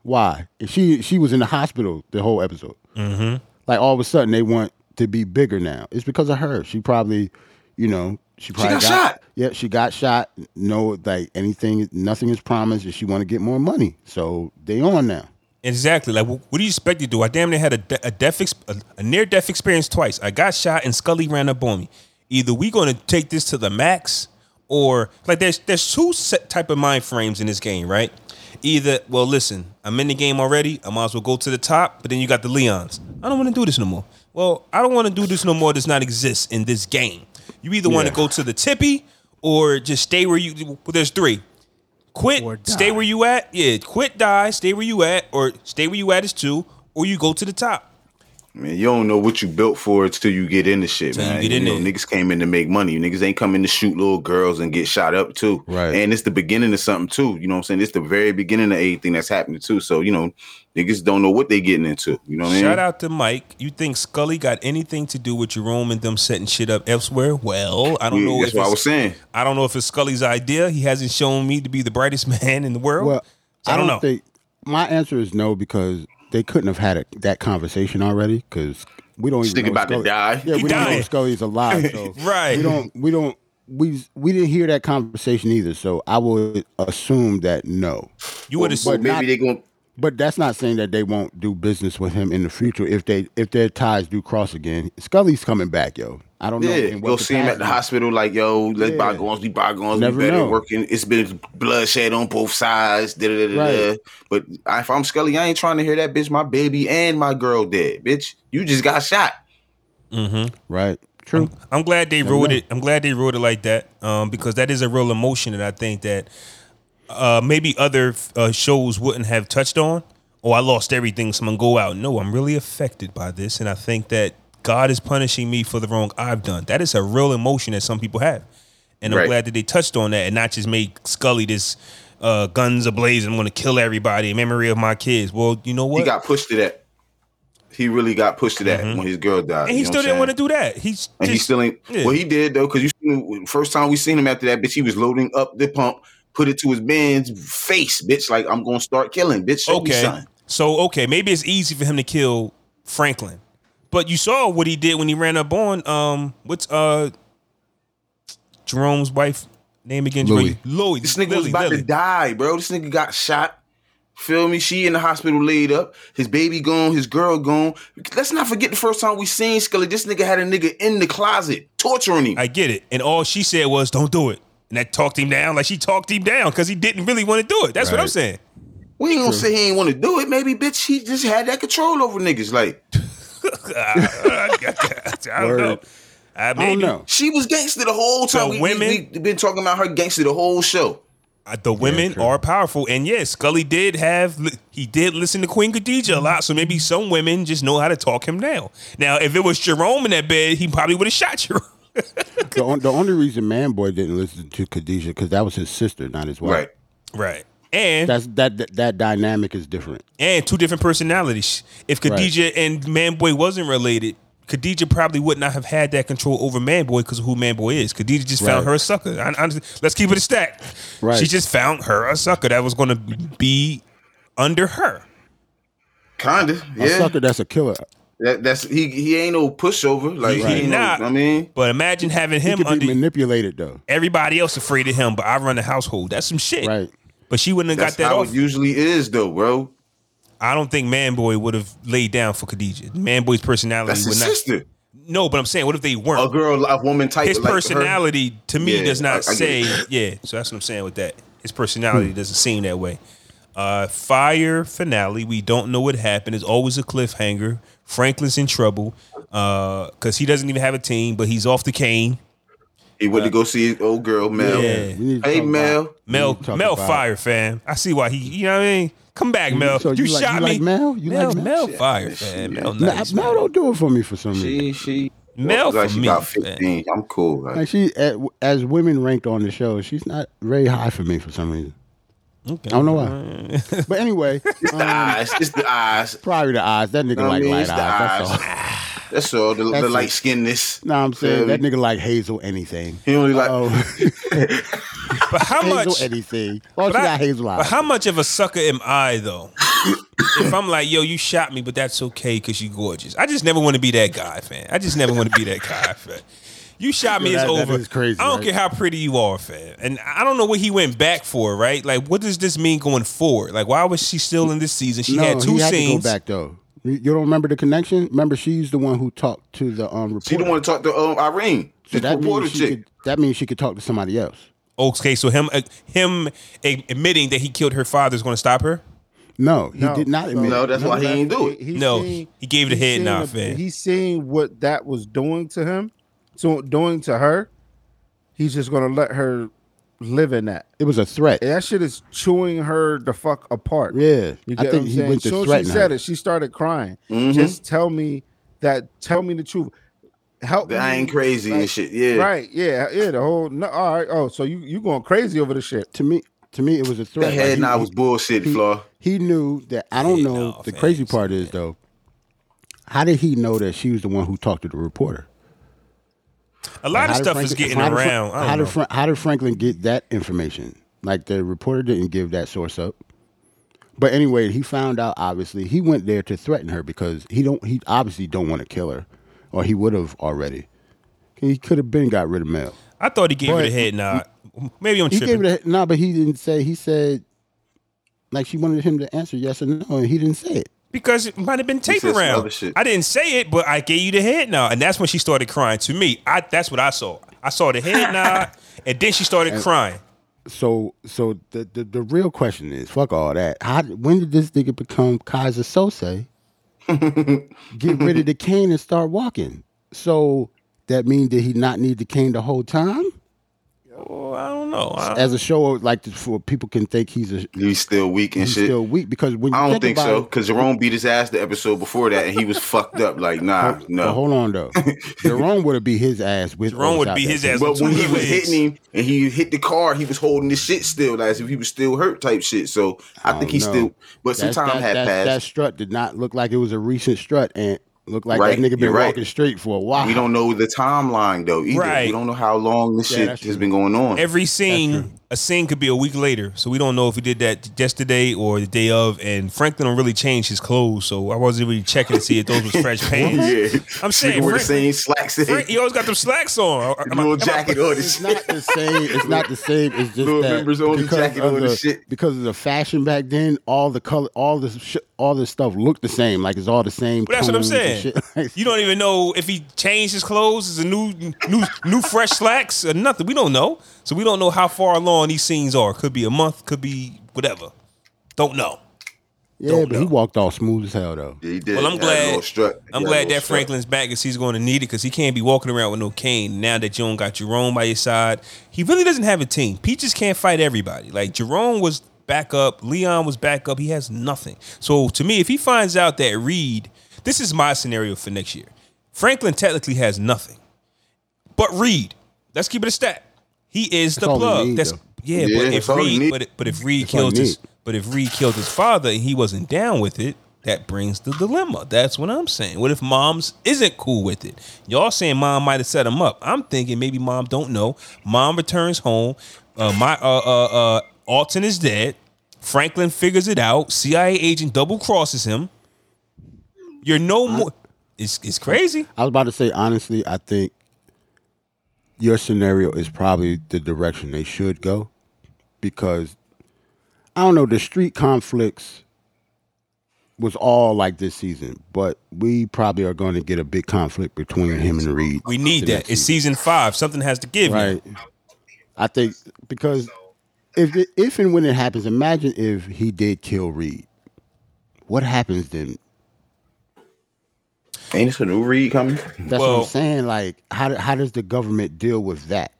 Why? And She she was in the hospital the whole episode. Mm-hmm. Like all of a sudden, they want to be bigger now. It's because of her. She probably, you know, she probably
got shot.
Yeah, she got shot. No, like anything, nothing is promised, and she want to get more money. So they on now.
Exactly. Like, wh- what do you expect to do? I damn near had a, de- a death, ex- a, a near death experience twice. I got shot, and Scully ran up on me. Either we going to take this to the max, or like there's there's two set type of mind frames in this game, right? Either well, listen, I'm in the game already. I might as well go to the top. But then you got the Leons. I don't want to do this no more. Well, I don't want to do this no more. Does not exist in this game. You either want to go to the tippy or just stay where you. Well, there's three
Or
quit,
die.
stay where you at. Yeah, quit, die, stay where you at, or stay where you at is two, or you go to the top.
Man, you don't know what you built for until you get in the shit,
Till you
man.
get in
know,
there.
niggas came in to make money. You niggas ain't coming to shoot little girls and get shot up too.
Right.
And it's the beginning of something too. You know what I'm saying? It's the very beginning of anything that's happening too. So, you know, niggas don't know what they getting into. You know what I mean?
Shout out to Mike. You think Scully got anything to do with Jerome and them setting shit up elsewhere? Well, I don't
Yeah,
know. if
that's what
it's-
I was saying.
I don't know if it's Scully's idea. He hasn't shown me to be the brightest man in the world.
Well,
So I don't know.
Think, my answer is no because they couldn't have had a, that conversation already because we don't even
nigga
know
about to
Scully-
die.
Yeah,
He
we don't know
dying.
if Scully's alive. So
Right.
We don't. We don't. We we didn't hear that conversation either. So I would assume that no.
you would
But
assume.
maybe
not-
they going
But that's not saying that they won't do business with him in the future if they if their ties do cross again. Scully's coming back, yo. I don't know.
yeah,
in what
you'll see him at the
capacity.
hospital. Like, yo, let
Yeah.
bygones be bygones.
Never
we better
know.
working. It's been bloodshed on both sides. Da, da, da, da, da.
Right.
But if I'm Scully, I ain't trying to hear that, bitch. My baby and my girl dead, bitch. You just got shot.
Right. True.
I'm glad they wrote it. I'm glad they wrote it like that um, because that is a real emotion that I think that uh, maybe other uh, shows wouldn't have touched on. Oh, I lost everything. Someone go out. No, I'm really affected by this, and I think that God is punishing me for the wrong I've done. That is a real emotion that some people have, and I'm
Right.
glad that they touched on that and not just made Scully this uh, guns ablaze. I'm going to kill everybody in memory of my kids. Well, you know what?
He got pushed to that. He really got pushed to that
Mm-hmm.
when his girl died.
and he still didn't want to do that. He's
And he
just-
still ain't.
Yeah.
Well, he did though, because you seen him- first time we seen him after that, bitch. He was loading up the pump, put it to his man's face, bitch. Like I'm gonna start killing, bitch. Show me
Okay.
something.
So okay, maybe it's easy for him to kill Franklin, but you saw what he did when he ran up on um what's uh Jerome's wife name again?
Louis.
Louis.
This nigga was
Lily,
about
Lily.
to die, bro. This nigga got shot. Feel me? She in the hospital laid up. His baby gone. His girl gone. Let's not forget the first time we seen Scully. This nigga had a nigga in the closet torturing him.
I get it, and all she said was, "Don't do it," and that talked him down. Like she talked him down because he didn't really want to do it. That's what I'm
Right.
saying.
we ain't gonna say he ain't want to do it. Maybe bitch, he just had that control over niggas. Like
I don't know. I,
I don't
maybe-
know.
she was gangster the whole time.
So
we,
women-
we, we been talking about her gangster the whole show.
Uh, The women
true.
are powerful, and yes, Scully did have li- he did listen to Queen Khadija a lot, so
Mm-hmm.
maybe some women just know how to talk him down. Now, if it was Jerome in that bed, he probably would have shot Jerome.
The, on, the only reason Man Boy didn't listen to Khadijah because that was his sister, not his wife.
Right.
Right, and
That's that, that that dynamic is different.
and two different personalities. If
Right.
Khadija and Manboy wasn't related, Khadija probably would not have had that control over Manboy because of who Manboy is. Khadija just found
Right.
her a sucker. I, honestly, let's keep it a stack.
Right.
She just found her a sucker that was going to be under her.
Kinda.
A
Yeah.
sucker that's a killer.
That, that's he. He ain't no pushover. Like
He
he ain't
not.
No, I mean,
But imagine having
He
him
could be
under
manipulated though.
everybody else afraid of him. But I run the household. That's some shit.
Right.
But she wouldn't have
that's
got that
how
off.
it usually is, though, bro.
I don't think Manboy would have laid down for Khadija. Manboy's personality
That's
would
his
not.
sister.
No, but I'm saying, what if they weren't?
A girl, a woman type.
his
like her.
personality to me
Yeah,
does not
I- I get
say
it.
yeah so that's what i'm saying with that his personality doesn't seem that way uh fire finale we don't know what happened it's always a cliffhanger franklin's in trouble uh because he doesn't even have a team but he's off the cane
He went to go see his old girl, Mel.
Yeah.
We need to
Hey,
talk
Mel.
about-
mel
we need to talk
mel
about-
fire fam i see why he you know what i mean come back mel
so
you,
you like-
shot
you
me
like Mel? You
mel,
like Mel?
mel
Shit.
fire
Shit.
fam mel
Nah,
nice,
Mel
man.
don't do it for me for some reason.
She, she.
mel
like
for
she
me
about
man.
fifteen. I'm cool. Like,
Like she, at- as women ranked on the show, she's not very high for me for some reason.
Okay.
I don't know why.
Mm.
but anyway,
the
um,
eyes. Ah, It's the eyes.
probably the eyes. That nigga
I
like
mean,
light eyes.
it's the
That's all.
eyes. That's all. The,
That's
the
it.
light skinness.
No, I'm saying
Feel
that
me?
nigga like hazel anything.
He only like.
Oh,
but how
hazel
much
anything. Oh, she
But I-
got hazel
but
eyes.
how much of a sucker am I though? if I'm like, yo, you shot me, but that's okay because you gorgeous. I just never want to be that guy, fam. I just never want to be that guy, fam. You shot me,
Yeah,
it's
that- that
over.
is crazy,
I don't
right?
care how pretty you are, fam. And I don't know what he went back for, right? Like, what does this mean going forward? Like, why was she still in this season? She
no,
had two
he had
scenes.
to go back though. You you don't remember the connection? Remember, she's the one who talked to the um reporter.
She the one to talk to um, Irene.
So
She's
that
reporter
means she
chick.
could. That means she could talk to somebody else.
Okay, so him, uh, him a- admitting that he killed her father is going to stop her.
No, he did not admit.
No,
it.
that's why he ain't do it.
No, he gave it a
he
head
seen
nod,
a-
fam.
He's seeing what that was doing to him, so doing to her. He's just gonna let her live in that.
It was a threat.
And that shit is chewing her the fuck apart.
Yeah,
You get
I
what
think
I'm
he
saying?
went to
Soon as she
threaten
said
her.
it, she started crying.
Mm-hmm.
Just tell me that. Tell me the truth. Help.
That I
me.
ain't crazy
Like,
and shit. Yeah.
Right. Yeah. Yeah. The whole. No, all right. Oh, so you you going crazy over the shit?
To me, to me, it was a threat.
The
Like,
head
he-
nod was bullshit, Flaw.
He knew that. I don't
Yeah,
know.
no,
the
fam,
crazy
it's
part is though. How did he know that she was the one who talked to the reporter?
A lot of
How did
stuff is
Franklin-
getting
how did Fra-
around. I
how
don't know.
did Fra- how did Franklin get that information? Like the reporter didn't give that source up. But anyway, he found out. Obviously, he went there to threaten her because he don't. He obviously don't want to kill her, or he would have already. He could have been got rid of Mel.
I thought he gave her
But-
the head nod. Maybe I'm
He
tripping.
gave it a, no, but he didn't say. He said, like she wanted him to answer yes or no, and he didn't say it.
Because it might have been tape
said some
around.
other shit.
I didn't say it, but I gave you the head nod, and that's when she started crying. To me, I that's what I saw. I saw the head nod, and then she started crying.
So, so the, the the real question is, fuck all that. How when did this nigga become Kaiser Sose? get rid of the cane and start walking. So that mean did he not need the cane the whole time?
Oh, I don't know. I,
As a show, like for people can think he's a
He's still weak and
he's
shit.
still weak because when you
I don't think
about
so
it-
because Jerome beat his ass the episode before that, and he was fucked up. Like, nah,
But
no.
hold on though, Jerome would have beat his ass with.
Jerome would
or without
beat
that
his
cane.
ass.
But when he was
Two
hitting him and he hit the car, he was holding this shit still, like as if he was still hurt, type shit. So I think he
don't know.
still, but some
Oh, That's-
time
that,
had
that, That
passed.
strut did not look like it was a recent strut, and looked like
Right,
that nigga been
you're right.
walking straight for a while.
We don't know the timeline though either.
Right.
We don't know how long this
Yeah,
shit
that's
has
true.
been going on.
every scene, a scene could be a week later, so we don't know if he did that yesterday or the day of. And Franklin don't really change his clothes, so I wasn't really checking to see if those was fresh pants.
yeah,
I'm saying,
Nigga wear the
Frank-
same slacks, and
Frank, he always got them slacks on. Am I- am I-
little jacket on.
It's
This shit.
not the same. It's not the same. It's just
Little
that
members only jacket
of
on
the,
and shit.
because of the fashion back then, all the color, all the sh- all the stuff looked the same. Like it's all the same.
But that's what I'm
tones and
saying.
shit.
You don't even know if he changed his clothes, is a new, new, new fresh slacks or nothing. We don't know, so we don't know how far along these scenes are. Could be a month, could be whatever. Don't know.
Yeah, but he walked off smooth as hell though.
Yeah, he did.
Well, I'm
He had a
glad-
little strut. He
I'm
had a
glad
little
that
strut.
Franklin's back because he's going to need it because he can't be walking around with no cane now that you don't got Jerome by your side. He really doesn't have a team. Peaches can't fight everybody. Like Jerome was back up, Leon was back up. He has nothing. So to me, if he finds out that Reed, this is my scenario for next year. Franklin technically has nothing, but Reed. Let's keep it a stat. He is the
all he
plug.
need,
That's
though.
yeah,
Yeah,
but if
that's all he
Reed,
need.
but, but if Reed
That's all he
killed his,
need.
but if Reed killed his father and he wasn't down with it, that brings the dilemma. That's what I'm saying. What if mom's isn't cool with it? Y'all saying mom might have set him up. I'm thinking maybe mom don't know. Mom returns home. Uh, my uh, uh, uh, Alton is dead. Franklin figures it out. CIA agent double crosses him. You're no more. It's it's crazy.
I was about to say honestly, I think your scenario is probably the direction they should go because I don't know the street conflicts was all like this season, but we probably are going to get a big conflict between him and Reed.
We need
the
that.
next
It's season five. Something has to give. Right.
Right. I think because if it, if and when it happens, imagine if he did kill Reed. What happens then?
Ain't this a new read coming?
That's what
Well-
I'm saying. Like, how do- how does the government deal with that?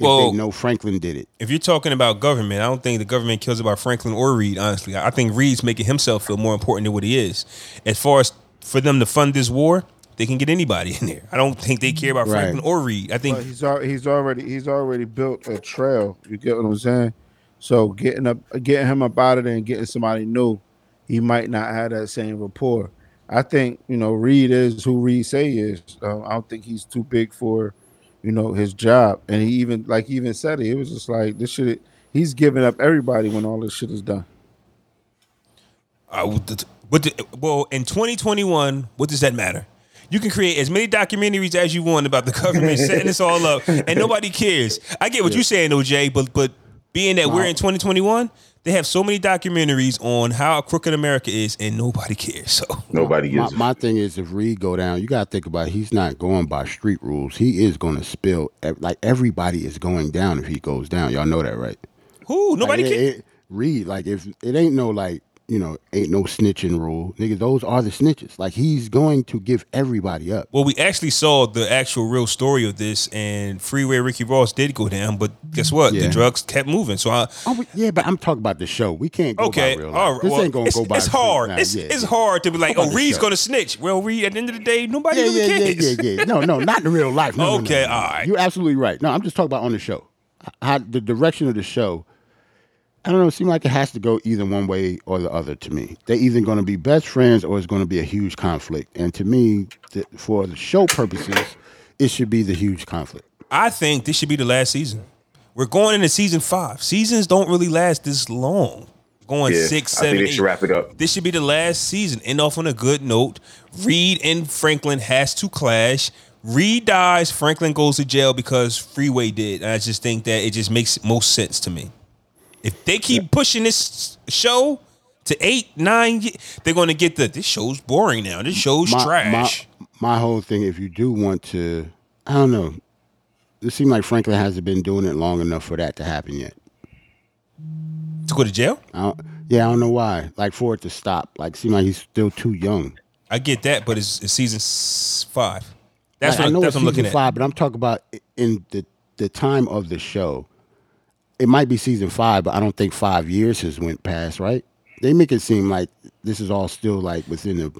If
Well-
they know Franklin did it,
if you're talking about government, I don't think the government cares about Franklin or Reed, honestly. I I think Reed's making himself feel more important than what he is. As far as for them to fund this war, they can get anybody in there. I don't think they care about
Right.
Franklin or Reed. I think
But he's al- he's already he's already built a trail. You get what I'm saying? So getting up getting him up out of there and getting somebody new, he might not have that same rapport. I think you know Reed is who Reed say he is. Um, I don't think he's too big for, you know, his job. And he even like he even said it. It was just like this shit. He's giving up everybody when all this shit is done.
I would- th- what uh, the, well, in 2021, what does that matter? You can create as many documentaries as you want about the government setting this all up, and nobody cares. I get what you're saying, OJ, but but being that we're in 2021, they have so many documentaries on how crooked America is, and nobody cares. So
Nobody
my,
gives. a-
my thing is if Reed go down, you gotta think about it. he's not going by street rules. He is going to spill. ev- Like everybody is going down if he goes down. Y'all know that, right?
who? Nobody
Like, it-
cares.
it- Reed, like if it ain't no like you know ain't no snitching rule, nigga. Those are the snitches. Like he's going to give everybody up.
Well, we actually saw the actual real story of this, and Freeway Ricky Ross did go down, but guess what? The
Mm-hmm. Yeah.
drugs kept moving. So I.
Oh, but- yeah, but I'm talking about the show. We can't go
Okay,
by real life.
all right.
This
well,
ain't gonna
it's,
go by.
It's
street-
hard.
nah,
it's
yeah,
it's
yeah.
hard to be like,
about
oh,
the
Reed's
show?
going to snitch. Well, Reed, at the end of the day, nobody
Yeah, yeah,
really
yeah,
cares.
yeah, yeah. No, no, not in real life. No, no, no,
Okay,
no, no.
all right.
You're absolutely right. No, I'm just talking about on the show. How the direction of the show. I don't know. It seems like it has to go either one way or the other to me. They're either going to be best friends or it's going to be a huge conflict. And to me, th- for the show purposes, it should be the huge conflict.
I think this should be the last season. We're going into season five. Seasons don't really last this long. Going
Yeah,
six,
I think
seven,
they should
eight.
wrap it up.
This should be the last season. End off on a good note. Reed and Franklin has to clash. Reed dies. Franklin goes to jail because Freeway did. And I just think that it just makes most sense to me. If they keep pushing this show to eight, nine, ye- they're going to get the. This show's boring now. This show's trash.
My, my whole thing, if you do want to, I don't know. It seems like Franklin hasn't been doing it long enough for that to happen yet.
to go to jail.
I don't, yeah, I don't know why. Like for it to stop. Like seem like he's still too young.
I get that, but it's, it's season s- five. That's
Like, I
what,
know
I that's
it's
what I'm looking
season
at.
five, but I'm talking about i- in the the time of the show. It might be season five, but I don't think five years has went past. Right? They make it seem like this is all still like within the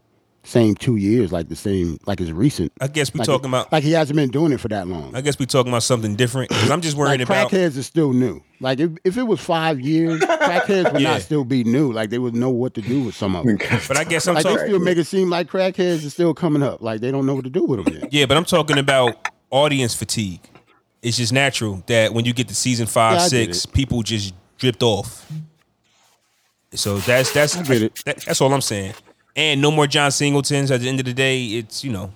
same two years, like the same, like it's recent.
I guess we
Like
talking
it-
about.
like he hasn't been doing it for that long.
I guess we talking about something different. Because I'm just
Like
worried about.
crackheads is still new. Like if, if it was five years, crackheads would
Yeah.
not still be new. Like they would know what to do with some of them.
But I guess I'm
Like they
talking.
still make it seem like crackheads is still coming up. Like they don't know what to do with them. Yet.
Yeah, but I'm talking about audience fatigue. It's just natural that when you get to season five,
Yeah, I get
six, people just dripped off. So that's that's
get it.
that- that's all I'm saying. And no more John Singletons. At the end of the day, it's you know,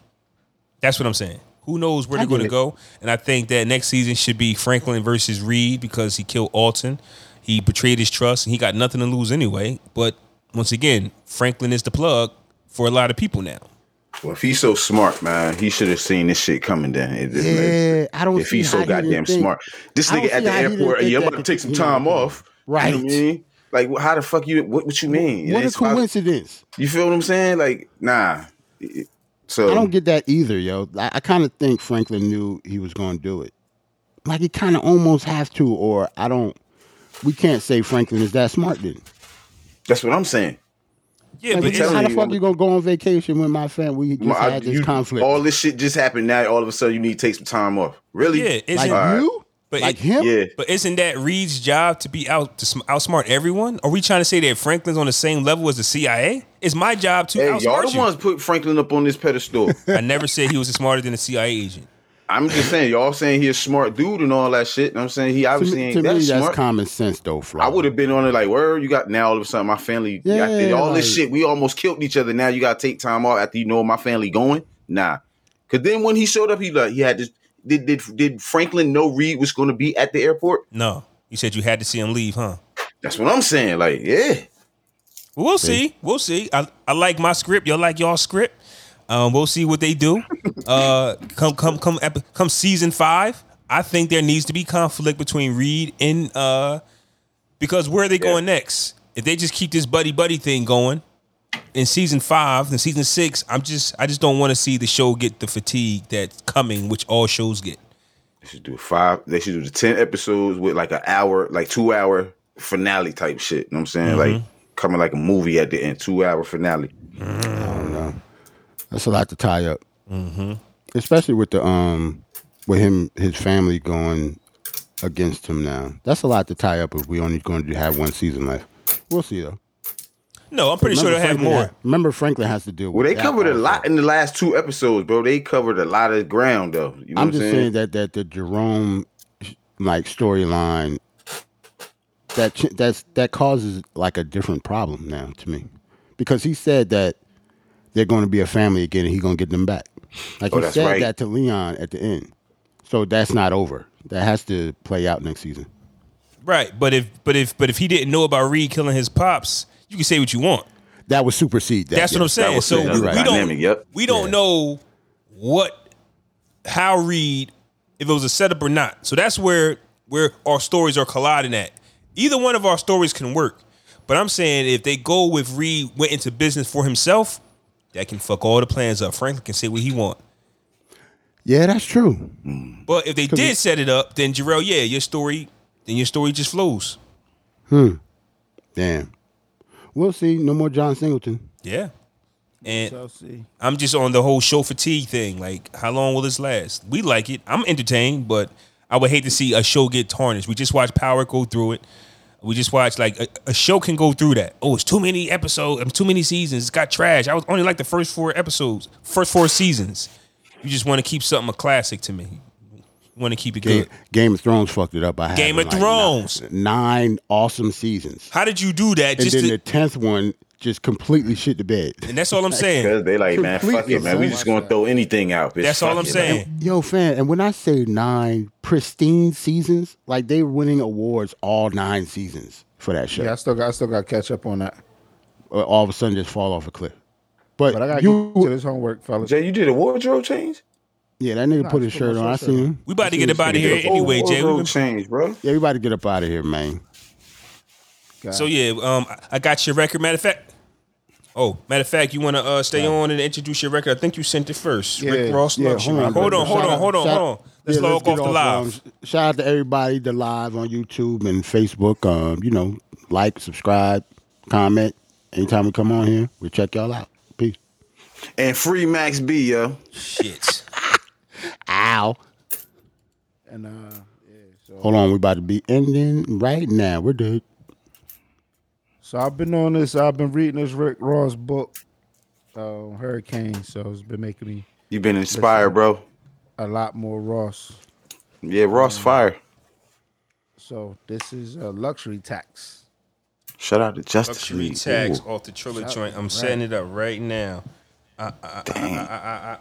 that's what I'm saying. Who knows where
I
they're
get
going to
it.
go? And I think that next season should be Franklin versus Reed because he killed Alton. He betrayed his trust, and he got nothing to lose anyway. But once again, Franklin is the plug for a lot of people now.
Well, if he's so smart, man, he should have seen this shit coming. Then it just
Yeah, I don't
If
see
he's so
how he didn't
goddamn
think-
smart, this
I don't
nigga
see
at the
how he didn't
airport.
think
Yeah, I'm
that
about to
could-
take some
you know,
time off. You know
Right.
what I mean? Like, wh- how the fuck you? What, what you mean?
What a
It's about-
coincidence.
you feel what I'm saying? Like, nah. It- So
I don't get that either, yo. I, I kind of think Franklin knew he was going to do it. Like he kind of almost has to, or I don't. We can't say Franklin is that smart then.
that's what I'm saying.
Yeah,
Like,
but
telling
how
it's-
the
you,
fuck
I'm-
you gonna go on vacation with my family? We just
I-
had this
you-
conflict.
All this shit just happened. Now all of a sudden you need to take some time off. Really?
yeah,
like
isn't
you,
but
like
it-
him.
Yeah.
But isn't that Reed's job to be out to sm- outsmart everyone? Are we trying to say that Franklin's on the same level as the CIA? It's my job to
Hey, y'all
outsmart
the
you.
ones put Franklin up on this pedestal.
I never said he was smarter than a CIA agent.
I'm just saying, y'all saying he a smart dude and all that shit. And I'm saying he
To
obviously
me,
ain't
to
that
me, that's
smart.
common sense though, Flo.
I would have been on it like, where you got now all of a sudden my family
Yeah,
got this- all this
like-
shit. We almost killed each other. Now you gotta take time off after you know my family going. Nah. Cause then when he showed up, he like he had this did did, did Franklin know Reed was gonna be at the airport?
No, you said you had to see him leave, huh?
That's what I'm saying. Like, yeah.
Well, we'll see. We'll see. I, I like my script. Y'all like y'all script. Um, we'll see what they do. Uh, come come come epi- come season five. I think there needs to be conflict between Reed and uh, because where are they going next? If they just keep this buddy buddy thing going in season five and season six, I'm just I just don't want to see the show get the fatigue that's coming, which all shows get.
They should do five. They should do the ten episodes with like an hour, like two hour finale type shit. You know what I'm saying?
Mm-hmm.
Like coming like a movie at the end, two hour finale.
That's a lot to tie up, mm-hmm. especially with the um, with him, his family going against him now. That's a lot to tie up if we only going to have one season left. We'll see though.
No, I'm pretty sure they'll have
Franklin
more.
ha- remember, Franklin has to deal with.
Well, they
that
covered a
also.
lot in the last two episodes, bro. They covered a lot of ground, though. You know
I'm
what I'm
just saying that that the Jerome like storyline that ch- that's that causes like a different problem now to me because he said that they're going to be a family again and he's going to get them back. Like
Oh,
he
that's
said
right.
that to Leon at the end, so that's not over. That has to play out next season.
Right, but if but if but if he didn't know about Reed killing his pops, you can say what you want.
That would supersede that.
That's what I'm
yes.
saying.
was-
so
yeah,
we,
that's
we don't
dynamic, yep.
we don't know what how Reed if it was a setup or not. So that's where where our stories are colliding at. Either one of our stories can work, but I'm saying if they go with Reed went into business for himself, that can fuck all the plans up. Franklin can say what he want.
Yeah, that's true.
But if they did set it up, then Jarrell, yeah, your story, then your story just flows.
Damn. We'll see. No more John Singleton.
Yeah. And
see.
I'm just on the whole show fatigue thing. Like, how long will this last? We like it. I'm entertained, but I would hate to see a show get tarnished. We just watched Power go through it. We just watched like a, a show can go through that. Oh, it's too many episodes. um, Too many seasons. It's got trash. I was only like the first four episodes, first four seasons. You just want to keep something a classic to me. You want to keep it
Game,
good.
Game of Thrones fucked it up. I
Game of Thrones.
nine, nine awesome seasons.
How did you do that?
and
Just
then
to,
the tenth one just completely shit the bed.
and that's all I'm saying.
saying? They like, man, fuck
Completely
it, man. We just gonna throw anything out. Bitch.
That's all
Fuck
I'm
it, man.
saying.
Yo, fan, and when I say nine pristine seasons, like they were winning awards all nine seasons for that show.
Yeah, I still got I still got to catch up on that.
Or All of a sudden, just fall off a cliff. But,
But I got to
you,
get to this homework, fellas.
Jay, you did a wardrobe change.
yeah, that nigga put his
still
shirt
got
on. I
shirt on.
seen him.
We about to get up out of
You
here
did a whole
anyway, Jay. We've
Wardrobe
been
change, bro.
Yeah, we about to get up out of here, man.
So yeah, um, I- I got your record. Matter of fact, oh, matter of fact, you want to uh, stay on and introduce your record? I think you sent it first. Rick
Yeah,
Ross
Yeah,
Luxury. Hold on,
Shout
hold on,
out-
hold on,
shout-
hold on. Let's
yeah,
log
get
off the live.
um, shout out to everybody the live on YouTube and Facebook. Um, you know, like, subscribe, comment. Anytime we come on here, we check y'all out. Peace.
And free Max B, yo.
Shit.
Ow.
And uh,
Hold on, we about to be ending right now. We're good.
so I've been on this. I've been reading this Rick Ross book, uh, Hurricane. So it's been making me
You've been inspired, bro.
a lot more Ross.
Yeah, Ross Fire.
So this is a luxury tax.
Shout out to Justice
Luxury
League.
tags
Ooh,
off the Triller joint. I'm setting it up right now.
damn.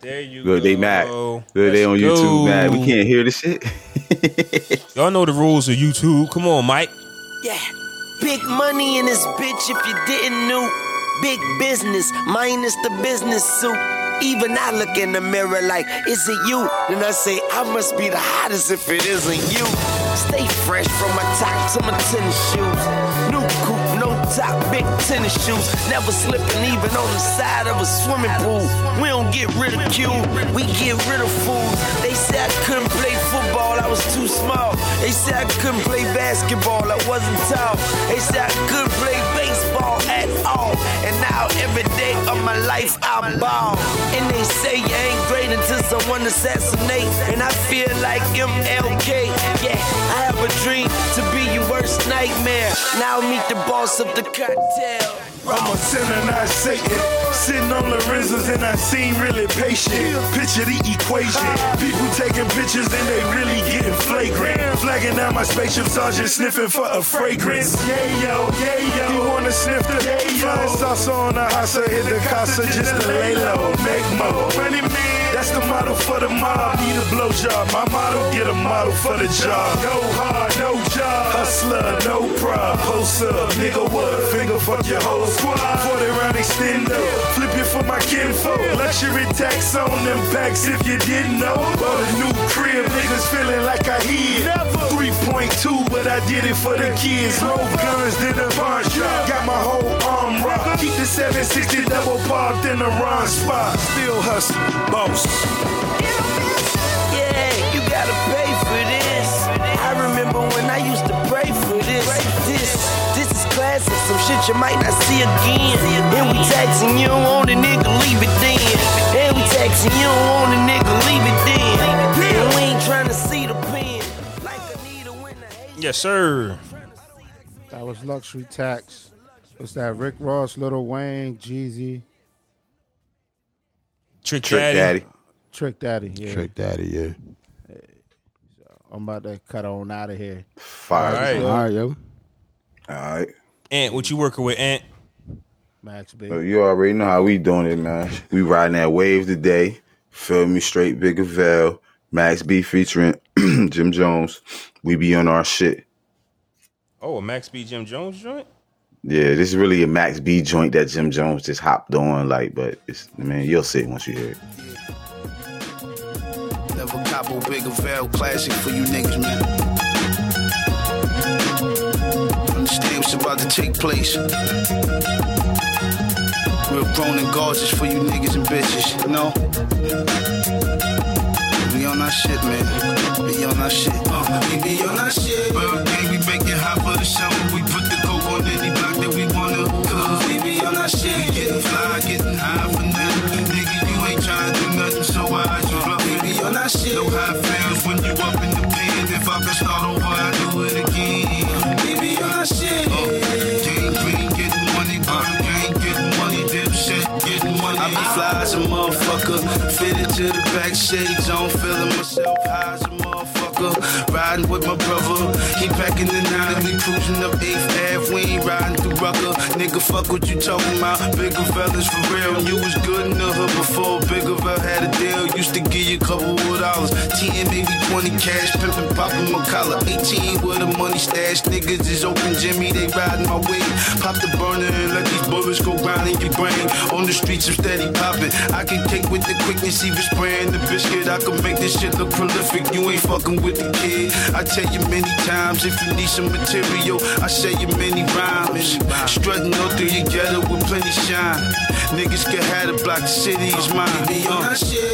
There you
Good,
go.
they mad. Good,
Let's
they on
go.
YouTube mad. We can't hear this shit.
Y'all know the rules of YouTube. Come on, Mike.
Yeah, big money in this bitch if you didn't know. Big business, minus the business suit. Even I look in the mirror like, is it you? Then I say, I must be the hottest if it isn't you.
Stay fresh from my top to my tennis shoes. New coupe, no top, big tennis shoes. Never slipping even on the side of a swimming pool. We don't get ridiculed, we get rid of fools. They said I couldn't play football, I was too small. They said I couldn't play basketball, I wasn't tall. They said I couldn't play baseball at all. And now every day of my life I ball. And they say you ain't great until someone assassinates. And I feel like MLK. Yeah, I have a dream to be your worst nightmare. Now meet the boss of the cartel.
I'm a sinner, not Satan. Sitting on Lorenzo's and I seem really patient. Picture the equation. People taking pictures and they really getting flagrant. Flagging out my spaceship sergeant, sniffing for a fragrance. Yeah, yo, yeah, yo. You wanna sniff the flying saucer on the hossa, hit the casa just to lay low. Make more money, man. That's the model for the mob. Need a blowjob. My model, get a model for the job. Go hard, no job. Hustler, no pride. Post up, nigga, what? Finger fuck your whole squad. 40 round extender. Flip it for my kinfolk. Luxury tax on them packs if you didn't know. Bought a new crib, niggas feeling like I hid. 3.2, but I did it for the kids. More guns than a pawn shop. Got my whole arm rocked. Keep the 760 double barbed in the wrong spot. Still hustle, boss.
Yeah, you gotta pay for this. I remember when I used to pray for this. This, this is classic, some shit you might not see again. And we taxing you don't want a nigga, leave it then. And we taxing you don't want a nigga, leave it then. And we ain't tryna see the pen. Like a needle in a haystack.
Yes, sir.
That was luxury tax. What's that? Rick Ross, Little Wayne, Jeezy,
Trick,
Trick
Daddy.
Daddy.
Trick Daddy. Yeah,
Trick Daddy, yeah.
I'm about to cut on out of here.
Fire.
All right.
All right, yo.
All right.
Ant, what you working with, Ant?
Max B.
So you already know how we doing it, man. We riding that wave today. Feel me? Straight Big Avail. Max B featuring Jim Jones. We be on our shit.
Oh, a Max B. Jim Jones joint?
Yeah, this is really a Max B joint that Jim Jones just hopped on, like, but it's I mean, you'll see it once you hear it.
Never capo, big avail, classic for you niggas, man. Understand what's about to take place. Real grown and gorgeous for you niggas and bitches, you know? We on our shit, man. We on our shit. Uh, we be on our shit. Burger King, we make it hot for the summer. We put the coke on any block that we wanna. Cause we be on our shit. We getting fly, getting high for nothing. Nigga, you ain't trying to do nothing, so why is you bluff? We be on our shit. No high fails when you up in the pen. If I could start over, I'd do it again. We be on our shit. Uh, King, green, getting money. Burger King, getting money. Dipshit, getting money. I be fly as a motherfucker. Fitted to the back shades on, feeling myself high as a motherfucker. Riding with my brother, he packing the nine, and we cruising up 8th Ave. We ain't riding through Rucker. Nigga, fuck what you talking about. Bigger fellas for real. You was good in the hood before Bigger Vel had a deal. Used to give you a couple of dollars. 10, maybe 20 cash, pimping, popping my collar. 18 with a money stash. Niggas is open, Jimmy, they riding my way. Pop the burner and let these bullets go round in your brain. On the streets, I'm steady popping. I can kick with the quickness, even spraying the biscuit. I can make this shit look prolific. You ain't fucking with the kid. I tell you many times if you need some material, I say you many rhymes. Strutting out through your ghetto with plenty shine. Niggas can have the block, the city is mine. Uh,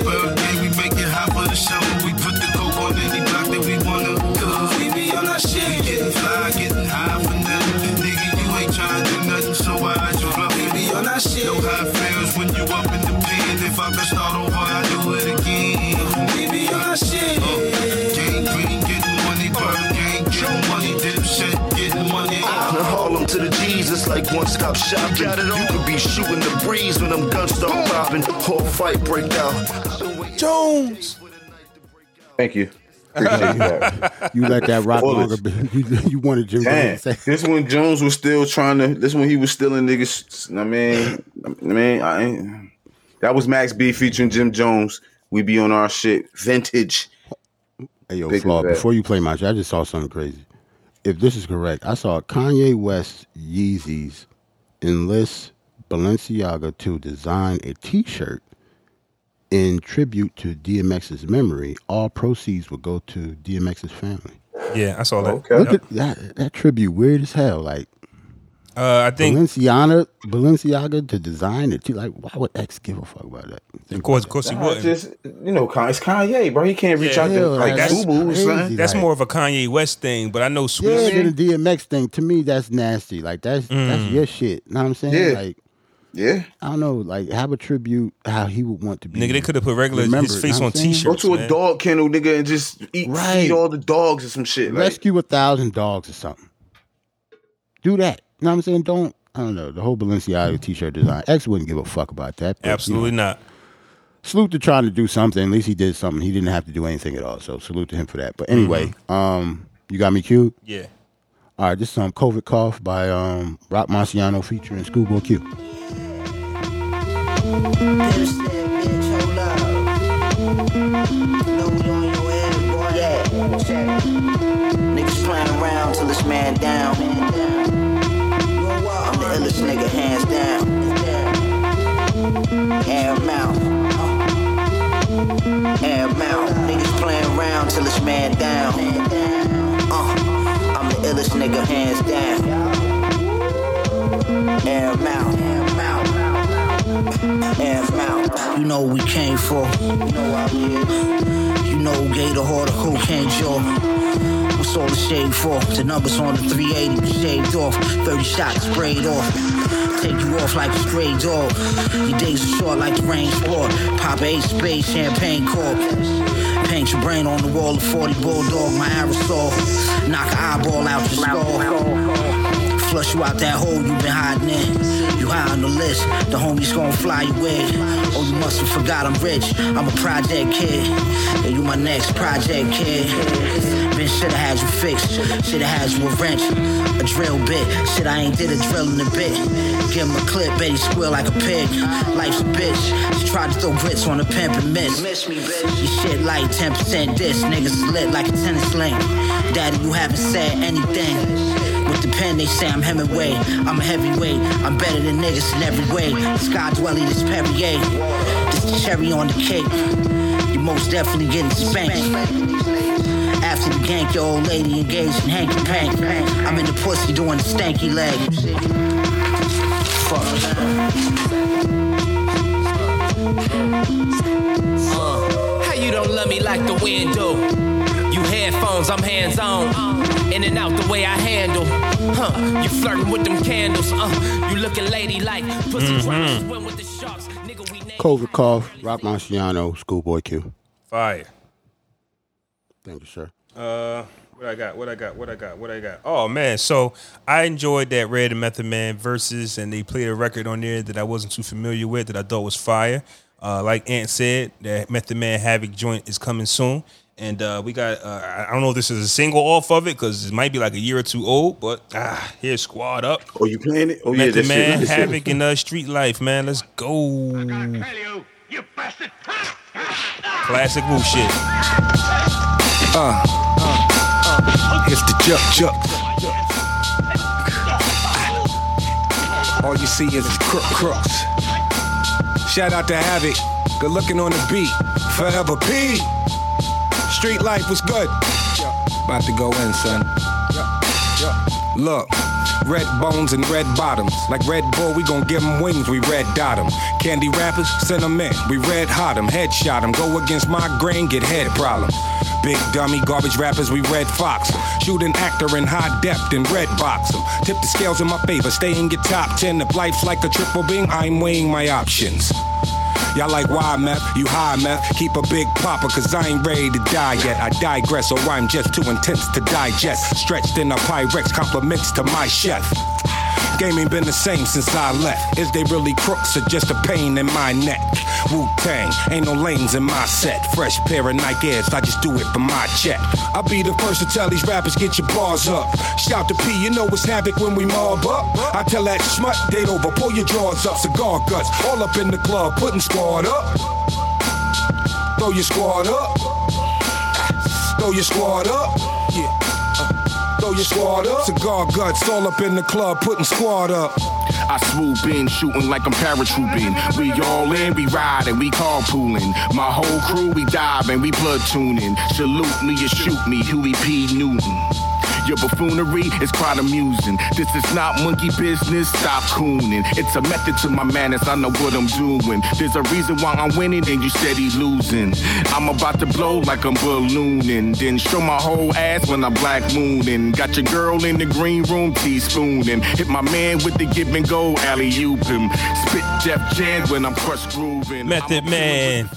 Burger King, we make it hot for the summer. We put the coke on any block that we wanna. Cause we be on our shit. Getting fly, getting high for nothing. Nigga, you ain't trying to do nothing, so why is you bluff? We be on our shit. No high fails when you up in the pen. If I could start over, I'd do it again. We be on our shit. Uh, King Green, getting money, Burger King, getting money, dipshit, getting money.
From Harlem to the Jesus, like one stop shopping. You could be shooting the breeze when them guns start popping. Whole fight break out.
Jones.
Thank you. Appreciate you, Barry.
You let that rock longer.
Bullets.
be- You, you wanted Jim
Damn.
Jones to say.
This one Jones was still trying to this one he was still in niggas. I mean, I mean, I ain't that was Max B featuring Jim Jones. We be on our shit. Vintage.
Hey, yo,
Big
Flaw,
and bad.
before you play my shit, I just saw something crazy. If this is correct, I saw Kanye West Yeezys enlist Balenciaga to design a t shirt in tribute to DMX's memory. All proceeds will go to DMX's family.
Yeah, I saw that.
Look
Yep.
at that, that tribute, weird as hell. Like
Uh, I think,
Balenciaga, Balenciaga to design it too. Like, why would X give a fuck about that?
of course, of course, he
Nah,
would.
just you know, Con- it's Kanye, bro. He can't reach
Yeah.
out
Yeah,
to like
that's
Boo Boo or
crazy.
something.
That's
like-
more of a Kanye West thing, Mm. but I know
Yeah,
Swiss.
then the DMX thing to me, that's nasty. Like that's that's your shit. You know what I'm saying?
Yeah.
Like
Yeah,
I don't know. Like have a tribute how he would want to be.
Nigga, they could have put regular
Remember,
his face
know
on
what I'm saying?
t-shirts.
go to a
man.
dog kennel, nigga, and just eat
Right.
feed all the dogs or some shit. Like,
rescue a thousand dogs or something. Do that. You know what I'm saying? Don't. I don't know. The whole Balenciaga t-shirt design. X wouldn't give a fuck about that. but, you know,
Absolutely not.
salute to trying to do something. At least he did something. He didn't have to do anything at all. So salute to him for that. But anyway,
Mm-hmm.
um, you got me cute.
Yeah.
All right, this is um, COVID Cough by um, Rock Marciano featuring Schoolboy Q.
Niggas flying around till it's man down. I'm the illest nigga, hands down. Air 'em out. Air 'em out. Niggas playing around till it's man down. Uh, I'm the illest nigga, hands down. Air 'em out. Air 'em out. You know we came for. You know I'm here. You know Gator Horde, who can't jaw. What's all the shade for? The numbers on the 380 shaved off. 30 shots sprayed off. Take you off like a stray dog. Your days are short like the rain sport. Pop eight space champagne cork. Paint your brain on the wall of 40 bulldog. My aerosol. Knock an eyeball out your skull. Flush you out that hole you been hiding in. You high on the list. The homies gon' fly you in. Oh, you must have forgot I'm rich. I'm a project kid. And you my next project kid. Been shoulda had you fixed. Shoulda had you a wrench. A drill bit. Shit, I ain't did a drill in a bit. Give him a clip, bet he squeal like a pig. Life's a bitch. She tried to throw grits on a pimp and miss. Miss me, bitch. Your shit like 10% this. Niggas lit like a tennis lane. Daddy, you haven't said anything. With the pen, they say I'm Hemingway. I'm a heavyweight. I'm better than niggas in every way. Sky dwelling is Perrier. This the cherry on the cake. You most definitely getting spanked. After the gank, your old lady engaged in hanky pank. I'm in the pussy doing the stanky leg. Fuck.
Uh, how you don't love me like the wind do? You headphones, I'm hands on. In and out the way I handle. Huh, you flirting with them candles. Uh, you looking lady like pussy mm with the sharks. Nigga, we naked.
COVID Cough, Rock Marciano, Schoolboy Q.
Fire.
Thank you, sir.
Uh, what I got? What I got? What I got? What I got? Oh man, so I enjoyed that Red and Method Man versus, and they played a record on there that I wasn't too familiar with that I thought was fire. Uh, like Ant said, that Method Man Havoc joint is coming soon, and uh, we got. Uh, I- I don't know if this is a single off of it because it might be like a year or two old, but ah, here's Squad Up,
oh, you playing it? Oh yeah,
Method
that
Man
shit.
Havoc, and uh, Street Life, man. Let's go. Classic Wu shit.
It's the jump, jump. All you see is crook, crooks. Shout out to Havoc. Good looking on the beat. Forever P. Street life was good. About to go in, son. Look, red bones and red bottoms. Like Red Bull, we gon' give 'em wings, we red dot 'em. Candy rappers, send 'em in, we red hot 'em. Headshot 'em, go against my grain, get head problems. Big dummy garbage rappers, we red fox 'em. Shoot an actor in high depth and red box 'em. Tip the scales in my favor, stay in your top 10. If life's like a triple beam, I'm weighing my options. Y'all like why meth, you high meth. Keep a big popper, cause I ain't ready to die yet. I digress, or I'm just too intense to digest. Stretched in a Pyrex, compliments to my chef. Game ain't been the same since I left. Is they really crooks or just a pain in my neck? Wu Tang, ain't no lanes in my set. Fresh pair of Nike Airs, I just do it for my check. I'll be the first to tell these rappers, get your bars up. Shout to P, you know it's havoc when we mob up. I tell that smut, they over, pull your drawers up, cigar guts. All up in the club, putting squad up. Throw your squad up. Throw your squad up. Yeah. Throw your squad up. Cigar guts all up in the club, putting squad up.
I swoop in, shooting like I'm paratrooping. We all in, we riding, we carpooling. My whole crew, we diving, we platooning. Salute me or shoot me, Huey P. Newton. Your buffoonery is quite amusing. This is not monkey business, stop cooning. It's a method to my madness, I know what I'm doing. There's a reason why I'm winning and you steady losing. I'm about to blow like I'm ballooning. Then show my whole ass when I'm black mooning. Got your girl in the green room teaspooning. Hit my man with the give and go alley oop him. Spit Jeff Jan when I'm crushed grooving.
Method
I'm a-
Man.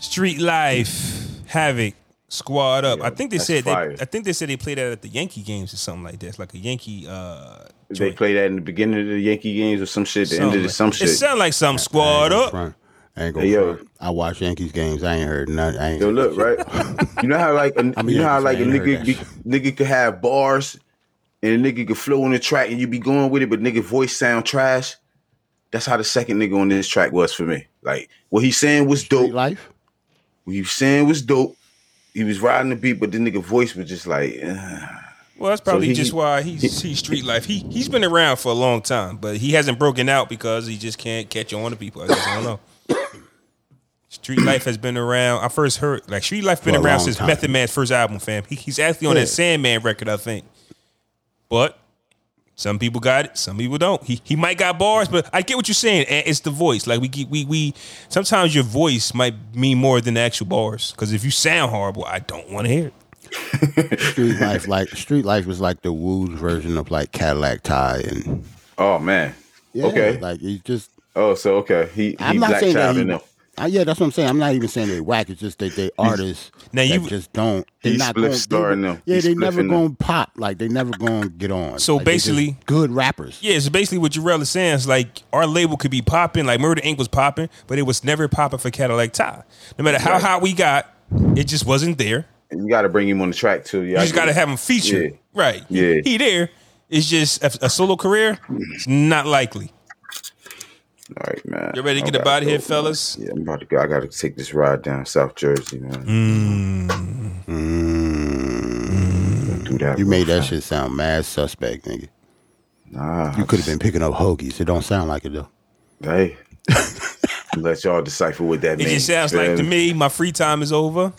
Street Life, Havoc, Squad Up. I think they
that's
said they,
fire.
I think they said they played that at the Yankee games or something like that. It's like a Yankee uh
They play that in the beginning of the Yankee games or some shit, the end of the, some
something.
shit.
It sound like some squad up.
I ain't gonna
Hey, yo.
front. I watch Yankees games. I ain't heard nothing. I ain't
Yo, look, right? You know how like a,
I'm a
you know how
Yankees fan,
like a
I
nigga
heard
be, nigga could have bars and a nigga could flow on the track and you be going with it, but nigga voice sound trash. That's how the second nigga on this track was for me. Like what he saying was dope.
Life.
What he was saying was dope. He was riding the beat, but the nigga voice was just like. eh.
Well, that's probably
So he-
just why he's he's street life. He he's been around for a long time, but he hasn't broken out because he just can't catch on to people. I, guess, I don't know. Street life has been around. I first heard like street life been
For a
around
long
since
time.
Method Man's first album, fam. He, he's actually on
Yeah.
that Sandman record, I think. But some people got it, some people don't. He he might got bars, but I get what you're saying. and It's the voice. Like we get- we we sometimes your voice might mean more than the actual bars. Because if you sound horrible, I don't want to hear it.
street life like street life was like the Woo's version of like Cadillac Tie and
Oh man.
Yeah,
okay.
Like he just.
Oh, so okay. He, he
I'm not
black
saying that
child
he,
in them.
Uh, yeah, that's what I'm saying. I'm not even saying they whack. It's just that they artists
Now
that
you-
just don't.
He
They're not
split
gonna,
star
they,
in them.
Yeah,
He
they never
spliffing them.
gonna pop. Like they never gonna get on.
So
Like, they just
basically-
good rappers.
Yeah, so basically what Jarrell is saying is like our label could be popping, like Murder Inc. was popping, but it was never popping for Cadillac Ty. No matter how
Right.
hot we got, it just wasn't there.
You got to bring him on the track too. Yeah,
You
I
just
get
got to
it.
have him featured,
Yeah.
right?
Yeah.
he there. It's just a, a solo career. It's not likely.
All right, man.
You ready to
I
get up
gotta
outta here,
go, man.
fellas?
Yeah, I'm about to go. I got to take this ride down South Jersey, man.
Mm.
Mm. Don't do that.
You
bro.
made that shit sound mad suspect, nigga.
Nah.
You could have been picking up hoagies. It don't sound like it though.
Hey. Let y'all decipher what that
It
means.
just sounds like to
man.
me, my free time is over.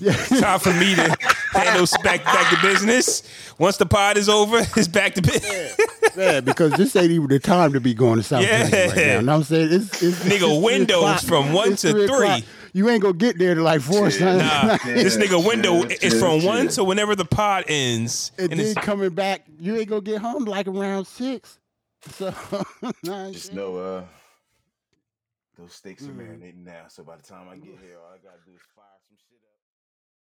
It's time for me to handle back back to business. Once the pod is over, it's back to business.
Yeah, because this ain't even the time to be going to South
Yeah.
Jersey right now. And I'm saying it's, it's
Nigga,
it's three
windows
o'clock.
from one
It's
to
o'clock.
three.
You ain't gonna get there to like four. son.
Nah, this
Yeah,
nigga window
yeah,
is
yeah,
from
yeah.
one to whenever the pod ends.
and,
And
then
it's-
coming back, you ain't gonna get home like around six. So nah,
Just
shit.
know, uh, those steaks are marinating now. So by the time I get here, all I gotta do is.